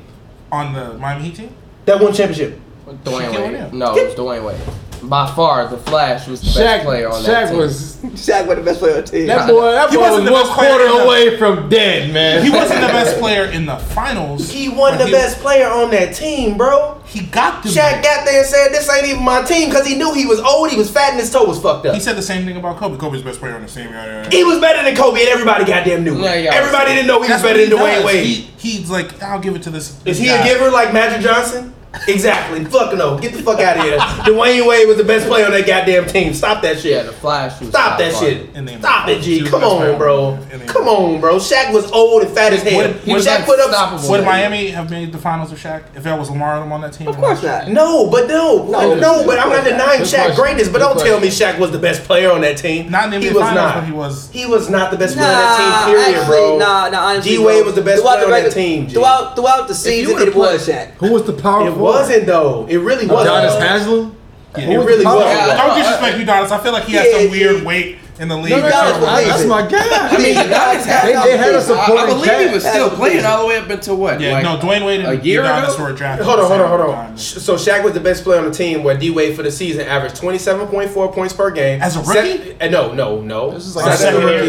S3: On the Miami Heat team?
S1: That won championship.
S4: Dwayne
S3: Shaquille
S4: Wade.
S3: O'Neal.
S4: No, it was Dwayne Wade. By far, the Flash was the best
S5: Shaq,
S4: player on that
S5: Shaq
S4: team.
S5: was
S7: Shaq was the best player on the team.
S5: that boy. That
S3: He
S5: boy
S3: wasn't
S5: was
S3: the
S5: one
S3: best player
S5: quarter
S3: in the-
S5: away from dead, man.
S3: He wasn't the best player in the finals.
S1: He won
S3: but
S1: the best player on that team, bro.
S3: He got them.
S1: Shaq got there and said, "This ain't even my team," because he knew he was old, he was fat, and his toe was fucked up.
S3: He said the same thing about Kobe. Kobe's the best player on the team. Yeah, yeah, yeah.
S1: He was better than Kobe, and everybody goddamn knew. it.
S4: Yeah, yeah.
S1: Everybody didn't know he was better
S3: what
S1: than Dwayne
S3: does.
S1: Wade.
S3: He, he's like, I'll give it to this.
S1: Is
S3: this
S1: he
S3: guy.
S1: a giver like Magic Johnson? Exactly. Fuck no. Get the fuck out of here. Dwayne Wade was the best player on that goddamn team. Stop that shit.
S4: yeah, the Flash was
S1: Stop
S4: by
S1: that
S4: far.
S1: shit.
S3: And then-
S1: Stop it, G.
S3: He was
S1: Come
S3: the best
S1: on, bro.
S3: player. And then-
S1: Come on, bro. Shaq was old and fat as hell.
S3: What-
S1: When
S4: was
S1: Shaq put up.
S4: unstoppable.
S3: Would Miami have made the finals with Shaq if that was Lamar Odom on that team?
S7: Of course not.
S1: No, but no, no,
S7: No,
S1: but I'm not
S7: good
S1: denying
S5: question.
S1: Shaq
S5: Good
S1: greatness. But don't
S5: question.
S1: tell me Shaq was the best player on that team.
S3: Not in the
S1: he
S3: NBA
S1: was
S3: finals,
S1: not.
S3: but he was-
S1: He was not the best player
S7: Nah,
S1: on that team. Period,
S7: actually,
S1: bro.
S7: Nah, nah, honestly,
S1: G Wade
S7: bro.
S1: was the best
S7: Throughout
S1: player on that
S7: regular-
S1: team. G.
S7: Throughout, throughout the season,
S1: would've
S7: it was Shaq.
S5: Who was the power?
S1: it
S5: forward?
S1: wasn't though. It really wasn't.
S5: Adonis Haslam.
S1: It really
S5: power
S1: wasn't.
S5: forward?
S4: Yeah,
S3: Don't disrespect Udonis. I feel like he has
S7: Yeah,
S3: some weird
S7: he-
S3: weight in the league.
S5: No, no, no,
S8: Dallas was
S5: I- that's
S8: amazing.
S5: my guy. I mean,
S4: Dallas had
S5: They-
S4: the
S5: they had a
S4: opportunity.
S5: supporting
S4: I, I believe
S5: cast.
S4: he was still playing all the way up until what?
S3: yeah,
S4: like,
S3: no, Dwayne Wade and
S4: a year
S3: Udonis
S4: ago?
S3: were drafted.
S1: Hold
S3: at
S1: on,
S3: the
S1: hold on,
S3: same
S1: hold on.
S3: time.
S1: Sh- So Shaq was the best player on the team, where D Wade for the season averaged twenty seven point four points per game
S3: As a rookie?
S1: Se- uh, no, no, no.
S5: This is
S1: Not
S5: like
S1: as a
S3: second year.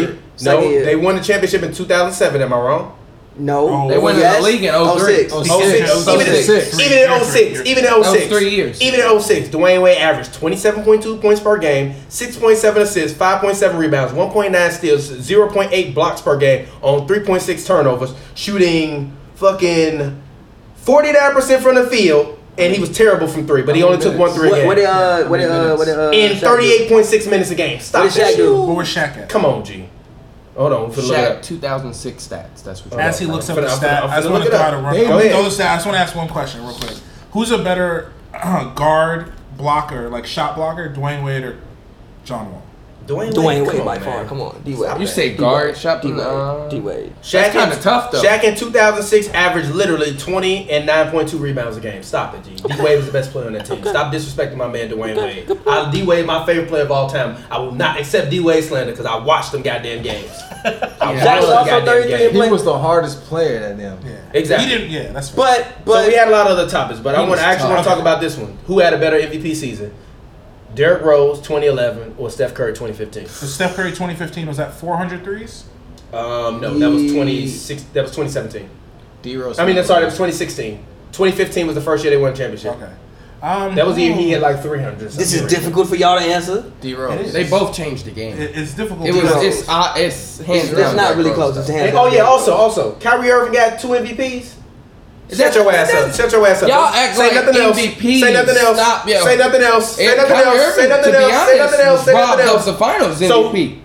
S1: No,
S2: Second year.
S1: they won the championship in two thousand seven. Am I wrong?
S2: No.
S3: Oh. They
S4: went in the league in 03.
S2: 06.
S5: Oh,
S1: Oh six,
S5: six.
S1: even, in-
S5: 06.
S1: even in 06, even in 06.
S4: was oh three years.
S1: Even in 06, Dwayne Wade averaged 27.2 points per game, 6.7 assists, 5.7 rebounds, 1.9 steals, 0.8 blocks per game on 3.6 turnovers, shooting fucking 49% from the field, and he was terrible from three, but he only took one three a
S2: What,
S1: game.
S2: what did uh what did uh what did uh
S1: in
S2: Shaq do?
S1: 38.6 minutes a game. Stop
S2: What did
S1: that
S2: Shaq
S1: shit.
S2: do?
S3: What was Shaq at?
S1: Come on, G. Hold on. for the look
S4: Shaq
S1: up.
S4: 2006 stats. That's what.
S3: As he
S4: you're
S3: looks
S4: talking
S3: up
S1: I'm
S3: the
S1: finna- I'm finna-
S3: stat,
S1: I'm
S3: I just
S1: finna
S3: want to
S1: look it up.
S3: try to run
S1: Go
S3: through
S1: ahead.
S3: those stats. I just want to ask one question real quick. Who's a better [CLEARS THROAT] guard blocker, like shot blocker, Dwayne Wade or John Wall?
S1: Dwayne, come
S2: Dwayne Wade
S1: on,
S2: by
S1: man.
S2: far. Come on, D
S1: Stop
S2: Wade.
S4: You say guard shot. Uh,
S2: D Wade.
S1: Shaq
S4: kinda
S1: in-
S4: tough, though.
S1: Shaq in 2006 averaged literally 20 and 9.2 rebounds a game. Stop it, G. D Wade was the best player on that team. Stop disrespecting my man Dwayne Wade. I, D Wade, my favorite player of all time. I will not accept D Wade slander because I watched them goddamn
S4: [LAUGHS]
S1: games. I
S2: Shaq
S1: watched
S2: was
S1: them
S2: also
S1: goddamn
S2: 33
S1: games.
S5: He was the hardest player that damn.
S3: Yeah,
S1: Exactly.
S3: He didn't. Yeah, that's fair.
S2: But
S1: But
S2: but
S1: we had a lot of other topics, but I
S4: He
S1: want
S4: was
S1: to actually want
S4: tough.
S1: to talk about this one. Who had a better MVP season? Derrick Rose 2011 or Steph Curry 2015?
S3: So Steph Curry 2015 was that 400 threes?
S1: Um, no, that was 26. That was 2017.
S5: D Rose.
S1: I mean, that's sorry, that was 2016. 2015 was the first year they won a championship.
S3: Okay. Um,
S1: That was the year he hit like 300.
S2: this is difficult for y'all to answer.
S5: D
S3: It
S5: Rose.
S3: is.
S4: They both changed the game.
S3: It, it's difficult.
S4: It was.
S3: because-
S4: It's. Uh, it's hands
S2: It's,
S4: down.
S2: not
S4: Derrick
S2: really
S4: Rose,
S2: close. It's
S4: though.
S2: hands
S1: oh
S2: down.
S1: yeah. Also, also, Kyrie Irving got two MVPs. Shut your ass up. Shut your ass up.
S4: Y'all act like MVPs.
S1: Say nothing else.
S4: Stop, yo.
S1: Say nothing else. Say
S4: And
S1: nothing
S4: Kyrie
S1: else. Say
S4: Irving,
S1: nothing
S4: to be
S1: else. Say
S4: honest,
S1: nothing else. Say
S4: robbed
S1: nothing
S4: up
S1: else.
S4: the finals
S1: So-
S4: MVP.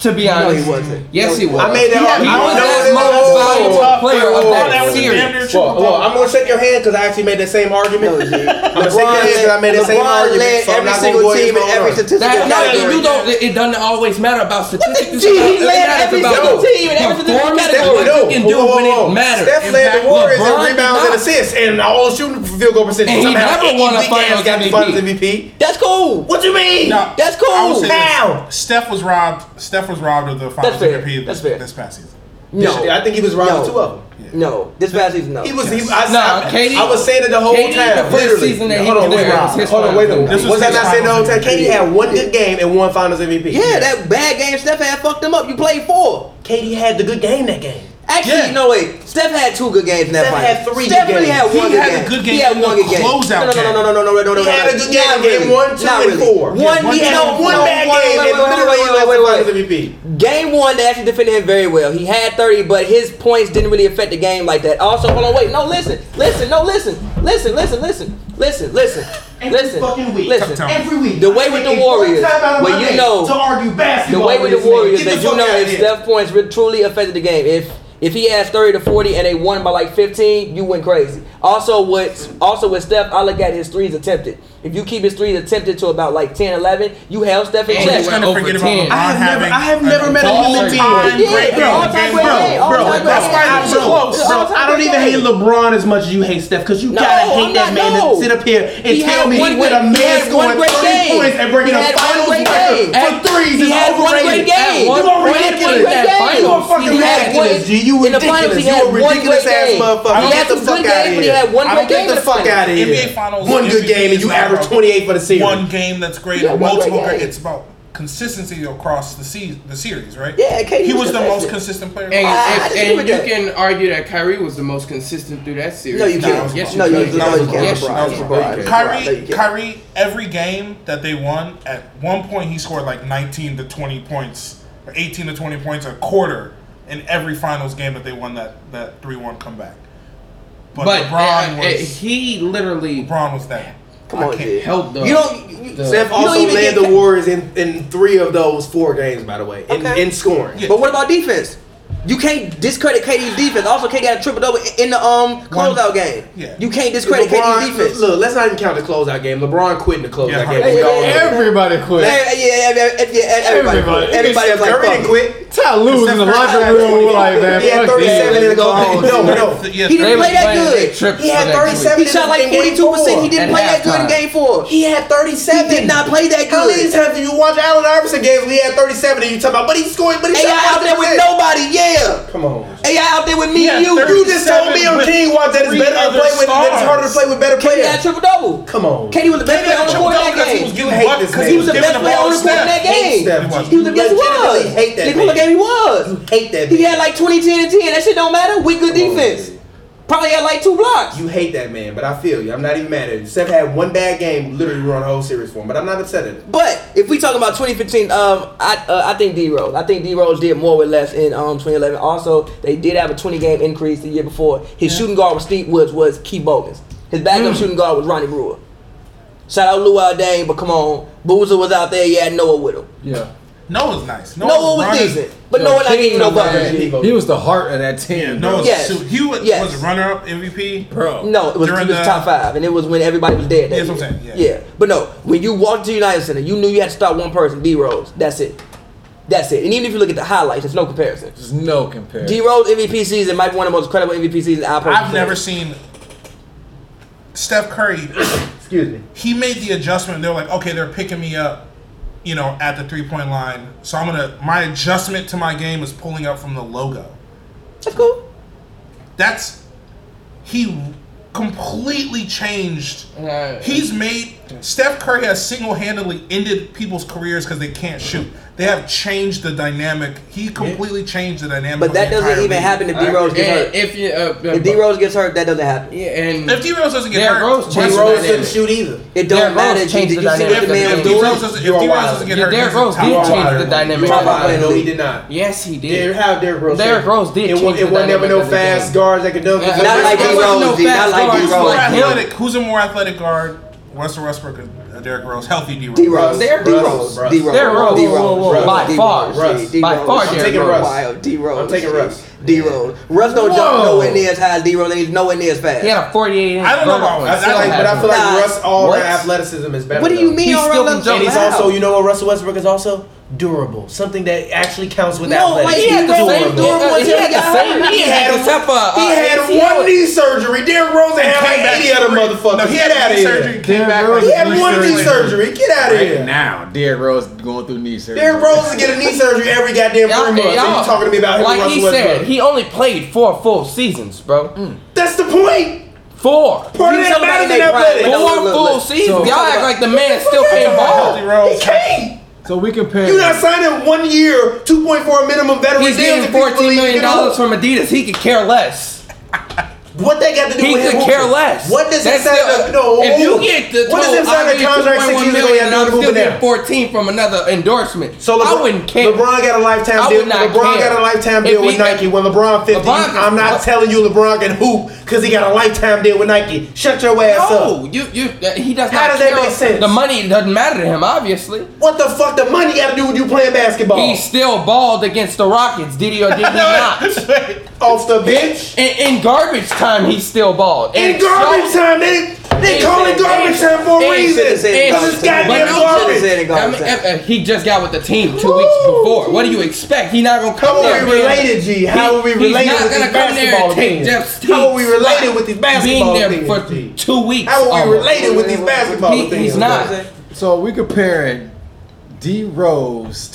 S4: to be
S2: he
S4: honest,
S2: wasn't.
S4: Yes, he was.
S1: I made that.
S4: He
S1: I don't know
S4: was that
S1: if it was-
S4: most valuable
S1: Whoa,
S4: player
S1: whoa,
S4: of
S1: whoa,
S4: that
S1: whoa.
S3: was a
S4: series.
S3: damn near triple
S1: Well, well,
S3: double.
S1: I'm gonna shake your hand because I actually made that same argument.
S2: No,
S1: I'm gonna shake
S2: G.
S1: your hand because I made that same
S2: LeBron
S1: argument.
S2: led
S1: So I'm
S2: every
S1: not gonna
S2: single
S1: go
S2: team in
S1: against
S2: every
S1: Mona.
S2: statistical
S1: not-
S4: That, no, you
S2: category.
S4: don't. It, it doesn't always matter about statistics.
S2: G?
S4: It's
S2: He
S4: about-
S2: led
S4: it matters
S2: every
S4: about
S2: single team in every statistical
S4: performance and
S2: category.
S4: What you can do
S1: Whoa, whoa,
S4: when
S1: whoa.
S4: it matters.
S1: Steph led the Warriors in
S4: LeBron did
S1: rebounds and
S4: not.
S1: assists and all shooting field goal percentage.
S4: And he
S1: Somehow
S4: never won a
S1: weak ass
S4: Finals
S1: got the
S4: MVP.
S1: Finals MVP.
S2: That's cool.
S1: What you mean?
S3: Now,
S2: That's cool.
S3: I would say this.
S1: How?
S3: Steph was robbed. Steph was robbed of the finals
S2: fair.
S3: MVP this,
S2: That's fair.
S3: this past season.
S2: No,
S1: I think he was robbing two of them.
S2: No, this past season, no.
S1: He was. He, I,
S4: Nah,
S1: I,
S4: KD
S1: I was saying it the whole
S4: KD
S1: time.
S4: the first
S1: literally.
S4: season that he
S1: hold on,
S4: was
S1: wait,
S4: there,
S1: a
S4: it was
S1: minute.
S4: his
S1: hold on, wait a
S4: finals
S1: minute. Was I
S3: MVP. This was
S1: not
S3: his
S1: saying the whole time?
S3: finals
S1: KD had one good game and one Finals MVP.
S2: yeah, that bad game Steph had fucked him up. You played four.
S1: KD had the good game that game.
S2: Actually,
S3: Yeah.
S2: no wait. Steph had two good games in that
S1: Steph
S2: final.
S1: had three
S2: Steph
S1: good
S2: really
S1: games.
S2: had one
S3: He
S2: good
S3: had a
S2: game.
S3: good game
S2: He had
S3: and
S2: one
S3: a
S2: good game.
S3: closeout
S2: no, no, no, no, no, no, no, no, no, no.
S1: He had a good
S2: Not
S1: game in game
S2: really.
S1: one, two,
S2: Not
S1: and
S2: really.
S1: four.
S2: One,
S1: He
S2: he
S1: had
S2: had
S1: one bad game
S2: Wait,
S1: that
S2: wait,
S1: literally
S2: wait,
S1: was
S2: wait, wait,
S1: the
S2: wait,
S1: Finals
S2: wait.
S1: MVP.
S2: Game one, they actually defended him very well. He had 30, but his points didn't really affect the game like that. Also, hold on, wait. No, listen. Listen, no, listen. Listen, listen, listen. Listen, listen. Listen.
S9: fucking week.
S2: Listen.
S3: Tell me.
S9: Every week.
S2: The way
S9: I
S2: with
S9: take
S2: the
S9: a full
S2: Warriors,
S9: time out of
S2: where
S9: my
S2: you
S9: day
S2: know-
S9: to argue
S2: The
S9: basketball.
S2: way with
S9: this
S2: the
S9: man.
S2: Warriors,
S9: Get the
S2: that you
S9: fuck
S2: know
S9: outta
S2: that
S9: here.
S2: Steph points re- truly affected the game. If if he has thirty to forty and they won by like fifteen, you went crazy. Also, with also with Steph, I look at his threes attempted. If you keep his threes attempted to about like 10, 11, you held Steph in
S3: Let's
S4: And he
S2: check.
S4: went-
S3: kinda
S4: over
S3: forget
S4: 10.
S3: about LeBron
S4: I
S1: have never-
S3: having
S1: I have never
S3: an
S1: met a human being.
S3: all-time
S2: Yeah,
S3: great
S2: an all-time great
S3: game. Bro,
S2: game. All-time
S3: bro,
S2: great
S3: that's
S2: game.
S3: why I'm so
S2: All-time
S1: close, bro.
S2: great
S1: I don't
S2: game.
S1: even hate LeBron as much as you hate Steph, cause you
S2: No,
S1: gotta hate
S2: I'm
S1: that
S2: not-
S1: man
S2: no.
S1: to sit up here and
S2: He
S1: tell
S2: had
S1: me
S2: one
S1: with a
S2: great- he
S1: man
S2: had
S1: scoring
S2: one great
S1: 30
S2: game.
S1: points and bringing
S2: He
S1: up
S2: had one
S1: finals
S2: great
S1: record
S2: game.
S1: for threes
S2: He
S1: is
S2: had one
S1: overrated.
S2: great game.
S1: You are
S2: One great
S1: ridiculous.
S2: game.
S1: You are fucking
S2: He had
S1: ridiculous,
S2: one-
S1: G. You
S2: in the
S1: ridiculous.
S2: finals, he
S1: You
S2: had
S1: a
S2: one
S1: ridiculous
S2: great
S1: ass
S2: game.
S1: motherfucker.
S2: He
S1: Get
S2: had
S1: the
S2: some
S1: fuck
S2: good
S1: out
S2: games,
S1: of
S2: but he
S1: here.
S2: had one
S1: I don't
S2: great
S1: get
S2: game
S1: the
S2: in the
S1: fuck
S2: finals.
S1: out of
S3: NBA
S1: here.
S3: Finals
S1: One good
S3: MVP
S1: game and you
S3: is
S1: average
S3: about
S1: 28 for the series.
S3: One game that's great,
S2: Yeah, one
S3: multiple
S2: great
S3: great.
S2: game.
S3: It's about consistency across the se- the series, right?
S2: Yeah, KD
S3: he
S2: was
S3: was the
S2: consistent.
S3: most consistent player.
S4: And,
S2: I- I
S4: if-
S2: disagree
S4: and
S2: with
S4: you
S2: that.
S4: can argue that Kyrie was the most consistent through that series.
S2: No, you
S3: Nah, that
S2: can't.
S3: was
S4: Yes,
S3: wrong.
S2: No, you
S4: you
S3: That
S2: no,
S3: was
S2: you
S3: wrong.
S2: can't.
S4: Yes,
S2: LeBron.
S4: that was wrong.
S2: LeBron. LeBron. No, you
S3: Kyrie,
S2: can't.
S3: Kyrie, every game that they won, at one point he scored like 19 to 20 points, or 18 to 20 points a quarter in every finals game that they won that that 3-1 comeback. But,
S4: But
S3: LeBron
S4: uh, uh,
S3: was
S4: he literally
S3: LeBron was that.
S2: Come
S3: Oh,
S2: on, G.
S4: held the.
S2: You don't. You,
S1: Steph
S2: you don't
S1: also
S2: even
S1: led
S2: get-
S1: the Warriors in, in three of those four games, by the way, in,
S2: Okay.
S1: in scoring.
S3: Yeah.
S2: But what about defense? You can't discredit KD's defense. Also, KD got a triple double in the um
S3: One-
S2: closeout game.
S3: Yeah.
S2: You can't discredit
S1: LeBron-
S2: KD's defense.
S1: Look, let's not even count the closeout game. LeBron quit in the closeout
S3: Yeah,
S1: game.
S3: hey,
S1: We all know that.
S5: Everybody quit.
S2: Every- yeah, every- every- yeah, everybody,
S5: Everybody.
S2: everybody, everybody was
S1: Curry
S2: like,
S1: didn't
S2: fuck.
S1: quit.
S5: Ty Lue was in the locker room. We're like, man,
S2: He had
S5: fuck
S2: 37
S5: this.
S2: and go home.
S3: Oh, No, no.
S2: He didn't
S4: They was
S2: play that
S4: playing their
S2: good.
S4: trips
S2: He
S4: for
S2: had
S4: next
S2: 37.
S4: week.
S2: He shot like 42%.
S4: four
S2: He didn't
S4: at
S2: play that good in
S4: halftime.
S2: game four. He He had 37. did not play that
S1: How many
S2: good.
S1: times do you watch Allen Iverson games when he had 37 and you talking about, but he's scoring, but he's
S2: AI out there with nobody, yeah.
S1: Come on.
S2: AI out there with me and you.
S1: You just told me on
S5: 37
S1: King Watch that it's
S5: with
S1: better
S5: three
S1: to play with, that it's
S5: other
S1: harder to play with better
S2: Katie had
S1: players.
S2: triple double.
S1: Come on.
S2: Katie was the best player on the court that game.
S1: You hate this man.
S2: He was the
S1: Give him
S2: best player
S1: ball
S2: on the
S1: to
S2: court in
S1: Steph.
S2: that
S1: Hate
S2: game.
S1: Steph,
S3: He
S1: G.
S2: He was the best. He
S1: Legitimately
S2: was.
S1: hate that
S2: Nigga, what
S1: man.
S2: game he was.
S1: You hate that man.
S2: He had like 20, 10, and 10. That shit don't matter. We good defense. Probably had like two blocks.
S1: You hate that man, but I feel you. I'm not even mad at you. Steph had one bad game, literally run a whole series for him, but I'm not upset at it.
S2: But if we talking about 2015, um, I uh, I think D Rose. I think D Rose did more with less in um 2011. Also, they did have a 20 game increase the year before. His shooting guard was Steve Woods was Key Bogans. His
S3: Mm.
S2: backup shooting guard was Ronnie Brewer. Shout out Luau Dane, but come on, Boozer was out there. Yeah, Noah with him.
S5: [LAUGHS] Yeah.
S3: Noah's nice.
S2: Noah, was
S3: running-
S2: decent, but
S5: Yo,
S2: Noah not
S5: King
S2: getting no
S5: was the
S2: buckets.
S5: man. He was the heart of that team.
S3: Yeah,
S5: bro.
S3: Noah's
S2: Yes.
S3: super. He was,
S2: Yes.
S3: was runner up MVP.
S5: bro.
S2: No, it was, it
S3: During
S2: was
S3: the-
S2: top five, and it was when everybody was dead. that
S3: Yes, I'm
S2: year.
S3: saying, yeah.
S2: but no, when you walked to United Center, you knew you had to start one person, D Rose. That's it. That's it. And even if you look at the highlights, it's no comparison.
S5: There's no comparison.
S2: D Rose MVP season might be one of the most credible MVP seasons I've personally
S3: I've never
S2: seen.
S3: seen Steph Curry.
S1: Excuse me.
S3: He made the adjustment. They're like, okay, they're picking me up, you know, at the three point line. So I'm gonna. My adjustment to my game is pulling up from the logo.
S2: That's cool.
S3: That's he completely changed. He's made Steph Curry has single handedly ended people's careers because they can't shoot. They have changed the dynamic. He completely changed the dynamic.
S2: But
S3: of
S2: that
S3: the
S2: doesn't
S3: entire
S2: even
S3: league.
S2: happen if D Rose
S4: And
S2: gets hurt. If,
S4: if you, uh,
S2: D Rose gets hurt, that doesn't happen.
S4: yeah, and
S3: If D Rose doesn't get
S4: Yeah,
S3: hurt,
S4: Rose
S3: Westbrook-
S4: changed
S1: Rose
S4: the
S1: couldn't
S4: dynamic.
S1: shoot either.
S2: It don't
S4: Derrick Rose
S2: matter. Did
S4: changed
S2: you,
S4: the
S2: see what
S4: dynamic
S2: the
S4: of the
S2: man
S4: game.
S2: was
S3: If
S2: doing?
S3: D Rose doesn't, if
S1: You are
S3: D Rose
S1: wild.
S3: doesn't get
S4: Yeah,
S3: hurt,
S4: Derrick
S3: he's in
S4: Rose
S3: top
S4: did
S3: five.
S4: change the dynamic.
S2: Top five in the
S1: No, he
S2: league.
S1: did not.
S4: Yes, he did. Uh,
S1: Derrick, how Derrick Rose?
S4: Derrick
S1: change?
S4: Rose did
S1: It, wa-
S4: change
S1: it
S4: the
S1: wasn't ever
S4: dynamic
S1: no
S4: of the
S1: fast
S4: game.
S1: guards that could dunk.
S4: Not
S2: Not like
S4: There
S2: D
S4: wasn't no
S2: Rose, D. Not
S4: fast
S2: like D
S4: guards.
S3: Who's more
S2: Rose.
S4: Like him.
S3: athletic? Who's a more athletic guard? Russell Westbrook or Derrick Rose? Healthy D Rose.
S2: D Rose. D
S4: Derrick
S2: Rose.
S1: Rose.
S2: D Rose.
S4: Derrick Rose.
S2: D
S4: Whoa, whoa,
S2: Rose.
S4: whoa. By
S2: D
S4: far.
S2: Russ.
S1: Russ.
S2: D
S4: By
S2: Rose.
S4: far,
S1: I'm
S4: Derrick
S1: taking
S4: Rose.
S1: Russ.
S2: Wild. D Rose.
S1: I'm taking Russ.
S2: D Rose. Russ don't jump
S5: Whoa.
S2: nowhere near as high as D Rose. and He's nowhere near as fast.
S4: He had a 48 inch.
S3: I don't know about- I- I
S1: I like, but I feel
S2: Nah.
S1: like Russ all
S4: What?
S1: around athleticism is better.
S2: What do you
S1: though.
S2: mean?
S4: He
S2: all
S4: still
S2: right,
S4: can
S2: let's
S4: jump.
S1: And he's
S2: allow?
S1: also, you know what Russell Westbrook is also? Durable. Something that actually counts with
S2: No, like,
S1: athleticism.
S2: he had the
S1: He's
S2: same
S1: durable.
S2: durable
S4: He had the same knee.
S1: He had
S4: except for uh,
S1: He had one knee surgery. Derrick Rose had like
S3: Came back
S1: 80 other
S3: three-
S1: motherfuckers.
S3: No, he had
S1: Get out of
S3: knee
S1: here.
S3: surgery. Came back.
S5: Rose
S3: like-
S1: He had one knee
S5: surgery.
S1: surgery. Get out of
S5: Right
S1: here.
S5: now, Derrick Rose going through knee surgery.
S1: Derrick Rose is getting knee surgery every goddamn
S4: Y'all,
S1: three months. And
S4: y'all-
S1: you talking to me about him
S4: like
S1: and
S4: he
S1: Russell
S4: said,
S1: Westbrook. Mm.
S4: he only played four full seasons, bro.
S1: That's the point.
S4: Four.
S1: Part of
S2: He's
S1: that
S2: talking about
S1: matters in
S2: Nate Bryant.
S1: athletics.
S2: Look,
S4: Four
S2: look, look.
S4: full seasons.
S5: So-
S4: Y'all act like the man still
S1: Fuck
S4: can't
S1: you
S4: ball.
S1: Oh,
S3: Healthy
S1: He
S3: Rose.
S1: can't.
S5: So we compare.
S1: You're not signing one year, 2.4 minimum veteran
S4: He's
S1: deals.
S4: getting
S1: if people
S4: fourteen
S1: believe you
S4: million
S1: can hoop.
S4: dollars from Adidas. He could care less.
S1: What that got to do
S4: He
S1: with him?
S4: could
S1: hooping?
S4: care less.
S1: What does
S4: That's
S1: him sign
S4: still-
S1: a no?
S4: If you get the
S1: what does him
S4: total, I'll
S1: sign a
S4: get
S1: contract six
S4: 2.1
S1: years ago?
S4: million,
S1: He had
S4: and I'll
S1: nothing
S4: still
S1: moving
S4: get
S1: there.
S4: fourteen from another endorsement.
S1: So LeBron,
S4: I wouldn't care.
S1: LeBron got a lifetime
S4: I
S1: deal.
S4: would not
S1: LeBron
S4: care.
S1: got a lifetime deal
S4: If
S1: with
S4: he-
S1: Nike. When LeBron fifty,
S4: LeBron
S1: you- I'm not
S4: can-
S1: telling you LeBron can hoop because he got a lifetime deal with Nike. Shut your ass
S4: No,
S1: up.
S4: you, you, he does
S1: How
S4: not
S1: does that
S4: care.
S1: make sense?
S4: The money doesn't matter to him, obviously.
S1: What the fuck? The money got to do with you playing basketball
S4: He still balled against the Rockets, did he or
S1: [LAUGHS]
S4: did he not?
S1: off the bench
S4: In, in garbage time, he still balled.
S1: in
S4: And
S1: garbage
S4: so-
S1: time. They they
S4: Hey,
S1: call it
S4: hey,
S1: garbage
S4: hey,
S1: time for a
S4: hey,
S1: reason.
S4: hey,
S1: This
S4: hey,
S1: is goddamn
S4: but no,
S1: garbage.
S2: said it
S4: I mean,
S2: garbage time.
S4: uh, uh, he just got with the team two weeks before. What do you expect? He not gonna come
S1: How
S4: there.
S1: are we
S4: being-
S1: related, G? How are we
S4: He's
S1: related
S4: not
S1: with
S4: gonna
S1: these
S4: come there and
S1: basketball
S4: take
S1: opinions?
S4: Jeff
S1: How are we
S4: Steve's
S1: related
S4: spot
S1: with these basketball
S4: Being there
S1: opinions,
S4: for
S1: G?
S4: two weeks.
S1: How are we
S4: almost.
S1: related with these basketball
S4: He-
S1: things?
S4: he's not.
S5: So we comparing D Rose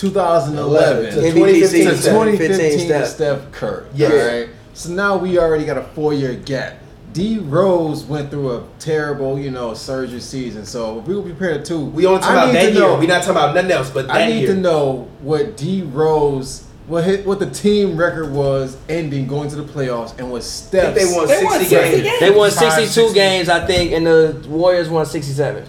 S5: 2011
S1: To
S5: to
S1: 2015
S2: MVP season,
S1: Steph.
S5: 2015
S2: 15
S5: to
S2: Steph.
S5: Steph Curry.
S1: Yes.
S5: All right. So now we already got a four year gap. D Rose went through a terrible, you know, surgery season. So if we will compare the two.
S1: We only talking
S5: I
S1: about
S5: need
S1: that
S5: to know-
S1: year. We not talking about nothing else but that
S5: I need
S1: year.
S5: to know what D Rose, what hit, what the team record was ending going to the playoffs, and what
S1: I think
S5: steps.
S1: they won
S4: They won
S1: 60
S4: 60
S1: games.
S4: games.
S2: They won
S3: 55,
S2: 62
S3: 60.
S2: games, I think, and the Warriors won 67.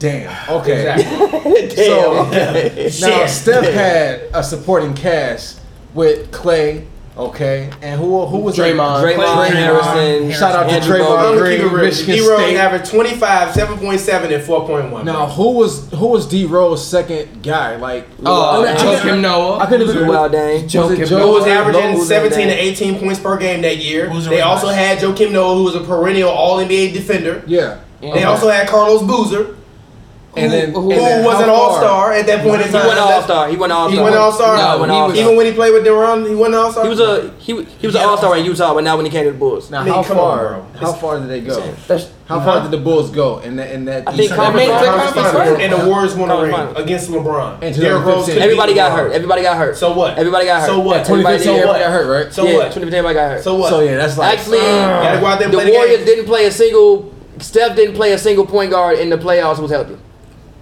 S5: Damn. Okay.
S1: Exactly. [LAUGHS]
S5: So
S2: [LAUGHS]
S5: now
S1: Shit.
S5: Steph had a supporting cast with Clay. Okay, and who who was that?
S4: Draymond.
S2: Draymond,
S5: Clay-
S2: Harrison,
S5: Shout out to
S2: Andrew
S5: Draymond
S2: Bogut.
S1: uh, I'm gonna keep it
S5: Green,
S1: real.
S5: Michigan
S1: D-Rose
S5: State.
S1: averaged 25, 7.7, and 4.1.
S5: Now who was who was D Rose's second guy? Like
S2: uh,
S4: Oh,
S5: I- I-
S4: Joakim Noah.
S5: I couldn't even
S2: Wild Dang.
S5: Was it
S4: Joakim
S5: Joe-
S1: Who was
S4: Noah.
S1: averaging
S2: Lowe's
S1: 17
S2: and
S1: to 18 points per game that year.
S3: Who's
S1: They
S3: really
S1: also
S3: nice.
S1: had Joakim Noah, who was a perennial All NBA defender.
S5: Yeah.
S1: They also had Carlos Boozer.
S5: and then
S1: who
S5: and then
S1: was
S5: how
S1: an
S5: far?
S1: all star at that point in
S2: He
S1: time.
S2: went all star. He went all star.
S1: He went all star.
S2: No, went
S5: he
S2: all
S5: was-
S2: star.
S1: Even when he played with Deron, he went all star.
S2: He was a he he was an all star in Utah, but not when he came to the Bulls.
S5: Now,
S1: Man,
S5: how
S1: come on,
S5: far?
S1: bro.
S5: how far did they go?
S2: That's
S5: How far did the Bulls go? And that, and that.
S2: I think
S5: Eastern
S2: conference
S5: Conference
S2: finals.
S5: Conference
S2: Conference
S1: and the Warriors won a
S2: Conference
S1: ring
S2: finals.
S1: against LeBron.
S5: And
S1: Derrick Rose
S5: 2015.
S1: could
S2: Everybody
S1: beat
S2: got
S1: LeBron.
S2: hurt. Everybody got hurt.
S1: So what?
S2: Everybody got hurt.
S1: So what?
S5: Yeah, 2015,
S1: So what?
S5: everybody got hurt, right?
S1: So
S2: yeah,
S1: what?
S2: 2015, everybody got hurt.
S1: So what?
S5: So yeah, that's like
S4: Uh,
S2: Actually,
S1: Gotta go out there and
S2: the
S1: play the
S2: Warriors
S1: game.
S2: didn't play a single. Steph didn't play a single point guard in the playoffs. who Was healthy.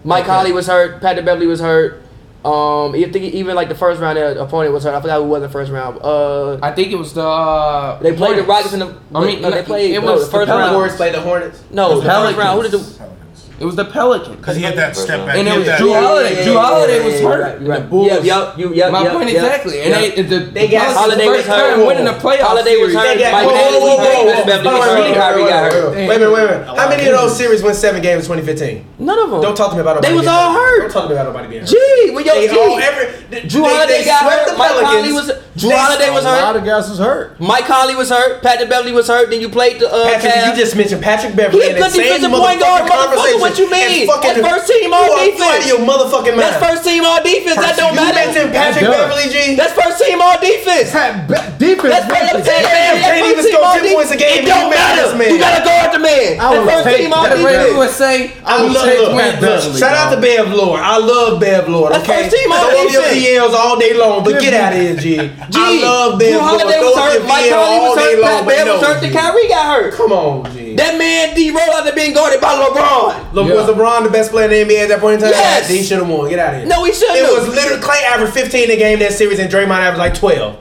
S2: Mike Conley was hurt. Patrick Beverly was hurt. Um, you think even like the first round their opponent was hurt. I forgot who was in the first round. Uh,
S4: I think it was the. Uh,
S2: they played the Rockets in the.
S4: I mean,
S2: no, they
S4: it-
S2: played.
S4: it
S2: no,
S4: was
S2: the first
S4: the
S1: The
S2: round.
S1: Warriors played the Hornets.
S2: No, the first
S4: Pelicans.
S2: round. Who did the?
S4: It was the Pelicans.
S3: Because he had that step back. he
S4: And it
S3: had
S4: was
S3: that-
S4: Drew Holiday. Drew Holiday was
S2: yeah,
S4: hurt.
S2: right,
S4: And
S2: right.
S4: the Bulls.
S2: Yep, yep, you- yep,
S4: My
S2: yep,
S4: point
S2: yep,
S4: exactly.
S2: yep.
S4: And they, the,
S1: They got-
S4: the
S2: Holiday was
S4: first time
S2: hurt.
S4: winning the playoffs.
S2: Holiday was hurt.
S4: series.
S1: They got-
S2: Mike
S1: whoa,
S2: Beverly
S1: whoa,
S2: was
S1: whoa, whoa,
S2: hurt.
S1: whoa.
S2: Beverly was
S1: Hold on,
S2: hurt.
S1: wait,
S2: Kyrie
S1: wait,
S2: got
S1: wait,
S2: hurt.
S1: Wait wait, wait, wait, wait. How many of those series won seven games in 2015?
S2: None of them.
S1: Don't talk to me about nobody.
S2: They was
S1: being
S2: all hurt.
S1: Don't talk to me about nobody being hurt.
S2: Gee, when yo,
S1: They
S2: gee.
S1: all every. they-
S2: Drew
S1: they-
S2: Holiday
S1: they
S2: got
S1: swept
S2: hurt.
S1: the
S2: Mike
S1: Pelicans.
S2: Conley was. Drew
S1: They-
S2: Holiday was
S5: a lot
S2: hurt.
S5: of guys was hurt.
S2: Mike Conley was hurt. Patrick Beverly was hurt. Then you played the uh,
S1: Patrick,
S2: Cavs.
S1: you just mentioned Patrick Beverly.
S2: He
S1: in
S2: a
S1: that
S2: good
S1: same
S2: defensive point
S1: motherfucking
S2: guard, motherfucker,
S1: conversation
S2: what you mean?
S1: and fucking-
S2: That's first team all
S1: You are
S2: defense.
S1: out of your motherfucking mind.
S2: That's first team all defense. That don't
S1: you
S2: matter.
S1: mentioned Patrick
S5: That does.
S1: Beverly, G.
S2: That's first team all defense.
S5: Pat, ba- defense.
S2: That's first team.
S1: Damn,
S2: that's
S1: can't
S2: first
S1: even
S2: team
S1: score
S2: all
S1: 10
S2: defense.
S1: points a game, but
S2: It
S1: you
S2: don't
S1: mad at this
S2: matter.
S1: man.
S2: You gotta guard the man.
S5: I would
S2: That's first
S5: take
S2: team all
S5: that
S4: Ray Lewis
S2: defense.
S4: would say,
S1: I
S5: would
S1: love
S5: take
S1: look,
S5: Pat
S1: look,
S5: Beverly,
S1: Shout out to
S5: dog.
S1: Bev Lord. I love Bev Lord.
S2: That's
S1: okay?
S2: first team all
S1: Throw up your
S2: defense.
S1: DLs all day long, but get out of here, G. I
S2: Gee,
S1: love
S2: Drew
S1: Bev Lord.
S2: Holiday
S1: Throw
S2: was
S1: up
S2: hurt.
S1: your
S2: Mike
S1: DL
S2: Conley
S1: all
S2: was
S1: day
S2: hurt.
S1: long,
S2: Pat
S1: but
S2: Beverly was
S1: no,
S2: hurt. Then
S1: G.
S2: Kyrie got hurt.
S1: Come on, G.
S2: That man D roll out there being guarded by LeBron.
S1: Look, was
S5: Yeah.
S1: LeBron the best player in the NBA at that point in time?
S2: Yes.
S1: He should have won. Get out of here.
S2: No, he shouldn't
S1: It
S2: have.
S1: was literally Clay averaged 15 a game that series, and Draymond averaged like 12. LeBron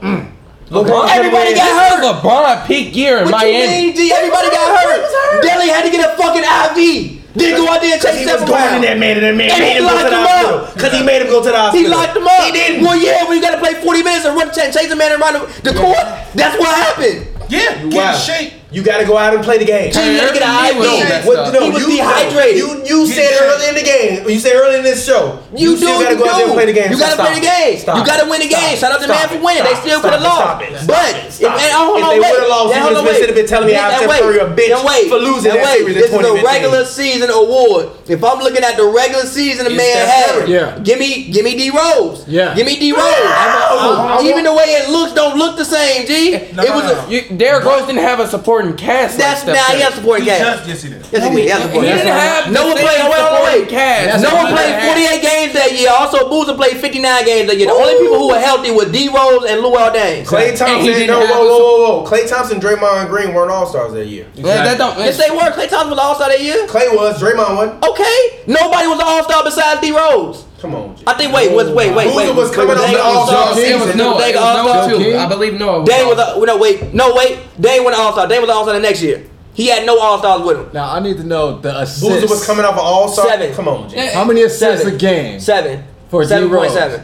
S2: Mm. Everybody got hurt.
S4: LeBron peak year in
S2: What you
S4: Miami.
S2: mean, G? Everybody got hurt. Delhi had to get a fucking IV. Then go out there and
S1: Because he
S2: take
S1: was
S2: seven
S1: going in
S2: rounds.
S1: that man, and that man
S2: And
S1: made
S2: he
S1: him go to
S2: locked
S1: the
S2: him up.
S1: hospital. Because he made him go to the
S2: He
S1: hospital.
S2: locked them up.
S1: He didn't.
S2: Well, yeah, when you got to play 40 minutes and run, chase the man around the, the court, that's what happened.
S3: Yeah,
S1: Wow.
S3: get in shape.
S1: You got to go out and play the game.
S2: G, he had to get an IV.
S4: was
S1: No,
S4: messed
S1: what,
S4: up.
S1: no,
S2: He was
S1: you,
S2: dehydrated.
S1: You, you
S3: Get
S1: said
S3: checked.
S1: earlier in the game. You said earlier in this show.
S2: You, do,
S1: still gotta
S2: you
S1: go out there and
S2: do.
S1: play the game.
S2: You
S1: So
S2: gotta play
S1: stop
S2: the
S1: it.
S2: game.
S1: Stop
S2: you
S1: it.
S2: gotta win the
S1: Stop
S2: game.
S1: it.
S2: Shout out to
S1: Stop
S2: man for
S1: it.
S2: winning. They
S1: Stop
S2: still
S1: it.
S2: could have
S1: Stop
S2: lost.
S1: it. Stop it.
S2: But
S1: Stop
S2: if,
S1: it.
S2: and, hold
S1: If
S2: on,
S1: they
S2: wait.
S1: would've lost,
S2: Then
S1: you
S2: hold
S1: would've
S2: on,
S1: been sitting
S2: wait.
S1: there telling me
S2: Then-
S1: Al
S2: then
S1: Capri
S2: wait.
S1: a bitch
S2: Then wait.
S1: for losing
S2: Then
S1: that
S2: wait.
S1: series in
S2: This is a
S1: 2015.
S2: regular season award. If I'm looking at the regular season, the man
S1: Steph
S2: had.
S1: Curry.
S5: Yeah.
S2: Give me, give me D Rose.
S5: Yeah.
S2: Give me D
S1: [LAUGHS]
S2: Rose. Even the way it looks, don't look the same. G. It
S3: No, no,
S2: was.
S3: no.
S2: a-
S4: You, Derrick Rose didn't have a supporting cast.
S2: That's
S4: like
S2: now he has supporting
S3: He
S2: cast.
S3: just, yes, he did.
S2: Yes, he did. He has
S4: He
S2: supporting
S4: didn't
S2: cast.
S4: have
S2: No one
S4: the
S2: played.
S4: same
S2: Wait, hold on,
S4: supporting
S2: wait.
S4: cast.
S2: No
S5: That's
S2: one
S5: what
S2: played
S5: I
S2: 48 games that year. Also, Boozer played 59 games that year. The only people who were healthy were D Rose and Lou Dang.
S1: Clay
S4: And he
S1: Thompson,
S4: didn't
S1: no, whoa,
S4: have a-
S1: whoa, whoa, whoa. Clay Thompson, Draymond Green weren't all stars that year.
S4: Yeah, that don't.
S2: Yes, they were. Clay Thompson was All Star that year.
S1: Clay was, Draymond wasn't.
S2: Okay, nobody was All Star besides D Rose.
S1: Come on, G.
S2: I think. Wait, was wait, wait, wait.
S1: Boozer was coming off
S2: Dang
S1: the All Star
S4: It
S1: season.
S4: was no.
S2: They
S4: It
S2: got
S4: was
S2: all-star.
S4: no two.
S5: King.
S4: I believe no.
S2: Dane was a, no wait no wait. Dane went All Star. Dane was All Star the next year. He had no All Stars with him.
S5: Now I need to know the assists.
S1: Boozer was coming off an All Star.
S2: Seven.
S1: Come on, G.
S5: How many assists
S2: Seven.
S5: a game?
S2: Seven
S5: For D
S2: seven point
S5: Rose.
S2: seven.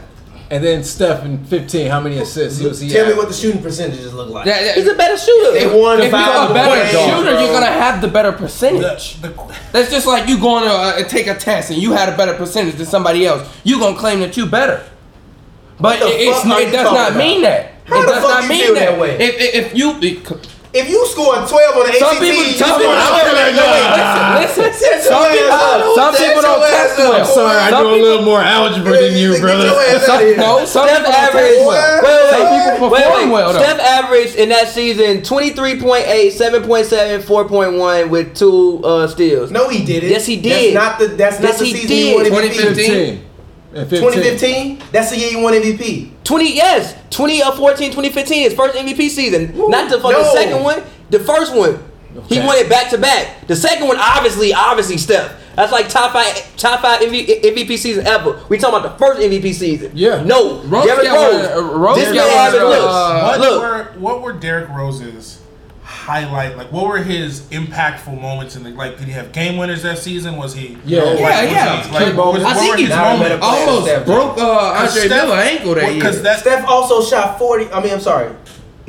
S5: And then Steph in 15. How many assists? He was he
S1: Tell me
S5: at?
S1: what the shooting percentages look like.
S4: That- that-
S2: He's a better shooter.
S1: They won
S4: If
S1: five
S4: you're a better
S1: games,
S4: shooter,
S1: bro.
S4: you're gonna have the better percentage.
S3: The, the,
S4: That's just like you going to uh, take a test and you had a better percentage than somebody else. You gonna claim that you better,
S1: What
S4: but
S1: the
S4: it, it's
S1: fuck are
S4: not,
S1: you
S4: it does
S1: talking
S4: not
S1: about?
S4: mean that.
S1: How
S4: it
S1: the
S4: does
S1: fuck
S4: not
S1: you
S4: mean
S1: feel that way?
S4: If, if, if you it-
S1: If you scored 12 on the ACT,
S4: some people,
S1: you
S4: some
S1: scored
S4: people,
S1: 12 on the
S4: listen, listen.
S1: Sit your
S4: Some
S1: ass
S4: people,
S1: up.
S4: some
S1: Sit
S4: people
S1: your
S4: don't
S1: ass
S4: test
S1: up,
S4: well.
S1: boy.
S4: Some
S5: I do a
S4: people-
S5: little more algebra than you,
S1: Get
S5: brother.
S1: your ass out of here.
S4: No, some
S2: Steph
S4: people don't
S2: average.
S4: test
S2: Wait,
S4: well.
S2: wait,
S4: Some
S2: wait.
S4: people
S2: Wait,
S4: perform
S2: wait.
S4: well though.
S2: Steph averaged in that season 23.8, 7.7, 4.1 with two uh, steals.
S1: No, he didn't.
S2: Yes, he did.
S1: That's not the. That's not
S2: Yes,
S1: the
S2: he
S1: season
S2: did.
S1: he won MVP.
S5: 15. And 15.
S1: 2015. That's the year he won MVP.
S2: 20, yes. 20 of 14, 2015, his first MVP season. Not the fucking
S1: no.
S2: second one, the first one. He
S5: Okay.
S2: won it back to back. The second one, obviously, obviously, Steph. That's like top five, top five MV- MVP season ever. We talking about the first MVP season.
S5: Yeah.
S2: No,
S4: Rose
S2: Derrick
S4: got one-
S2: Rose.
S4: uh, Rose
S2: this
S4: got
S2: man
S4: one,
S2: average
S4: uh,
S2: looks.
S3: What
S2: Look,
S3: were what were Derrick Rose's highlight? Like, what were his impactful moments? In the, like, did he have game winners that season? Was he?
S5: Yeah.
S3: like,
S4: Yeah,
S3: was
S4: yeah.
S3: he- like, was-
S4: I
S3: what were
S4: think he's
S3: his
S1: Now I better
S4: almost,
S3: moments?
S1: play Steph.
S4: almost broke uh, Oh, Andre Miller ankle that year.
S3: Because that's
S1: Steph also shot 40. I mean, I'm sorry.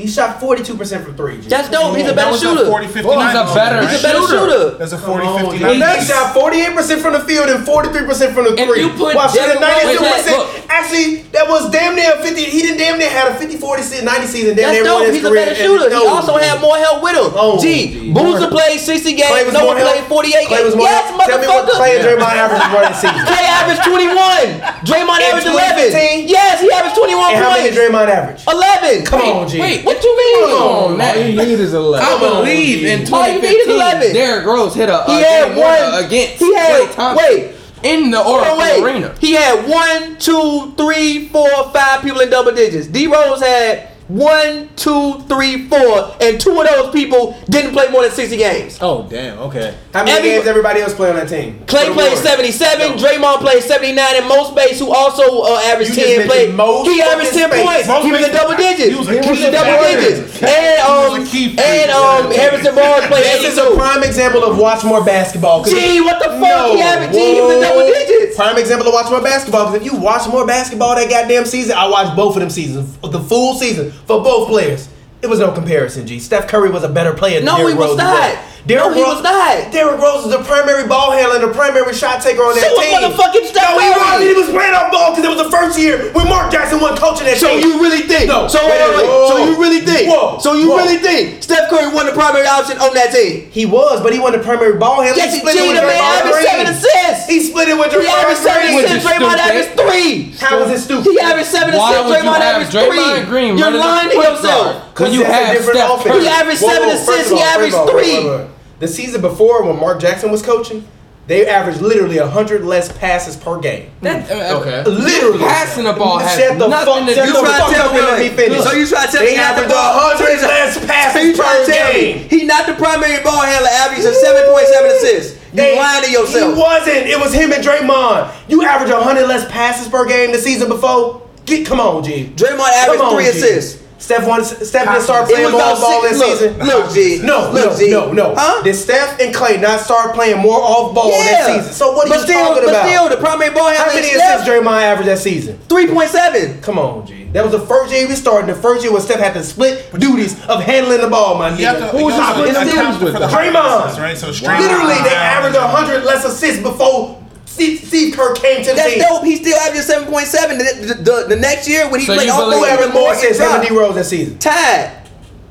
S1: He shot 42 percent from three. G.
S2: that's dope. He's a better
S3: that was
S2: shooter.
S3: Forty fifty nine.
S4: He's a better
S2: He's a better
S4: shooter.
S2: shooter. look.
S3: That's a 40, 50,
S1: He
S3: 90.
S1: he shot 48% from the field and 43% from the
S4: If
S1: three.
S4: you put
S1: while shooting
S4: Devin Williams- Look,
S1: 92%. Actually, that was damn near 50. He didn't damn near had a 50 40 se- 90 season. Damn
S2: That's
S1: near won
S2: dope.
S1: his
S2: He's a
S1: career
S2: better
S1: and
S2: shooter. He
S1: no-
S2: also had more help with him.
S1: Oh,
S2: Gee,
S1: gee.
S2: Boozer played 60
S1: Clay was
S2: games. No
S1: more
S2: one
S1: help.
S2: played 48
S1: Clay
S2: games.
S1: was more
S2: Yes,
S1: help. Tell me what Clay and
S2: motherfucker.
S1: Draymond averaged running season.
S2: Clay averaged 21. Draymond averaged 11.
S1: 2015?
S2: Yes, he averaged 21
S1: And how many
S2: points.
S1: did Draymond average?
S2: Oh, 11.
S1: Come on, G.
S4: Wait,
S2: What you mean?
S4: Come on,
S5: All you
S4: man.
S5: need is a
S4: I
S5: left.
S4: believe in
S2: All you need is 11.
S4: 2015, Derrick Rose hit a, a
S2: He
S4: game
S2: had
S4: winner
S2: one.
S4: against
S2: He had-
S4: Klay Thompson
S2: wait.
S4: in the
S2: Oh,
S4: Oracle
S2: wait.
S4: Arena.
S2: He had one, two, three, four, five people in double digits. D Rose had one, two, three, four, and two of those people didn't play more than 60 games.
S5: Oh damn. Okay.
S1: How many
S2: Every-
S1: games everybody else play on that team? For
S2: Clay
S1: the
S2: played
S1: Warriors.
S2: 77, Draymond played 79, and most base who also uh, averaged
S1: You just
S2: 10
S1: mentioned
S2: played.
S1: Mo
S2: He averaged 10
S1: fucking Space.
S2: points.
S3: Mo
S2: he was in
S3: Space-
S2: double digits.
S3: He was a key
S2: in double
S3: player.
S2: digits. And um,
S3: a key player.
S2: and um, Harrison Barnes played
S1: This is a
S2: 82.
S1: prime example of watch more basketball. 'cause
S2: Gee, what the fuck?
S1: No,
S2: he averaged. Gee, he was
S1: whoa.
S2: in double digits.
S1: Prime example of watch more basketball because if you watch more basketball that goddamn season, I watched both of them seasons, f- the full season for both players. It was no comparison, G. Steph Curry was a better player than
S2: No,
S1: Derrick
S2: he was
S1: Rose
S2: not.
S1: Derrick
S2: No, he
S1: Rose,
S2: was not.
S1: Derrick Rose is the primary ball handler, the primary shot taker on
S2: So
S1: that
S2: what
S1: team.
S2: motherfucking Steph
S1: no, he
S2: Curry?
S1: wasn't. He was playing off ball because it was the first year when Mark Jackson wasn't coaching that
S2: So
S1: team.
S2: you really think?
S1: No.
S2: So wait, wait, wait.
S1: Whoa.
S2: So you really think?
S1: Whoa.
S2: So you
S1: Whoa.
S2: really think Steph Curry won the primary option on that team?
S1: He was, but he wasn't the primary ball handler.
S2: Yes,
S1: he
S2: he
S1: split it
S2: cheated.
S1: with
S2: Man,
S1: Draymond
S2: averaged seven
S1: Green.
S2: assists.
S1: He split it with
S2: He
S1: Draymond
S2: averaged seven
S1: Green.
S2: assists. Draymond averaged three.
S1: How was it stupid?
S2: He averaged seven
S4: Why
S2: assists.
S4: would you
S2: Draymond
S4: have
S2: averaged
S4: Draymond
S2: three.
S4: Green
S2: You're
S4: running as a
S2: lying to
S4: point
S2: yourself.
S4: guard when you
S1: that's a
S4: have
S1: different
S4: Steph
S1: offense.
S4: Curry?
S2: He averaged seven assists,
S1: first of
S2: he
S1: all,
S2: averaged
S1: first of all,
S2: three.
S1: wait, wait, wait. The season before, when Mark Jackson was coaching, they averaged literally hundred less passes per game.
S4: That,
S2: uh,
S4: okay.
S1: Literally,
S4: Passing the ball has
S1: Shut the
S4: nothing
S1: fuck,
S4: to
S1: shut
S4: do
S1: the
S4: with
S2: trying
S1: fuck
S2: to
S1: up
S2: tell me
S1: and let
S2: what?
S1: me finish.
S2: So you trying to tell
S1: they
S2: me not the
S1: averaged
S2: ball-
S1: hundred
S2: so you-
S1: less
S2: So you
S1: passes
S2: trying
S1: per
S2: to tell me
S1: game.
S2: he not the primary ball handler, averaging seven point seven assists? You
S1: They-
S2: lying to yourself.
S1: He wasn't. It was him and Draymond. You average hundred less passes per game the season before. Get come on, G.
S2: Draymond averaged
S1: Come on,
S2: three
S1: G.
S2: assists.
S1: Steph won. Steph didn't start
S2: It
S1: playing
S2: was
S1: more
S2: about
S1: ball
S2: six.
S1: this season.
S2: Look, look, G.
S1: No,
S2: Look,
S1: no,
S2: G.
S1: no, no.
S2: Huh?
S1: Did Steph and Clay not start playing more off ball that season? So what are
S2: but
S1: you
S2: still,
S1: talking
S2: but
S1: about?
S2: still, the primary ball
S1: How
S2: handler
S1: many
S2: is
S1: assists
S2: Steph.
S1: Draymond averaged that season?
S2: Three point seven.
S1: Come on, G. That was the first year we started. The first year when Steph had to split duties of handling the ball, my
S3: You have to,
S1: nigga.
S3: you
S1: Who was
S3: have to
S1: the split?
S3: account
S5: with
S3: for the
S5: that?
S1: Draymond.
S3: assists, right? So straight
S1: Literally, they
S3: down.
S1: averaged hundred less assists before Steve, Steve Kerr came to the
S2: That's
S1: team.
S2: dope. He still averaged seven point seven. The, the, the, the next year when he
S4: So
S2: played
S4: you
S2: all
S4: believe-
S1: Who
S2: four,
S1: averaged
S2: averaged
S1: more
S2: more
S1: assists than D
S2: six.
S1: Rose that season?
S2: Tied.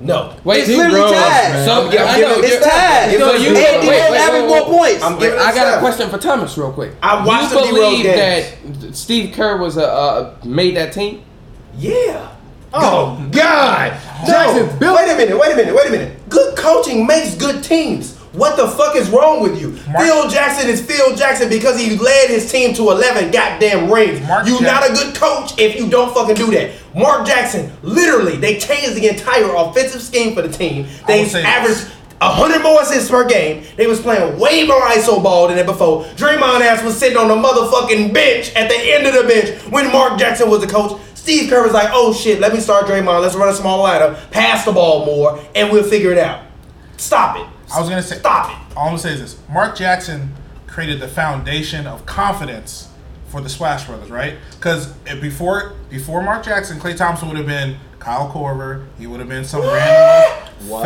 S1: No.
S4: Wait,
S2: It's literally
S4: Rose,
S2: tied.
S4: man. So,
S1: I'm
S4: I know,
S1: giving-
S4: you're-
S2: It's tied.
S4: So
S1: I'm
S4: you
S1: giving-
S4: wait,
S2: And D
S4: wait,
S2: Rose
S4: wait,
S2: averaged
S4: wait,
S2: more
S4: wait.
S2: points.
S1: I'm
S4: Wait,
S1: giving
S4: I
S1: it
S4: got a
S1: seven.
S4: question for Thomas real quick.
S1: I watched
S4: you
S1: the D-Rose
S4: believe that Steve Kerr was a uh, made that team?
S1: Yeah. Oh God.
S5: Jackson
S1: No.
S5: built-
S1: Wait a minute. Wait a minute. Wait a minute. Good coaching makes good teams. What the fuck is wrong with you?
S3: Mark-
S1: Phil Jackson is Phil Jackson because he led his team to 11 goddamn rings.
S3: Mark
S1: you not
S3: Jackson-
S1: a good coach if you don't fucking do that. Mark Jackson, literally, they changed the entire offensive scheme for the team. They
S3: will say this.
S1: averaged 100 more assists per game. They was playing way more ISO ball than ever before. Draymond ass was sitting on the motherfucking bench at the end of the bench when Mark Jackson was the coach. Steve Kerr was like, oh shit, let me start Draymond. Let's run a small lineup, pass the ball more, and we'll figure it out. Stop it.
S3: I was gonna say
S1: Stop it.
S3: All I'm gonna say is this: Mark Jackson created the foundation of confidence for the Splash Brothers, right? Because before before Mark Jackson, Clay Thompson would have been Kyle Korver. He would have been some random.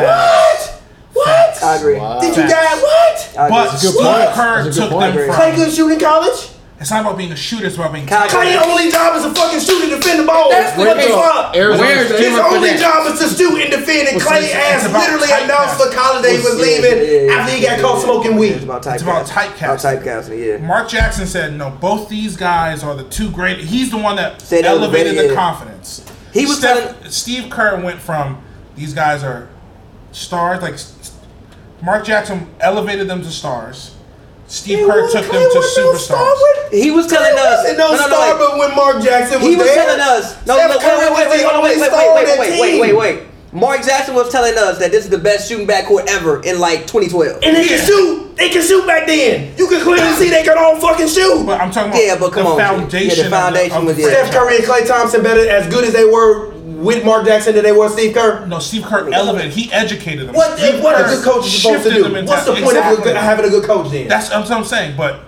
S1: What? What?
S2: I agree.
S1: Did you guys what?
S2: I
S3: But
S2: agree.
S3: Steve
S1: point.
S3: Kerr
S5: That's a good
S3: took
S5: point.
S3: them
S1: Clay
S3: from.
S1: couldn't shoot in college?
S3: It's not about being a shooter; it's about being.
S2: Kyle-
S1: Clay's only job is to fucking shoot and defend the ball.
S4: That's
S1: what the
S4: the-
S1: fuck?
S4: Arizona
S5: Where's
S4: State
S1: His
S4: up for
S1: only
S4: that?
S1: job is to shoot and defend, and Clay
S3: it's-
S1: ass
S3: it's about
S1: literally
S3: typecast.
S1: announced for college that he was leaving after he got caught smoking
S2: It's
S1: weed.
S2: about
S3: It's about
S2: typecasting.
S3: typecasting.
S2: About typecasting, yeah.
S3: Mark Jackson said, "No, both these guys are the two great. He's the one that
S2: Said
S3: elevated
S2: elevated.
S3: the confidence.
S2: He was
S3: Steph, Steve Kerr went from these guys are stars. Like s- s- Mark Jackson elevated them to stars. Steve
S1: He
S3: Kerr
S1: wasn't-
S3: took them
S1: Clay
S3: to
S1: wasn't no star
S3: superstars.
S1: with-
S2: He was telling
S1: Clay
S2: us.
S1: wasn't no, star,
S2: like-
S1: but when Mark Jackson was
S2: He was
S1: there,
S2: telling us. No,
S1: Steph
S2: no, wait,
S1: Curry
S2: wait,
S1: was
S2: wait, wait,
S1: the
S2: hold on,
S1: only
S2: wait, wait,
S1: star on
S2: wait, wait,
S1: that
S2: wait, wait, wait,
S1: team.
S2: wait. Mark Jackson was telling us that this is the best shooting backcourt ever in like 2012.
S1: And they can shoot. They can shoot back then. You can clearly see they can all fucking shoot.
S3: But I'm talking about
S2: Yeah, but come
S3: the
S2: on, G. Yeah, the
S3: foundation. of
S2: foundation
S3: of
S2: was- yeah.
S1: Steph Curry and Clay Thompson better as good as they were with Mark Jackson than they were Steve Kerr.
S3: No, Steve Kerr elevated. He educated them.
S1: What,
S3: Steve
S1: what
S3: Kerr
S1: a good coach is supposed to
S3: shifted
S1: do?
S3: them into-
S1: What's the point of a
S3: Exactly.
S1: good, having a good coach then?
S3: That's that's what I'm saying. But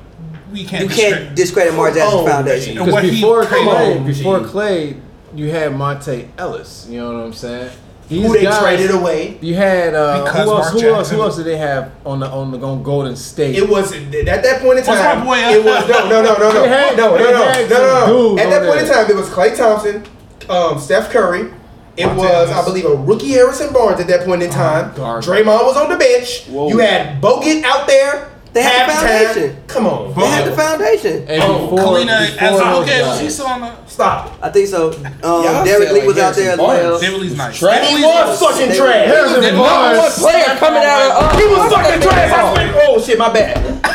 S3: we can't.
S2: You can't discredit Mark Jackson's
S1: Oh,
S2: foundation.
S3: what
S5: Because
S3: he
S5: before
S3: created.
S5: Clay,
S1: on,
S5: before
S1: G.
S5: Clay, you had Monte Ellis. You know what I'm saying? These
S1: who they
S5: guys-
S1: traded away.
S5: You had uh,
S3: Because
S5: who else?
S3: Mark
S5: Who else?
S3: Jackson-
S5: Who else did they have on the on the on Golden State?
S1: It wasn't at that point in
S3: What's
S1: time.
S3: up, boy?
S1: It was no, no, no, no, no,
S5: They had-
S1: no, no,
S5: they
S1: no,
S5: had
S1: no,
S5: some
S1: no, no.
S5: dudes
S1: At that
S5: on
S1: point in
S5: there.
S1: time, it was Clay Thompson, um, Steph Curry. It
S3: Monte
S1: was, I
S3: Ellis.
S1: believe, a rookie Harrison Barnes at that point
S3: Oh,
S1: in time.
S5: garbage.
S1: Draymond was on the bench. You had Bogut out there.
S2: They had the
S1: Halftime.
S2: foundation.
S1: Come on,
S2: They had the foundation.
S5: and
S3: Oh, Kalina as
S5: those
S3: okay,
S5: guys.
S3: she's still on the.
S1: stop.
S2: I think so. Um, Derek
S4: sound
S2: Lee
S4: like
S2: was out there as
S4: Harrison
S2: well.
S4: Barnes.
S3: Dibley's nice.
S4: Trash.
S1: He was fucking
S2: They-
S1: trash.
S4: The number one player coming out of. uh,
S1: He was fucking trash. I swear- Oh shit, my bad. [LAUGHS]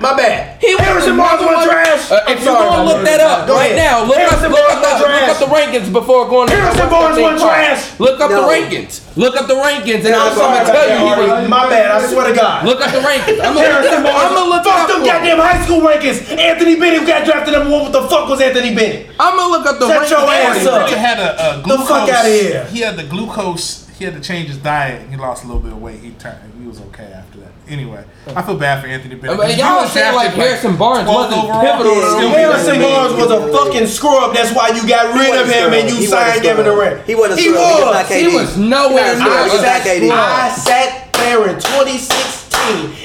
S1: My bad.
S4: He was
S1: Harrison Barnes was trash.
S4: Uh,
S1: I'm
S4: if you're
S1: sorry,
S4: gonna
S1: my
S4: look
S1: bad.
S4: that up
S1: Go
S4: right
S1: ahead.
S4: now, look up,
S1: Harrison
S4: look,
S1: Barnes was
S4: up the, look up
S1: trash.
S4: the rankings before going. to-
S1: Harrison Barnes was trash.
S4: Look up
S2: No.
S4: the rankings. Look up the rankings, and
S1: I'm
S4: I'm
S1: sorry about
S4: gonna tell
S1: that,
S4: you he
S1: Ari.
S4: was.
S1: My bad. I swear to God.
S4: Look up the rankings. I'm
S1: Harrison Barnes.
S4: gonna look
S1: fuck
S4: up.
S1: them goddamn high school rankings. Anthony Bennett got drafted number one. What the fuck was Anthony Bennett?
S4: I'm gonna look up the
S1: Shut your
S4: rankings.
S1: ass up.
S3: He had a, a
S1: The
S3: glucose.
S1: fuck outta here.
S3: He had the glucose. He had to change his diet. He lost a little bit of weight. He turned. He was okay after that. Anyway, I feel bad for Anthony Bennett.
S4: But
S3: He
S4: y'all
S3: was
S4: saying like
S3: drafted,
S4: Harrison Barnes
S3: 12
S4: wasn't
S3: overall.
S4: pivotal.
S2: Yeah,
S4: to
S2: yeah,
S4: them.
S1: Harrison Barnes was a fucking screw up. That's why you got rid of him and you
S2: He wasn't
S1: signed
S2: scrub.
S1: Kevin Durant.
S2: He wasn't
S1: He
S2: scrub. He just
S1: was.
S2: not
S4: He
S2: KD.
S4: was nowhere
S2: He was
S4: near.
S2: not
S4: a
S2: back
S4: scrub.
S2: 80.
S1: I sat there in 2016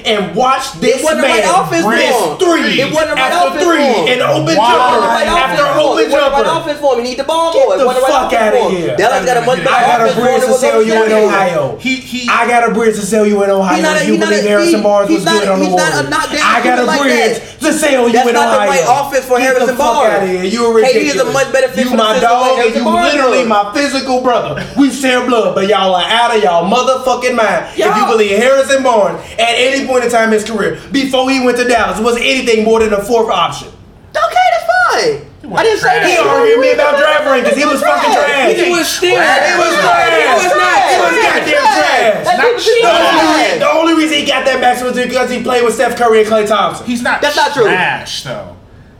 S1: and watched this
S2: It wasn't the
S1: man
S2: right offense for
S1: miss
S2: him.
S1: three
S2: It wasn't the right
S1: after
S2: offense
S1: three
S2: for him.
S1: and open
S3: Why?
S1: jumper
S2: Right
S1: after
S2: offense for
S1: open
S2: him. It wasn't right
S1: jumper.
S2: offense for him. He need the ball
S1: Get the
S2: more. It wasn't right
S1: fuck
S2: offense
S1: outta
S2: for him.
S1: here.
S2: Dallas got a much better
S1: I got
S2: offense
S1: a
S2: for him
S1: bridge
S2: than
S1: to
S2: what
S1: sell you in
S2: Dallas had.
S1: Ohio.
S3: He he.
S1: I got a bridge to sell you in Ohio.
S2: He's not a-
S1: if you
S2: he's not
S1: believe
S2: a-
S1: Harrison
S2: he-
S1: Barnes
S2: he's
S1: was
S2: not
S1: good
S2: a-
S1: on the
S2: he's not a
S1: Warriors. I
S2: knockdown
S1: got a
S2: shooter like
S1: bridge
S2: that.
S1: to sell you
S2: That's
S1: in
S2: not the
S1: Ohio.
S2: right offense for
S1: Get
S2: Harrison
S1: the fuck
S2: Barnes.
S1: outta here. You're
S2: KD is
S1: ridiculous.
S2: a much better fit
S1: You
S2: for
S1: my
S2: the system
S1: dog,
S2: than
S1: and you
S2: Harrison Barnes
S1: literally
S2: was.
S1: my physical brother. We share blood, but y'all are out of y'all motherfucking mind. If you
S4: Y'all-
S1: believe Harrison Barnes at any point in time in his career, before he went to Dallas, was anything more than a fourth option.
S2: Okay, that's fine. I didn't say that.
S1: He argued me about draft rankings. He was fucking trash.
S4: He was still.
S1: He was trash.
S4: He was not.
S1: He was goddamn trash.
S2: Not
S1: The only, reason, the only reason he got that match was because he played with Steph Curry and Clay Thompson.
S3: He's not.
S2: That's not true.
S3: Trash though.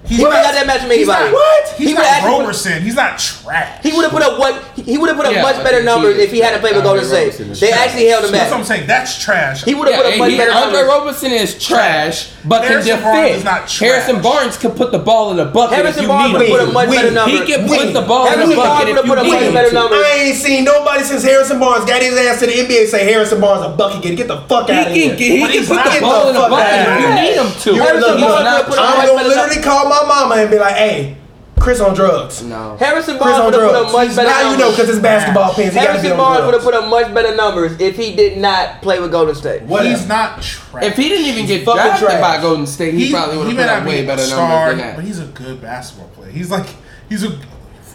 S3: He's
S2: He would have
S3: not-
S2: got that match from
S3: he's
S2: anybody.
S3: not- What?
S2: He
S3: He's
S2: would've
S3: not
S2: actually-
S3: Roberson. He's not trash.
S2: He would have put up what he would have put up
S4: Yeah,
S2: much
S4: but
S2: better
S4: he
S2: numbers
S4: is-
S2: if he had to play with
S4: Andre
S2: Golden State.
S4: Roberson is
S2: They
S4: trash.
S2: actually held him
S3: That's what I'm
S2: back.
S3: saying. That's trash.
S2: He would have put up
S4: and
S2: much
S4: he-
S2: better
S4: Andre
S2: numbers.
S4: Roberson is trash, but
S3: Harrison
S4: can
S3: Barnes
S4: defend.
S3: is not trash.
S4: Harrison Barnes could put the ball in the bucket
S2: Harrison
S4: if you
S2: Barnes
S4: need
S2: would've
S4: him.
S2: put a much better
S4: He
S2: number.
S4: can put the ball in the
S2: Harrison Barnes
S4: bucket
S2: would've
S4: if
S2: put a much
S4: you need
S2: better
S4: him. to.
S2: number.
S1: I ain't seen nobody since Harrison Barnes got his ass to the NBA say Harrison Barnes a bucket getter. Get the fuck out of
S4: He
S1: here.
S4: can, he
S3: But
S4: can
S3: he's
S4: put
S3: not
S4: the
S3: the
S4: ball in the
S1: fuck
S4: bucket if you
S1: out.
S4: need him
S1: You're
S4: to. He's
S2: Harrison Barnes
S4: not
S2: would've put a
S4: trash.
S1: I'm
S2: much
S1: gonna
S2: better
S1: literally call my mama and be like, hey, Chris on drugs.
S9: No.
S2: Harrison
S1: Chris
S2: Barnes
S1: on
S2: would have put up
S1: drugs.
S2: much better
S1: Now you know
S2: numbers.
S1: because it's basketball pins. He gotta be
S2: Harrison Barnes
S1: on
S2: would have
S1: drugs.
S2: put up much better numbers if he did not play with Golden State.
S3: But he's not trash.
S4: If he didn't even get
S1: fucking
S4: drafted
S1: trash.
S4: by Golden State, he, probably would have
S3: may
S4: put
S3: not
S4: up
S3: be
S4: way
S3: a
S4: better
S3: star,
S4: numbers than
S3: But
S4: that.
S3: he's a good basketball player. He's like he's a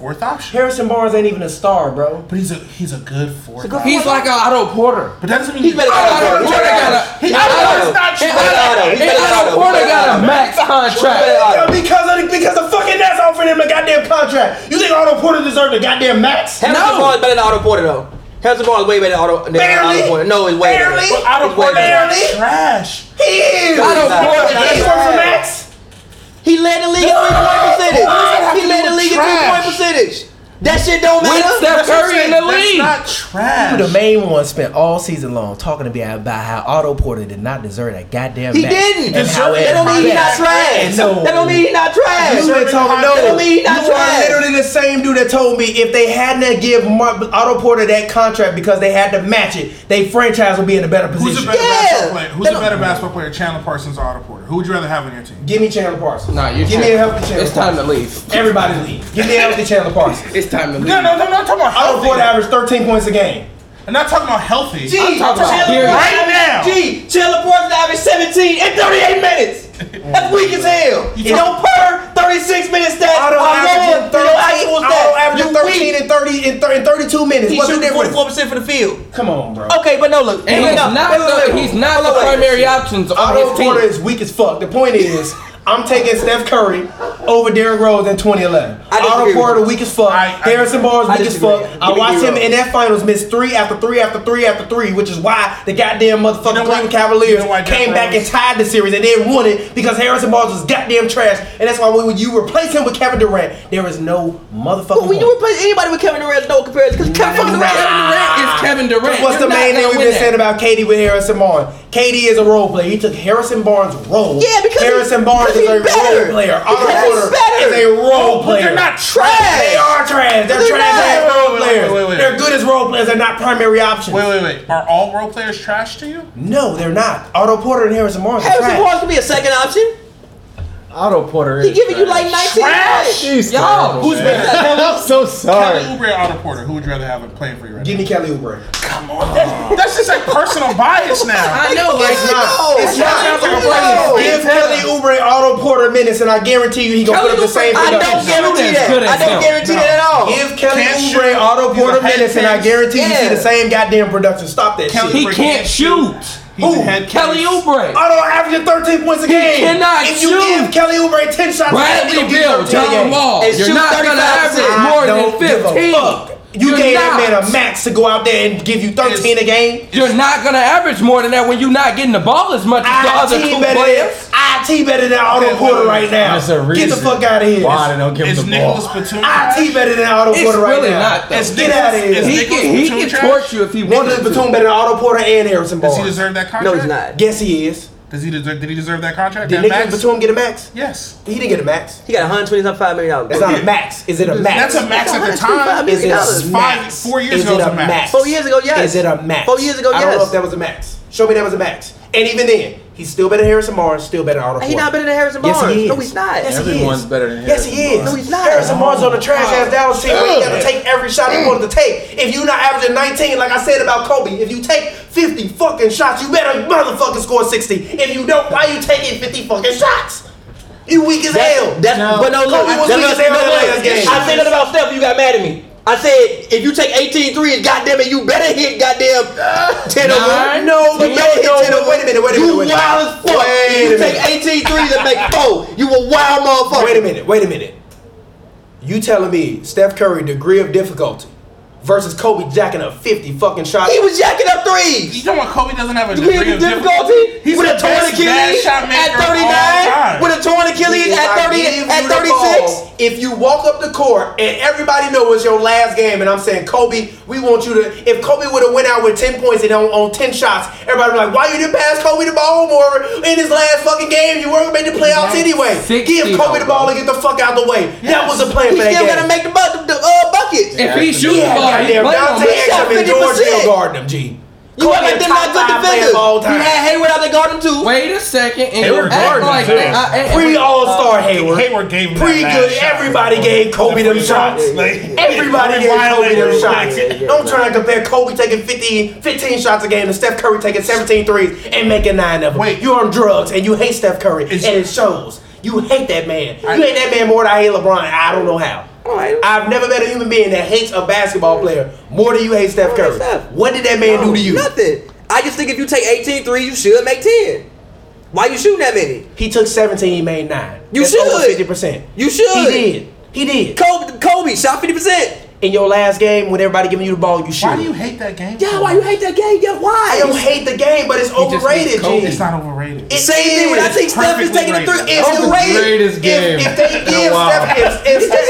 S3: fourth option.
S1: Harrison Barnes ain't even a star, bro.
S3: But he's a he's a good fourth. option.
S4: He's like an Otto Porter.
S3: but that doesn't mean
S2: He's better than
S4: Otto
S2: Otto. He's
S4: Porter
S2: better than Otto.
S4: got a.
S2: He's
S4: And
S2: better than Otto.
S4: Otto-
S2: He's better than Otto. He's
S4: and
S2: better than
S4: Otto
S2: Otto.
S4: Porter
S2: He's better
S4: got
S2: than
S4: a max contract.
S1: Yeah, because of the, because of fucking that's offering him a goddamn contract. You think Otto Porter deserved a goddamn max?
S2: Harrison
S4: No.
S2: Barnes better than Otto Porter though. Harrison Barnes way better than Otto, than
S1: Barely.
S2: Otto Porter. No, he's way better.
S1: Barely.
S2: He's
S1: Otto
S2: way better.
S1: Barely.
S3: trash.
S1: He is.
S4: Otto
S2: Nah.
S4: Porter.
S1: That's worth a max.
S2: He led the league in three point percentage. He led the league in three point percentage. That shit don't
S4: With
S2: matter.
S4: Steph Curry in the
S3: That's
S4: league.
S3: not trash.
S1: The main one spent all season long talking to me about how Otto Porter did not deserve that goddamn
S2: He
S1: max.
S2: didn't.
S1: And how it
S2: That don't mean he's not trash.
S1: No.
S2: That don't mean he's not trash.
S1: You been talking no.
S2: That don't mean he's not
S1: you are
S2: trash.
S1: literally the same dude that told me if they hadn't have give Mark, Otto Porter that contract because they had to match it, they franchise would be in a better position.
S3: Who's a better
S2: Yeah.
S3: basketball player? Who's
S2: They
S3: a
S2: don't-
S3: better basketball player, Chandler Parsons or Otto Porter? Who would you rather have on your team?
S1: Give me Chandler Parsons.
S4: Nah, you're
S1: Give me a healthy Chandler
S4: It's time to leave.
S1: Parsons. Everybody leave. Give me a healthy
S2: [LAUGHS]
S1: Chandler Parsons.
S4: It's time to leave.
S3: No, no, no, no. I'm talking about
S1: Otto Porter
S3: healthy.
S1: averaged 13 points a game.
S3: I'm not talking about healthy.
S4: I'm talking about
S2: Chandler
S4: here.
S3: Right now.
S2: Gee, Chandler Parsons averaged 17 in 38 minutes. That's weak as hell. You don't per 36 minute stats.
S1: Otto
S2: I
S1: averaged
S2: love your actual
S1: 13, Otto
S2: stats.
S1: averaged
S2: You
S1: 13
S2: weak.
S1: and 30 in, thir- in 32 minutes.
S2: He's
S1: What's the
S2: shooting Oh,
S1: difference?
S2: 44 percent from the field.
S1: Come on, bro.
S2: Okay, but no, look.
S4: And
S2: wait,
S4: he's
S2: no,
S4: not
S2: wait, wait,
S4: the,
S2: wait.
S4: he's
S2: Hold
S4: not the
S2: on, wait.
S4: primary options on
S1: Otto
S4: his team.
S1: Porter is weak as fuck. The point is, I'm taking Steph Curry over Derrick Rose in 2011.
S2: I disagree
S1: Otto
S2: with
S1: Porter
S2: you.
S1: weak as fuck.
S3: I- I-
S1: Harrison Barnes
S2: I
S1: weak as
S2: disagree.
S1: fuck. I
S2: Give me
S1: watched him
S2: D-Rose.
S1: in that finals miss three after three after three after three, which is why the goddamn motherfucking
S3: know why-
S1: Cleveland Cavaliers
S3: you know why Derrick
S1: came back and
S3: Rose-
S1: tied the series and then won it because Harrison Barnes was goddamn trash. And that's why when you replace him with Kevin Durant, there is no motherfucking.
S2: When you
S1: point.
S2: replace anybody with Kevin Durant, no comparison. Because Kevin
S4: Kevin
S2: Durant.
S4: Durant is Kevin Durant.
S1: What's the
S4: You're
S1: main thing
S4: not gonna
S1: we've
S4: win
S1: been
S4: that.
S1: saying about Katie with Harrison Barnes? Katie is a role player. He took Harrison Barnes' role.
S2: Yeah, because he-
S1: Harrison Barnes
S2: because
S3: is a
S2: be better.
S3: role player.
S2: They gotta
S3: Otto
S2: be
S3: Porter
S2: better.
S3: is a role
S1: Oh, but
S3: player.
S1: they're not trash. They are trash. They're,
S2: They're
S1: trash ass
S2: not.
S1: role
S3: Wait, wait,
S1: players.
S3: wait, wait, wait.
S1: They're good as role players. They're not primary options.
S3: Wait, wait, wait. Are all role players trash to you?
S1: No, they're not. Otto Porter and Harrison Morris are
S2: Harrison
S1: trash.
S2: Morris could be a second option.
S5: Auto Porter.
S2: He
S5: is
S2: giving you
S5: trash.
S2: like 19
S3: Trash.
S2: points.
S5: She's
S2: Y'all,
S5: terrible,
S2: who's
S5: man.
S2: been
S5: [LAUGHS] I'm so
S3: Kelly
S5: sorry.
S3: Oubre or Otto Porter? Who would you rather have playing for you right
S1: Give
S3: now?
S1: me Kelly Oubre.
S3: That's just a personal bias now.
S4: I know, like,
S1: It's not. It's not.
S3: Kelly
S1: No.
S3: Oubre.
S1: Give Kelly Oubre Otto Porter minutes, and I guarantee you he gonna put up the same
S2: I
S1: production.
S2: don't guarantee
S4: That's
S2: that.
S4: good
S2: I
S4: as him.
S2: don't guarantee that at all.
S1: Give Kelly
S3: Can't
S1: Oubre
S3: shoot.
S1: Otto
S3: He's
S1: Porter
S3: a head
S1: minutes, and I
S3: case.
S1: guarantee you see
S2: Yeah.
S1: the same goddamn production. Stop that
S3: Kelly
S1: shit.
S4: he
S3: Oubre
S4: can't shoot.
S3: He's a head
S4: [LAUGHS] Kelly
S3: case.
S4: Oubre.
S1: Otto averaging 13 points a game.
S4: cannot
S1: if you
S4: shoot.
S1: give Kelly Oubre 10 shots, a game, he
S4: Bradley
S1: gonna get
S4: Bill,
S1: 13 a
S4: John
S1: game.
S4: Wall.
S2: And
S4: You're
S2: shoot
S4: not
S2: 35%.
S4: gonna
S1: I
S4: average
S1: don't give
S4: more than
S1: a
S4: 15.
S1: fuck. You
S4: You're
S1: gave
S4: not.
S1: that man a max to go out there and give you 13 a game.
S4: You're not gonna average more than that when you're not getting the ball as much as the other
S1: IT
S4: two
S1: better than
S4: players.
S1: IT better than
S3: Okay,
S1: Otto
S3: wait,
S1: Porter
S3: wait,
S1: right now.
S5: There's a
S1: Get the
S5: reason
S1: fuck out of here.
S5: Why they don't give him
S3: Is
S5: the
S3: Nicholas
S5: ball?
S3: Batum
S1: IT
S3: trash?
S1: better than Otto
S4: It's
S1: Porter right
S4: really
S1: now.
S4: not, though.
S3: Is
S1: Get out of here.
S3: Nicholas- is
S4: He
S3: Nicholas
S4: can, he
S3: Batum
S4: can
S3: trash?
S4: torch you if he wanted
S1: Nicholas
S4: to.
S1: Batum better than Otto Porter and Harrison
S3: Does
S1: Barnes.
S3: he deserve that contract?
S2: No, he's not.
S1: Yes, he is.
S3: Does he deserve? Did he deserve that contract?
S1: Did
S3: that
S1: Nicholas
S3: max?
S1: Batum get a max?
S3: Yes.
S1: He didn't get a max.
S2: He got 125 million dollars.
S1: That's not a max. Is it a max?
S3: That's a max at the time.
S1: Is it
S2: It's
S1: a
S3: five-
S1: max?
S3: four years
S1: Is
S3: ago
S1: it
S3: it was
S1: a
S3: a max.
S1: max?
S2: Four years ago, yes.
S1: Is it a max?
S2: Four years ago,
S1: I don't know
S2: yes.
S1: if that was a max. Show me that was a max. And even then, he's still better than Harrison Barnes. Still better than Otto.
S2: He's not
S1: Porter.
S2: better than Harrison
S1: Yes,
S2: Barnes.
S1: he is.
S2: No, he's not.
S1: Yes, he
S5: Everyone's
S1: is.
S5: better than
S1: Yes, he
S5: Harrison
S1: is.
S5: Barnes.
S2: No, he's not.
S1: Harrison Barnes on the trash ass Dallas team. where He got to take every shot he wanted to take. If you not averaging 19, like I said about Kobe, if you take 50 fucking shots, you better motherfucking score 60. If you don't, why you taking 50 fucking shots? You weak as hell.
S2: That's, but no, look,
S1: Kobe was
S2: that's-
S1: weak as hell in the last game.
S2: I said that about Steph. You got mad at me. I said if you take 18 threes, goddamn it, you better hit goddamn 10 of them.
S1: No, but
S2: You
S1: no,
S2: better hit
S1: no,
S2: 10 of
S1: no, wait a minute, wait a
S2: them.
S1: minute,
S2: You
S1: wait a minute.
S2: wild as fuck.
S1: Wait
S2: you
S1: a minute.
S2: take 18 threes and make four. You a wild motherfucker.
S1: Wait a minute, wait a minute. You telling me Steph Curry degree of difficulty versus Kobe jacking up 50 fucking shots?
S2: He was jacking up threes.
S3: You know what? Kobe doesn't have a
S2: You hear the
S3: degree of difficulty.
S2: difficulty?
S3: He's
S2: with
S3: the
S2: a torn
S3: best bad
S2: Achilles
S3: shot
S2: at
S3: maker of all
S2: 39,
S3: time.
S2: with a torn Achilles
S1: If I
S2: at 30,
S1: give you
S2: at
S1: the
S2: 36.
S1: ball, If you walk up the court and everybody know it's your last game, and I'm saying Kobe, we want you to. If Kobe would have went out with ten points and on, on ten shots, everybody be like, "Why you didn't pass Kobe the ball more in his last fucking game? You weren't made the playoffs anyway.
S4: 60
S1: Give Kobe the ball and get the fuck out the way. That was the plan
S2: He
S1: for that
S2: still
S1: game.
S2: gotta make the, bu- the uh, buckets.
S4: If he shoots
S1: yeah,
S4: the ball, he
S1: goddamn.
S4: playing on
S1: Dante
S4: me.
S1: Exum
S2: shot
S1: and
S2: 50%.
S1: George Hill guarding him. G.
S2: You act
S1: Kobe
S2: like
S1: a
S2: they're
S1: top
S2: not good
S1: five player
S2: defenders.
S1: of all
S2: You
S1: time.
S2: had Hayward out there guarding too.
S4: Wait a second, and
S3: They were
S4: you act
S3: guarding
S4: like
S3: him, too.
S4: that. I- I-
S1: Pre All Star Hayward.
S3: Hayward gave him
S1: Pretty
S3: that
S1: good.
S3: last shot.
S1: Everybody gave Kobe them shots.
S3: Like,
S1: Everybody
S3: we
S1: gave Kobe
S3: violated
S1: them
S3: him.
S1: shots. Don't try to compare Kobe taking 15, 15 shots a game to Steph Curry taking 17 threes and making nine of them.
S3: Wait.
S1: you're on drugs and you hate Steph Curry,
S3: It's-
S1: and it shows. You hate that man. you hate that man more than I hate LeBron. I don't know how.
S2: Oh,
S1: I've never met a human being that hates a basketball player more than you hate Steph
S2: hate
S1: Curry.
S2: Steph.
S1: What did that man do to you?
S2: Nothing. I just think if you take 18 threes, you should make 10. Why you shooting that many?
S1: He took 17, he made nine.
S2: You
S1: That's
S2: should.
S1: over 50%.
S2: You should.
S1: He did. He did.
S2: Kobe, Kobe shot 50%.
S1: in your last game when everybody giving you the ball, you shoot.
S3: Why do you hate that game?
S2: Yeah,
S3: so
S2: why you
S3: much?
S2: hate that game? Yeah, why?
S1: I don't hate the game, but it's
S4: just
S1: overrated,
S4: hates Kobe.
S1: G.
S3: It's not overrated.
S1: It
S2: Same thing when I
S1: is.
S2: think Steph is
S3: perfectly
S2: taking a three.
S3: rated.
S2: It's
S1: That's the
S2: overrated.
S5: Greatest game.
S1: If, if they give
S5: Wow.
S1: Steph, if,
S4: [LAUGHS]
S1: if Steph,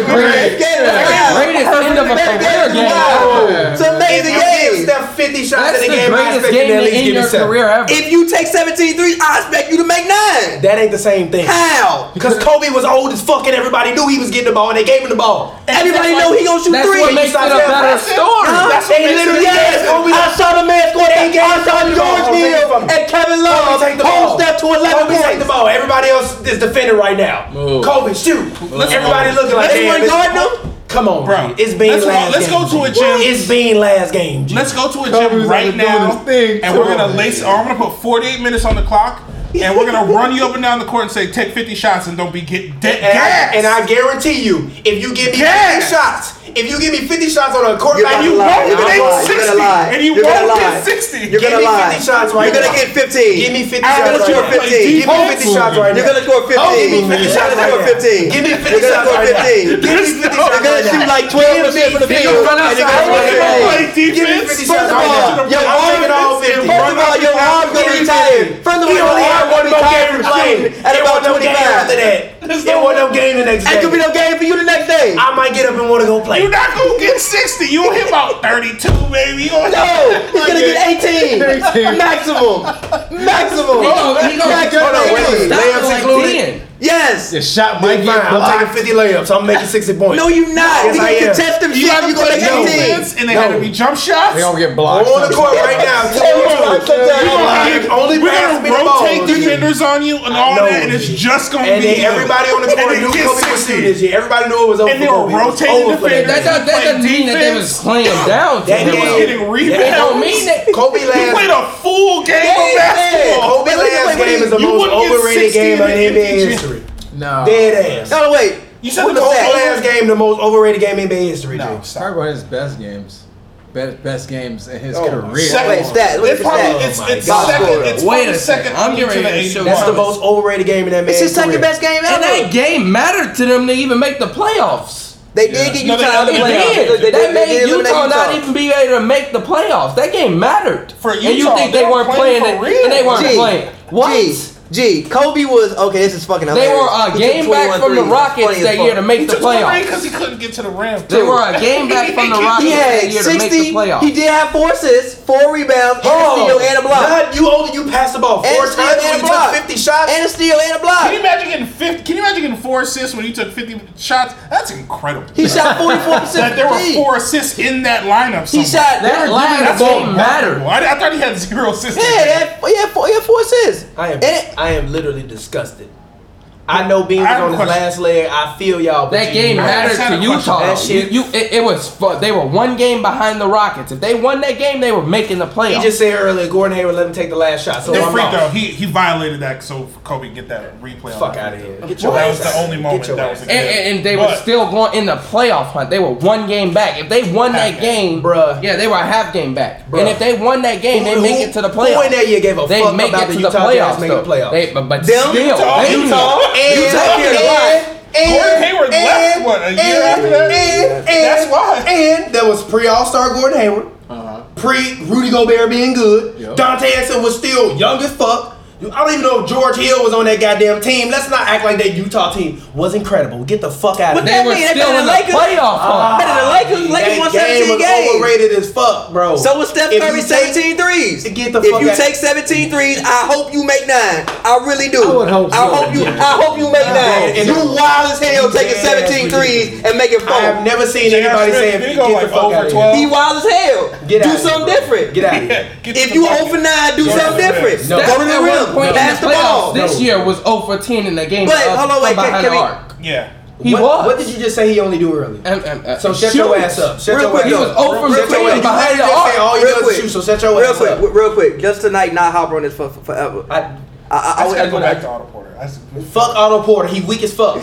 S1: if,
S4: Greatest greatest end of a career game.
S1: Wow.
S4: ever.
S2: It's an amazing
S1: if you give
S2: game.
S1: Steph 50 shots
S4: That's
S1: in
S4: the
S1: a game, I
S4: greatest
S1: expect him to
S4: game
S1: at least
S4: in
S1: give you
S4: your
S1: seven.
S4: career ever.
S2: If you take 17 threes, I expect you to make nine.
S1: That ain't the same thing.
S2: How?
S1: Because Kobe was old as fuck and everybody knew he was getting the ball and they gave him the ball.
S2: Everybody know he gonna shoot
S4: That's
S2: three.
S4: what makes it a better story.
S1: That's what
S2: they
S1: makes it
S2: literally
S1: a better
S2: said,
S1: story.
S2: I saw the man score that. I saw George
S1: Kobe take
S2: Hill
S1: it from me.
S2: and Kevin Love
S1: Kobe take the
S2: Uh,
S1: ball.
S2: hold step to 11
S1: Kobe take the
S2: points.
S1: ball. Everybody else is defending right now.
S4: Move.
S1: Kobe, shoot. Everybody looking like
S2: They
S1: damn,
S2: weren't
S1: this-
S2: guarding him?
S1: Come on,
S3: Bro,
S1: bro. It's Bean
S3: let's go-
S1: last
S3: let's
S1: game.
S3: go to a
S1: G.
S3: gym.
S1: It's Bean last game. G.
S3: Let's go to a
S5: Kobe's
S3: gym right
S5: doing
S3: now,
S5: his thing,
S3: and we're
S5: too.
S3: gonna lace. Or I'm gonna put 48 minutes on the clock, and we're gonna run you up and down the court and say, "Take 50 shots and don't be get dead
S1: And,
S3: gas."
S1: I, and I guarantee you, if you give me
S3: Yes.
S1: 50 shots, if you give me 50 shots on a quarterback,
S3: and you
S1: lie.
S3: won't
S1: You're gonna lie.
S3: get
S2: You're gonna
S3: 60,
S2: lie.
S3: and you
S2: You're gonna lie.
S3: won't get 60.
S2: You're
S1: Give
S2: gonna
S1: me
S2: lie.
S1: 50 shots right
S2: You're
S1: now.
S2: gonna get 15.
S1: Give me 50
S3: I'm
S1: shots
S3: gonna
S1: right
S2: score
S1: now.
S2: 15.
S1: Give me 50 shots right now.
S2: You're gonna score 15.
S1: Oh, give me 50
S2: You're
S1: shots
S2: gonna
S1: right
S2: score
S1: now.
S2: 15.
S1: Give me 50
S2: You're gonna
S1: shots
S2: score
S1: right now.
S2: 15.
S1: Give me 50 shots
S2: You're gonna
S1: right
S2: shoot
S1: now.
S2: like 12% from the
S1: Give me
S2: field.
S1: 50
S2: and you're
S1: shots
S2: gonna
S1: right
S2: score
S1: now.
S2: 15.
S1: Give me 50
S2: First
S1: shots
S2: of
S1: right
S2: all,
S1: now.
S2: your
S1: I'm taking all
S2: arm,
S1: 50.
S2: first of all, your arm gonna be tired. First of all,
S1: He
S2: your
S1: only
S2: arm
S1: had one
S2: gonna be
S1: more
S2: tired
S1: game
S2: from
S1: to play.
S2: shooting at
S1: It
S2: about
S1: wasn't no game
S2: 25.
S1: after that. It wasn't no game the next
S2: It could be
S1: day.
S2: no game for you the next [LAUGHS] day.
S1: I might get up and want to go play.
S3: You're not gonna get 60. You gonna hit about 32, baby. You gonna
S2: No, he's gonna get 18.
S5: 18.
S2: Maximum. Maximum.
S4: He gonna- he gonna-
S2: Maximum.
S4: Hold on, wait a minute.
S2: Stop
S4: Layups
S2: like
S4: included?
S1: yes.
S5: Your shot might
S1: Big
S5: get
S1: fine. I'm
S5: blocked.
S1: taking 50 layups. I'm making 60 points.
S2: No, you not.
S1: Yes,
S2: we
S1: I
S2: gonna
S1: am.
S2: contest them
S3: You
S2: shit.
S3: have
S2: You
S3: to
S2: gonna
S3: play
S2: make
S3: no
S2: eighteen.
S3: wins, and they had to be jump shots.
S5: They gonna get blocked.
S1: On the court right [LAUGHS] now. Tell me what
S10: Tell me
S1: you
S10: what
S1: want. You Only
S3: We're
S1: pass
S3: gonna
S1: me the ball.
S3: rotate defenders on you and all
S1: know
S3: that, and
S1: it.
S3: it's just gonna
S1: And
S3: be
S1: then
S3: you.
S1: everybody on the
S3: And
S1: court
S3: they
S1: knew
S3: get
S1: Kobe was
S3: 60.
S1: shooting this year. Everybody knew it was over
S3: And they
S1: for
S3: were
S1: Kobe. It was
S3: rotating
S1: over for that
S3: defenders.
S4: That, that, that doesn't mean that they was slaying down to
S1: That
S4: him.
S1: game-
S3: He's getting rebounds.
S4: It don't mean that.
S1: Kobe
S3: He played
S1: last
S3: a full game of
S1: Yeah,
S3: basketball.
S1: Kobe last game is the
S3: You
S1: most
S3: wouldn't get
S1: overrated
S3: 60
S1: game in
S3: in
S1: NBA
S3: NBA
S1: history.
S5: No.
S1: Dead ass.
S2: Uh, No, no, wait.
S3: You said
S1: Kobe
S3: the Kobe
S1: last game the most overrated game in NBA history.
S5: No.
S1: Jay.
S5: Talk about his best games. Best, best games in his career.
S3: Second,
S2: Wait, stats. Look at
S3: It's
S2: the
S3: probably
S2: stats.
S3: it's it's
S2: God.
S3: second. It's
S4: Wait
S3: probably
S4: a
S3: second.
S4: second. I'm
S3: only to
S4: getting
S3: the
S4: ready to show
S3: 81.
S1: That's the most overrated game in that man's
S2: It's his second
S1: career.
S2: best game
S4: And
S2: ever.
S4: that game mattered to them to even make the playoffs.
S2: They did get
S3: No, they-
S2: Utah out of
S4: It
S2: the
S3: they
S2: playoffs.
S4: did.
S2: They- they-
S4: that
S2: they
S4: made
S2: did eliminate
S4: Utah not
S2: Utah.
S4: even be able to make the playoffs. That game mattered.
S3: For
S4: and you
S3: Utah,
S4: think
S3: they
S4: they
S3: were
S4: weren't
S3: playing
S4: playing
S3: for
S4: it?
S3: real.
S4: And they weren't
S2: Gee,
S4: playing. What?
S2: Gee, Gee, Kobe was okay. This is fucking.
S4: They were
S2: hilarious. He
S4: a game
S2: took
S4: back from the
S2: 21
S4: Rockets
S2: threes.
S4: that year to
S3: He
S4: make the
S3: took away because
S4: playoffs.
S3: he couldn't get to the rim.
S4: They were a game back from the Rockets
S2: He
S4: that
S2: had
S4: year to make the
S2: sixty.
S4: playoffs. Oh,
S2: He did have four assists, four rebounds, and a steal and a block.
S1: God, you only you passed the ball
S2: And
S1: four
S2: a steal
S1: times when
S2: and a
S1: you took
S2: block.
S1: 50 shots.
S2: And a steal and a block.
S3: Can you imagine getting fifty? Can you imagine getting four assists when you took fifty shots? That's incredible.
S2: He
S4: [LAUGHS]
S2: shot forty-four percent.
S3: That there were four assists in that lineup.
S2: He
S3: Somewhere.
S2: shot.
S4: That last
S3: That's
S4: game
S3: remarkable.
S4: mattered.
S3: I, I thought he had zero assists.
S2: Yeah,
S3: that game.
S2: yeah, yeah, four, yeah, four assists.
S1: I
S2: And it-
S1: am, I am literally disgusted. I know Beans
S3: I
S1: is
S3: have a
S1: on his
S3: question.
S1: last leg. I feel y'all. but
S4: That
S1: you-
S4: game
S3: I
S4: mattered
S3: had a
S4: to
S3: question.
S4: Utah.
S1: That
S4: You,
S1: shit-
S4: you, it, it was fu- they were one game behind the Rockets. If they won that game, they were making the
S1: He
S4: playoffs.
S1: just said earlier, Gordon Hayward let him take the last shot. So
S3: The
S1: I'm
S3: free
S1: off.
S3: throw, he he violated that, so Kobe can get that replay. on
S1: Fuck
S3: that.
S1: out of here. Get
S3: Well,
S1: your
S3: that
S1: ass
S3: was the
S1: out.
S3: only
S1: Get
S3: moment
S1: your
S3: that
S1: ass
S3: was.
S1: out.
S3: a
S4: And,
S3: good-
S4: and, and they were
S3: But [LAUGHS]
S4: still going in the playoff hunt. They were one game back. If they won
S3: Half
S4: that
S3: game.
S4: game,
S1: Bruh.
S4: yeah, they were a half game back.
S1: Bruh.
S4: And if they won that game, they
S1: Who-
S4: make
S1: who-
S4: it to the
S1: who
S4: playoffs.
S1: in that year gave a
S4: they
S1: fuck
S4: make
S1: about
S4: it to
S1: the
S4: the,
S1: Utah Jazz
S4: playoffs.
S1: making
S4: though.
S1: the playoffs?
S4: They, but, but
S2: Them,
S4: still,
S3: Utah,
S4: they-
S3: Utah.
S2: Utah
S1: and,
S2: here to
S1: and, and,
S3: Gordon Hayward left, what, a year after that?
S1: And, and,
S3: That's why.
S1: And that was pre All Star Gordon Hayward, pre Rudy Gobert being good.
S5: Yep.
S1: Dante Exum was still young as fuck. I don't even know if George Hill was on that goddamn team. Let's not act like that Utah team was incredible. Get the fuck out of
S2: What
S1: here.
S2: that
S4: they were
S2: mean? They better
S4: still in
S2: than
S4: the
S2: Lakers.
S4: playoff hunt.
S2: Better than Lakers. Lakers won
S1: game
S2: seventeen
S1: was
S2: games.
S1: overrated as fuck, bro.
S2: So was Steph
S1: If
S2: Curry
S1: you take-
S2: 17 threes.
S1: Get the
S2: if
S1: fuck
S2: you
S1: out-
S2: take 17 threes, I hope you make nine. I really do. I
S5: would hope so.
S2: hope you. I hope you make nine.
S1: and-
S2: you wild as hell taking 17 threes and making
S1: I have
S2: four.
S1: never seen
S3: J.R.
S1: anybody
S3: Smith,
S1: say,
S3: did he
S1: "Get
S3: go
S1: the
S3: like
S1: fuck
S3: over
S1: out of here."
S3: 12?
S2: Be wild as hell.
S1: Get out of
S2: do
S1: here,
S2: something
S1: bro.
S2: different.
S1: Get out of [LAUGHS] here.
S3: Get to
S2: If
S3: the
S2: you
S3: bucket.
S2: over nine, do
S3: Go to
S2: something
S3: the rim.
S2: different.
S4: No.
S2: Go to the
S4: At one
S2: rim.
S4: point in
S2: Pass the,
S4: playoffs,
S2: ball.
S4: This year was 0 for 10 in the game.
S2: But,
S4: of-
S2: hold on, wait,
S4: from
S2: can- can
S4: behind the
S2: we-
S4: arc.
S3: Yeah.
S4: He
S1: what,
S4: was.
S1: What did you just say he only do early?
S4: And- and- and-
S1: So shut your
S4: shoot.
S1: ass up. Shut
S2: Real
S1: your
S2: quick,
S1: ass
S4: He was
S1: up.
S4: 0
S1: Shut
S4: for
S1: your
S4: 10
S1: ass-
S4: behind
S1: you
S4: the
S1: just said
S4: arc.
S1: all you
S2: Real
S1: do is
S2: quick.
S1: shoot, so shut your
S2: Real
S1: ass
S2: quick,
S1: up.
S2: w- real quick, just tonight, not hop on this for, for forever. I,
S1: I,
S2: I,
S3: I just
S2: I,
S3: gotta go
S2: I,
S3: back to Otto Porter. That's-
S1: fuck Otto Porter. He weak as fuck.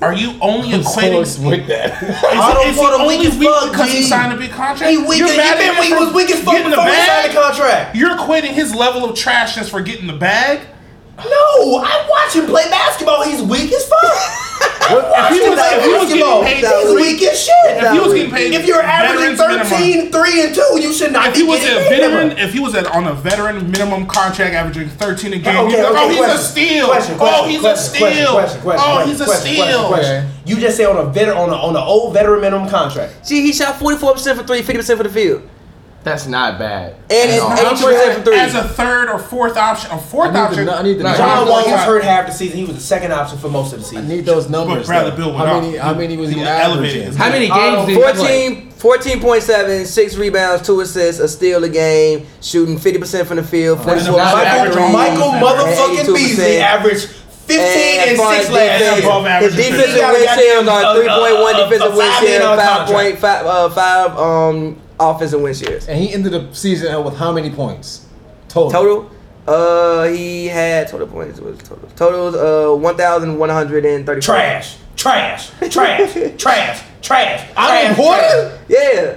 S3: Are you only equating? Is,
S5: with that.
S1: [LAUGHS] Otto
S3: is he
S1: Porter
S3: only
S1: weak as
S3: weak
S1: fuck,
S3: because he
S1: G.
S3: signed a big contract?
S1: he weak.
S3: You're
S1: as-
S3: mad
S1: he been
S3: at him
S1: weak-
S3: for
S1: was weak as fuck
S3: getting the
S1: before he signed
S3: bag?
S1: the contract.
S3: You're equating his level of trashness for getting the bag.
S1: No, I watch him play basketball. He's weak
S3: [LAUGHS]
S1: as fuck.
S3: If he was,
S1: Like
S3: if he was
S1: basketball,
S3: getting paid,
S1: he's
S3: three-
S1: weak as shit.
S3: if he was getting paid,
S1: If you're averaging
S3: veterans
S1: 13,
S3: minimum,
S1: 3 and 2, you should not
S3: if
S1: be
S3: he was a
S1: getting paid that
S3: veteran,
S1: much.
S3: if he was at, on a veteran minimum contract averaging 13 a game,
S1: Okay,
S3: you'd be like,
S1: okay,
S3: oh, he's
S1: question,
S3: a steal.
S1: question,
S3: oh,
S1: question,
S3: he's a
S1: question,
S3: steal.
S1: question, question,
S3: oh,
S1: question,
S3: he's a
S1: question,
S3: steal.
S1: question, question. You just say on a veteran on a on an old veteran minimum contract.
S2: Gee, he shot 44% for three, 50% for the field.
S4: That's not bad.
S2: And it's
S4: No.
S2: 82% from three.
S3: As a third or fourth option, a fourth
S5: I need
S3: option.
S5: to know- I need to know.
S1: John
S3: Wall
S1: Wall was hurt half the season. He was the second option for most of the
S5: I
S1: season.
S5: need those
S3: But
S5: numbers.
S3: Bradley
S5: though.
S3: Beal went
S5: how
S3: off.
S5: many? How many was he,
S3: He elevated
S5: averaging?
S3: his-
S4: How many games did he play?
S2: 14, 14.7, six rebounds, two assists, a steal a game, shooting 50% from the field, 44
S4: not average.
S1: Michael, Michael motherfucking
S2: 82%.
S1: Beasley averaged 15 and,
S2: And far
S1: 6
S2: as
S1: last
S2: defense,
S1: year.
S3: Above average
S2: His
S3: defense.
S2: defensive
S1: He
S2: win
S1: got
S2: shares
S1: goddamn, uh,
S2: are 3.1
S1: uh,
S2: defensive
S1: a
S2: win
S1: five-man
S2: shares,
S1: on
S2: 5.5 uh, five, um, offensive win shares.
S5: And he ended the season with how many points? Total.
S2: Total, uh, he had total points. Was total totals uh 1,130.
S1: Trash. Trash. Trash. Trash. Trash. I mean,
S2: Yeah.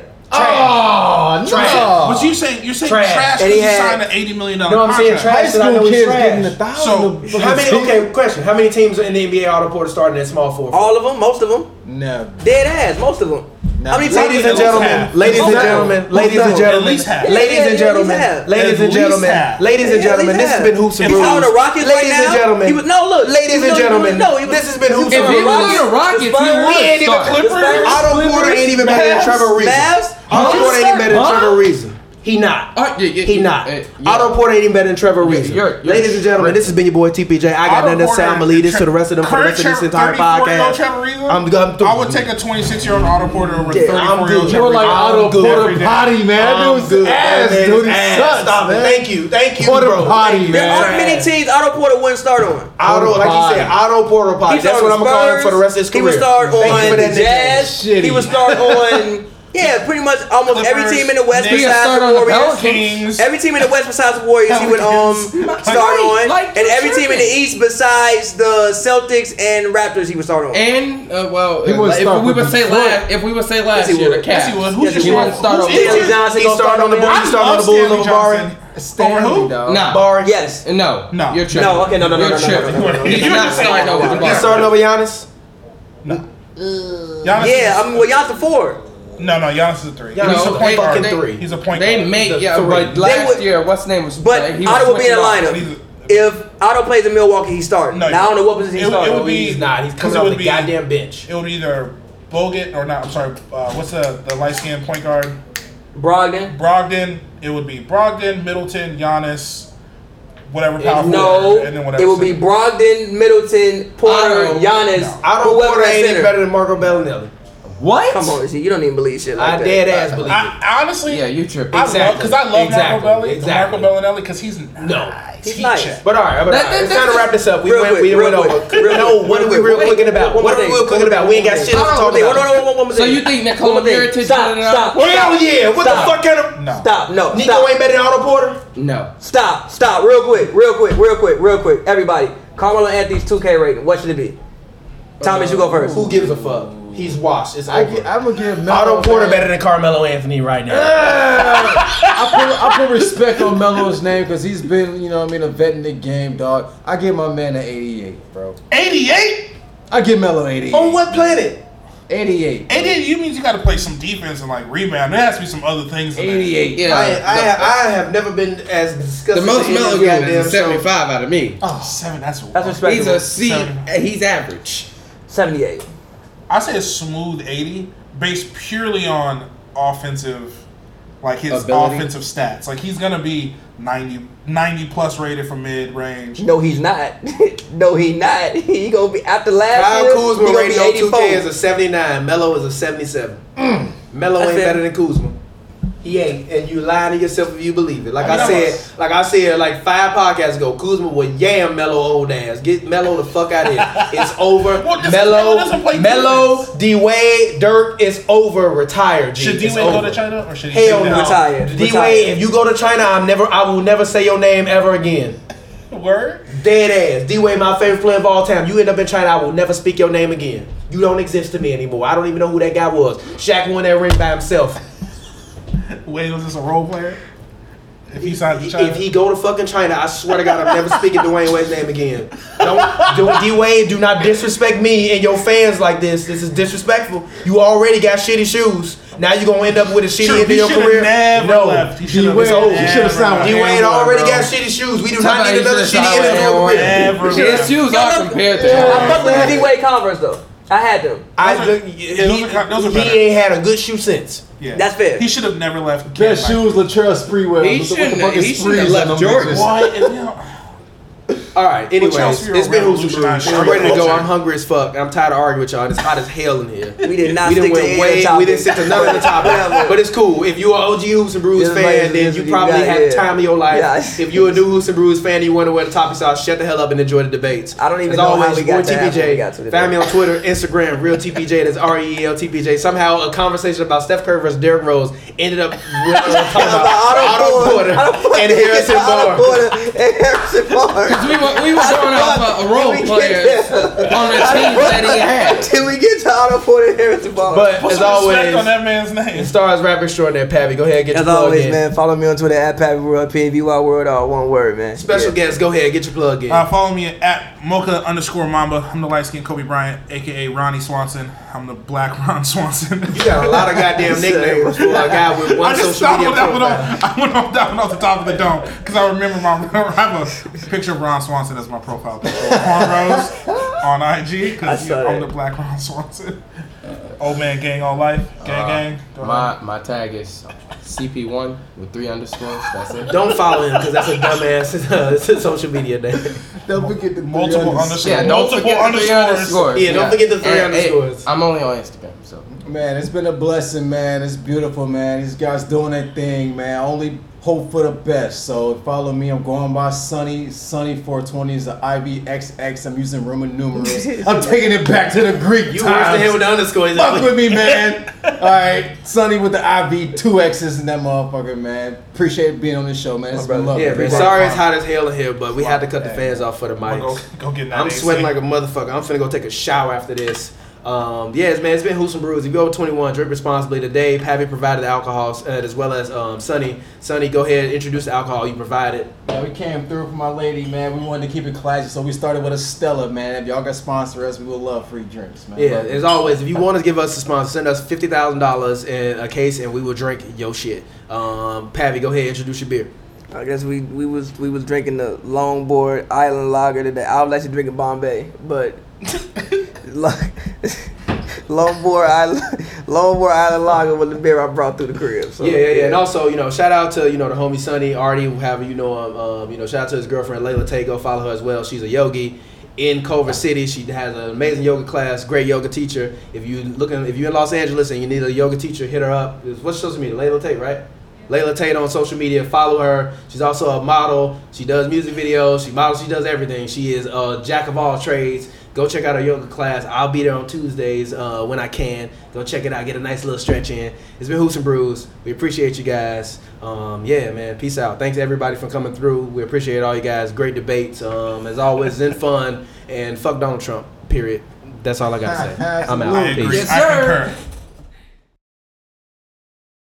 S5: Oh
S1: Trash.
S3: But you saying you're saying
S1: Trash.
S3: trash
S2: And
S3: because
S2: he
S3: he
S2: had-
S3: signed an eighty million dollar
S1: No, I'm saying
S3: contract.
S1: trash.
S5: High
S1: I know
S5: school
S1: he's
S5: kids
S1: trash.
S5: getting a thousand.
S3: So,
S5: of-
S1: How many? Okay, question. How many teams in the NBA auto porter starting in small forward?
S2: All of them, most of them,
S5: No.
S2: dead ass, most of them. How many times?
S1: Ladies and
S3: At least
S1: gentlemen,
S3: half.
S1: ladies and
S2: At least
S1: gentlemen,
S2: half.
S1: ladies and
S2: At
S1: gentlemen,
S3: least half.
S1: ladies
S2: Yeah, yeah,
S1: and
S2: at
S1: gentlemen,
S2: least half.
S1: ladies and
S3: At least
S1: gentlemen,
S3: half.
S1: ladies and
S2: Yeah, at
S1: gentlemen,
S2: least
S1: this has
S2: half.
S1: been hoops and
S2: He's
S1: brews.
S2: out of the Rockets right
S1: Ladies and
S2: now.
S1: gentlemen,
S2: He was, no, look,
S1: Ladies
S2: he
S1: and
S2: was-
S1: gentlemen,
S2: no, he was-
S1: this has been hoops
S4: If
S1: and
S4: he
S1: brews.
S4: was on the Rockets, he
S2: Spurs.
S4: would
S2: He
S1: ain't even
S4: start.
S1: Clippers. Otto Porter ain't even better than Trevor Reason.
S2: Mavs?
S1: Otto
S2: Huh?
S1: Porter ain't better than
S4: Huh?
S1: Trevor Reason. He not.
S4: Uh, yeah, yeah,
S1: he
S4: yeah,
S1: not.
S4: uh, yeah.
S1: Otto Porter ain't even better than Trevor Reeves.
S4: you're- you're
S1: Ladies and gentlemen, this has been your boy TPJ. I got nothing to say. I'm gonna leave this to the rest of them for the rest of this entire podcast. I'm, I'm through.
S3: I would take a 26 year old Otto Porter over
S1: Yeah,
S3: 34
S1: I'm
S3: year
S1: good.
S3: old
S5: You
S3: Trevor
S5: were like
S3: Reeves.
S5: Otto
S1: good
S5: Porter
S3: every day.
S5: Potty, man. That
S1: I'm
S5: dude's
S1: good.
S5: ass,
S1: That man
S5: dude.
S1: is
S5: He
S1: ass.
S5: sucks,
S1: Stop
S5: man.
S1: it. Thank you. Thank you,
S5: Porter
S1: bro.
S5: Potty,
S1: Thank you.
S5: man.
S2: There aren't many teams Otto Porter wouldn't start on.
S1: Otto, like
S5: Porter
S1: you said,
S5: Potty.
S1: Otto Porter Potty. That's
S2: started
S1: what I'm
S2: on
S1: calling him for
S2: Spurs.
S1: the rest of his career.
S2: He would start
S1: Thank you for
S2: on
S1: that
S2: the Jazz.
S5: nickname.
S2: He would
S5: Shitty.
S1: [LAUGHS]
S2: start on yeah, pretty much almost every
S3: Clippers,
S2: team in the West
S3: Knicks. He
S2: besides
S4: started
S2: the
S4: on the
S2: Warriors.
S4: Pelicans.
S3: Kings.
S2: Every team in the West besides the Warriors, he would um
S3: Pelicans.
S2: start on,
S4: Like- like
S2: and every
S4: Jimmy.
S2: team in the East besides the Celtics and Raptors, he would start on.
S4: And uh, well,
S5: He
S4: if,
S5: would
S4: like,
S5: start
S4: if we
S5: with
S4: would say
S5: Detroit.
S4: last, if we would say last
S2: he
S4: year, the
S2: would.
S4: Cavs.
S3: Yes, he would. Who's
S2: Yes,
S3: your
S2: he
S4: would. Start
S3: strong?
S4: over.
S3: who's your-
S1: Stanley Johnson,
S2: He
S1: he started on the Bulls.
S3: I
S1: He started on
S3: love
S1: the Bulls
S3: Stanley
S1: over Barry.
S3: Johnson.
S5: Stanley,
S3: Over who?
S5: dog.
S4: Nah,
S1: Barry.
S2: Yes.
S4: no,
S3: No.
S4: you're tripping.
S2: No, okay, no, no, no,
S4: you're
S2: no, no, no,
S4: tripping.
S2: no,
S3: no, no.
S4: He's
S3: You're
S4: not
S3: just
S4: starting
S3: saying-
S4: over the
S3: You're
S1: He
S4: bar.
S1: started over Giannis.
S3: Giannis is-
S2: Yeah, I mean, well, y'all the four.
S3: No, no, Giannis is a three.
S1: Giannis
S3: He's
S1: is
S3: a
S1: a
S3: point
S1: fucking
S3: guard.
S1: three.
S3: He's a point
S4: They
S3: guard.
S4: make
S1: He's a
S4: yeah,
S1: three.
S4: but
S1: They
S4: last
S2: would-
S4: year, what's name was
S2: But
S4: like, he was
S2: Otto would be in the
S4: switching off.
S3: He's a-
S2: lineup. If Otto plays in Milwaukee, he's starting.
S3: No,
S2: now I don't know what position
S3: it
S2: he's
S3: would- it
S2: starting.
S3: would be-
S1: He's not. He's
S3: because
S1: coming
S3: it
S1: off
S3: would
S1: the
S3: be-
S1: goddamn bench.
S3: It would either Bogut or not. I'm sorry. Uh, what's the the light skinned point guard?
S2: Brogdon.
S3: Brogdon. It would be Brogdon, Middleton, Giannis, whatever power
S2: No,
S3: forward, and then whatever.
S2: it would be
S3: center.
S2: Brogdon, Middleton, Porter,
S4: Otto.
S2: Giannis,
S1: Otto
S2: whoever
S1: Porter
S2: at
S1: ain't
S2: center.
S1: better than Marco Bellinelli.
S5: What?
S2: Come on, see, you don't even believe shit like
S1: I
S2: that.
S1: dead ass believe it.
S3: I, honestly,
S4: Yeah, you tripping.
S3: I love
S1: Exactly.
S3: because I love
S1: Exactly.
S3: Marco Belli,
S1: Exactly.
S3: Marco Bellinelli because he's no,
S2: He's nice.
S1: But all right, but
S4: That-
S1: all right.
S4: that-
S1: it's time
S4: that's-
S1: to wrap this up. We
S2: Real
S1: went, we
S2: quick,
S1: went
S2: real
S1: over.
S2: quick, real
S1: no,
S2: quick,
S1: what are we
S2: real
S1: real
S2: quick.
S1: cooking about?
S2: One
S1: What are we
S2: more thing,
S1: real
S2: one
S1: cooking
S2: more
S1: about?
S2: thing,
S1: We ain't got
S2: one more
S1: shit else to
S4: thing.
S1: talk
S4: Hold on,
S2: One
S1: about.
S2: more, one more, one more
S4: So
S2: thing.
S4: you think
S2: One
S4: that
S2: more
S4: Kobe
S2: thing.
S4: irritated
S2: Stop,
S4: you and
S2: stop,
S4: all?
S1: Hell yeah! What
S2: Stop.
S1: the fuck kind of
S3: No.
S2: Stop, no,
S1: Nico
S2: stop.
S1: ain't better than Otto Porter?
S4: No,
S2: Stop, stop, real quick, real quick, real quick, real quick. Everybody, Carmelo Anthony's 2K rating, what should it be? Thomas, you go first.
S1: Who gives a fuck? He's washed. It's
S5: I
S1: over.
S5: gi- I'm gonna give Melo.
S1: Otto Porter
S5: man.
S1: better than Carmelo Anthony right now.
S5: I put, I put respect on Melo's name because he's been, you know, what I mean, a vet in the game, dog. I give my man an 88, bro.
S3: 88.
S5: I give Melo 88.
S1: On what planet?
S5: 88.
S3: 88. You means you got to play some defense and like rebound. There has to be some other things. In there.
S5: 88.
S4: yeah,
S1: I, I,
S4: the-
S1: I have never been as disgusted.
S4: the most
S1: in this
S4: mellow game
S1: goddamn
S4: is
S1: show.
S4: a 75 out of me.
S3: Oh, seven. That's a
S2: That's
S4: He's a
S2: respectable.
S4: C. He's average.
S2: 78.
S3: I say a smooth 80 based purely on offensive, like his
S4: Ability.
S3: offensive stats. Like he's gonna be 90, 90 plus rated from mid range.
S2: No, he's not. [LAUGHS] no, he not. [LAUGHS] He gonna be after last
S1: Kyle
S2: year. he
S1: Kuzma
S2: gonna
S1: rating
S2: be
S1: on 2K is
S2: 84.
S1: a 79. Melo is a 77.
S3: Mm.
S1: Melo
S2: I
S1: ain't
S2: said-
S1: better than Kuzma. He ain't, and you lying to yourself if you believe it. Like
S3: I
S1: I,
S3: mean, I'm
S1: said, like I said, like five podcasts ago, Kuzma would yam Melo old ass. Get Melo the fuck out of
S3: [LAUGHS]
S1: here. It's over.
S3: Well, this- Melo doesn't
S1: Melo,
S3: play
S1: Melo, D Wade, Dirk, it's over. Retire. G.
S3: Should D
S1: It's
S3: Wade go
S1: over.
S3: to China or should he?
S1: Hell
S3: stay
S1: no.
S3: down?
S2: Retire.
S1: D
S2: Retire.
S1: Wade, if you go to China, I'm never, I will never say your name ever again.
S3: Word.
S1: Dead ass. D Wade, my favorite player of all time. You end up in China, I will never speak your name again. You don't exist to me anymore. I don't even know who that guy was. Shaq won that ring by himself.
S3: Wade was just a role player. If he signed to China,
S1: If he go to fucking China, I swear to God, I'm never speaking Dwayne Wade's name again. Don't, do D Wade, do not disrespect me and your fans like this. This is disrespectful. You already got shitty shoes. Now you're gonna end up with a shitty
S3: True,
S1: end of
S3: he
S1: your
S3: should have
S1: career.
S3: never
S1: no.
S3: left. He
S1: D
S3: should have
S5: Wade-
S3: never
S5: he should have signed with
S3: left.
S1: Wade
S5: And one,
S1: already
S5: bro.
S1: got shitty shoes. We do not
S4: Somebody
S1: need another
S4: should've
S1: shitty
S4: signed
S1: end of your
S4: with
S1: career.
S3: Never
S4: His
S3: left.
S4: shoes
S2: Yo,
S4: are
S2: look-
S4: compared to
S2: I
S4: him.
S2: fucked with the D-Wade Converse, though. I had them.
S1: I
S3: Those are-
S1: just,
S3: yeah, those
S1: he,
S3: are kind- those are
S1: he
S3: better.
S1: ain't had a good shoe since.
S3: Yeah.
S2: That's fair.
S3: He should have never left.
S5: Best
S3: Canada.
S5: shoes, Latrell Sprewell. What
S4: He
S5: the- what the
S4: shouldn't
S5: fuck
S4: have-
S5: is
S4: he shouldn't have
S5: Sprees
S4: left
S5: in them
S4: Jordan.
S5: bitches?
S3: Why? and now-
S1: All right. Anyways,
S3: Chelsea are
S1: it's been Who's and
S3: revolutionized
S1: Brews. I'm ready to go.
S3: culture.
S1: I'm hungry as fuck. I'm tired of arguing with y'all. and It's hot as hell in here.
S2: We did not
S1: we didn't
S2: stick to
S1: went
S2: any
S1: way.
S2: topic.
S1: We didn't sit
S2: [LAUGHS]
S1: to none of the topic.
S2: Whatever.
S1: but it's cool. If you're an OG Who's and Brews
S2: Yeah,
S1: fan,
S2: like,
S1: then
S2: it's-
S1: you
S2: you
S1: probably
S2: got-
S1: had the
S2: yeah.
S1: time of your life.
S2: Yeah.
S1: If you're a new Who's and Brews fan, and you wonder where the topics are. Shut the hell up and enjoy the debates.
S2: I don't even
S1: As
S2: know how
S1: always,
S2: we
S1: your
S2: got
S1: boy
S2: to that, but we got to
S1: TPJ.
S2: the
S1: Find me on Twitter, Instagram, real TPJ. That's R E E L T P J. Somehow a conversation about Steph Curry versus Derrick Rose ended up with, uh,
S2: [LAUGHS]
S1: talking about Otto Porter and Harrison
S2: Otto
S1: Barnes.
S2: Porter and Harrison
S1: [LAUGHS]
S2: Barnes.
S4: We were, we were going off a, a role
S2: Did we get
S4: players
S2: there?
S4: on the team that he had.
S2: Till we get to Otto Porter and Harrison Barnes.
S1: But
S3: Put
S1: as
S3: some respect
S1: always,
S3: on that man's name.
S1: stars rap extraordinaire, Pappy. Go ahead, and get
S2: As
S1: your plug
S2: always,
S1: in.
S2: man, follow me on Twitter at Pappy World, PAVY World, all one word, man.
S1: Special guest, go ahead, get your plug in.
S3: Uh, follow me at mocha underscore mamba. I'm the light skinned Kobe Bryant, aka Ronnie Swanson. I'm the black [LAUGHS] Ron Swanson.
S1: you got a lot of
S2: [LAUGHS]
S1: goddamn nicknames for a guy with
S3: [LAUGHS] I
S1: one
S3: just
S1: social
S3: thought
S1: media
S3: that one off.
S1: profile.
S3: I went off that one off the [LAUGHS] top of the dome because I remember my. [LAUGHS] I have a picture of Ron Swanson as my profile picture. Cornrows on IG
S2: I
S3: because
S2: saw
S3: I'm
S2: that.
S3: the black Ron Swanson. Old man gang all life. Gang
S9: Uh,
S3: gang. Go
S9: My my tag is CP1 with three underscores. That's it.
S1: Don't follow him because that's a dumbass [LAUGHS] uh, social media
S3: [LAUGHS]
S1: name.
S5: Don't forget the
S3: Multiple underscores.
S9: Yeah, don't
S3: multiple
S9: forget the three underscores.
S1: Yeah, don't forget the three
S9: And, hey,
S1: underscores.
S9: I'm only on Instagram, so
S5: Man, it's been a blessing, man. It's beautiful, man. These guys doing their thing, man. Only hope for the best. So follow me. I'm going by Sunny. Sunny 420 is the IVXX. I'm using Roman numerals. I'm taking it back to the Greek
S1: You worse than him
S5: times.
S1: with the underscores.
S5: Fuck
S1: [LAUGHS]
S5: with me, man. All right, Sunny with the IV, two X's in that motherfucker, man. Appreciate being on this show, man. It's been lovely.
S2: Yeah,
S5: man.
S2: man.
S1: Sorry, it's hot as hell in here, but we had to cut the fans off for the
S3: [LAUGHS] Go,
S1: mics.
S3: go get that.
S1: I'm
S3: AC.
S1: sweating like a motherfucker. I'm finna go take a shower after this. Um, yes, man, it's been Hoops and Brews. If you're over 21, drink responsibly today. Pappy provided the alcohol uh, as well as um, Sonny. Sonny, go ahead, introduce the alcohol you provided.
S5: Yeah, we came through for my lady, man. We wanted to keep it classy, so we started with a Stella, man. If y'all can sponsor us, we would love free drinks, man.
S1: Yeah,
S5: Love it.
S1: as always, if you want to give us a sponsor, send us fifty thousand dollars in a case, and we will drink your shit. Um, Pappy, go ahead, introduce your beer.
S2: I guess we, we was we was drinking the longboard island lager today. I was actually drinking Bombay, but Lo- [LAUGHS] longboard island longboard island lager was the beer I brought through the crib. So
S1: yeah, yeah, yeah, and also you know, shout out to you know the homie Sonny Artie, who have you know um, um you know shout out to his girlfriend Layla Tay. Go follow her as well. She's a yogi in Culver City. She has an amazing yoga class, great yoga teacher. If you looking, if you're in Los Angeles and you need a yoga teacher, hit her up. It's- What's social media? Layla Tay, right? Layla Tate on social media. Follow her. She's also a model. She does music videos. She models. She does everything. She is a jack of all trades. Go check out her yoga class. I'll be there on Tuesdays uh, when I can. Go check it out. Get a nice little stretch in. It's been Hoops and Brews. We appreciate you guys. Um, yeah, man. Peace out. Thanks everybody for coming through. We appreciate all you guys. Great debates. Um, as always, in fun. And fuck Donald Trump. Period. That's all I gotta say. I'm out.
S3: I agree.
S11: Peace.
S3: I concur.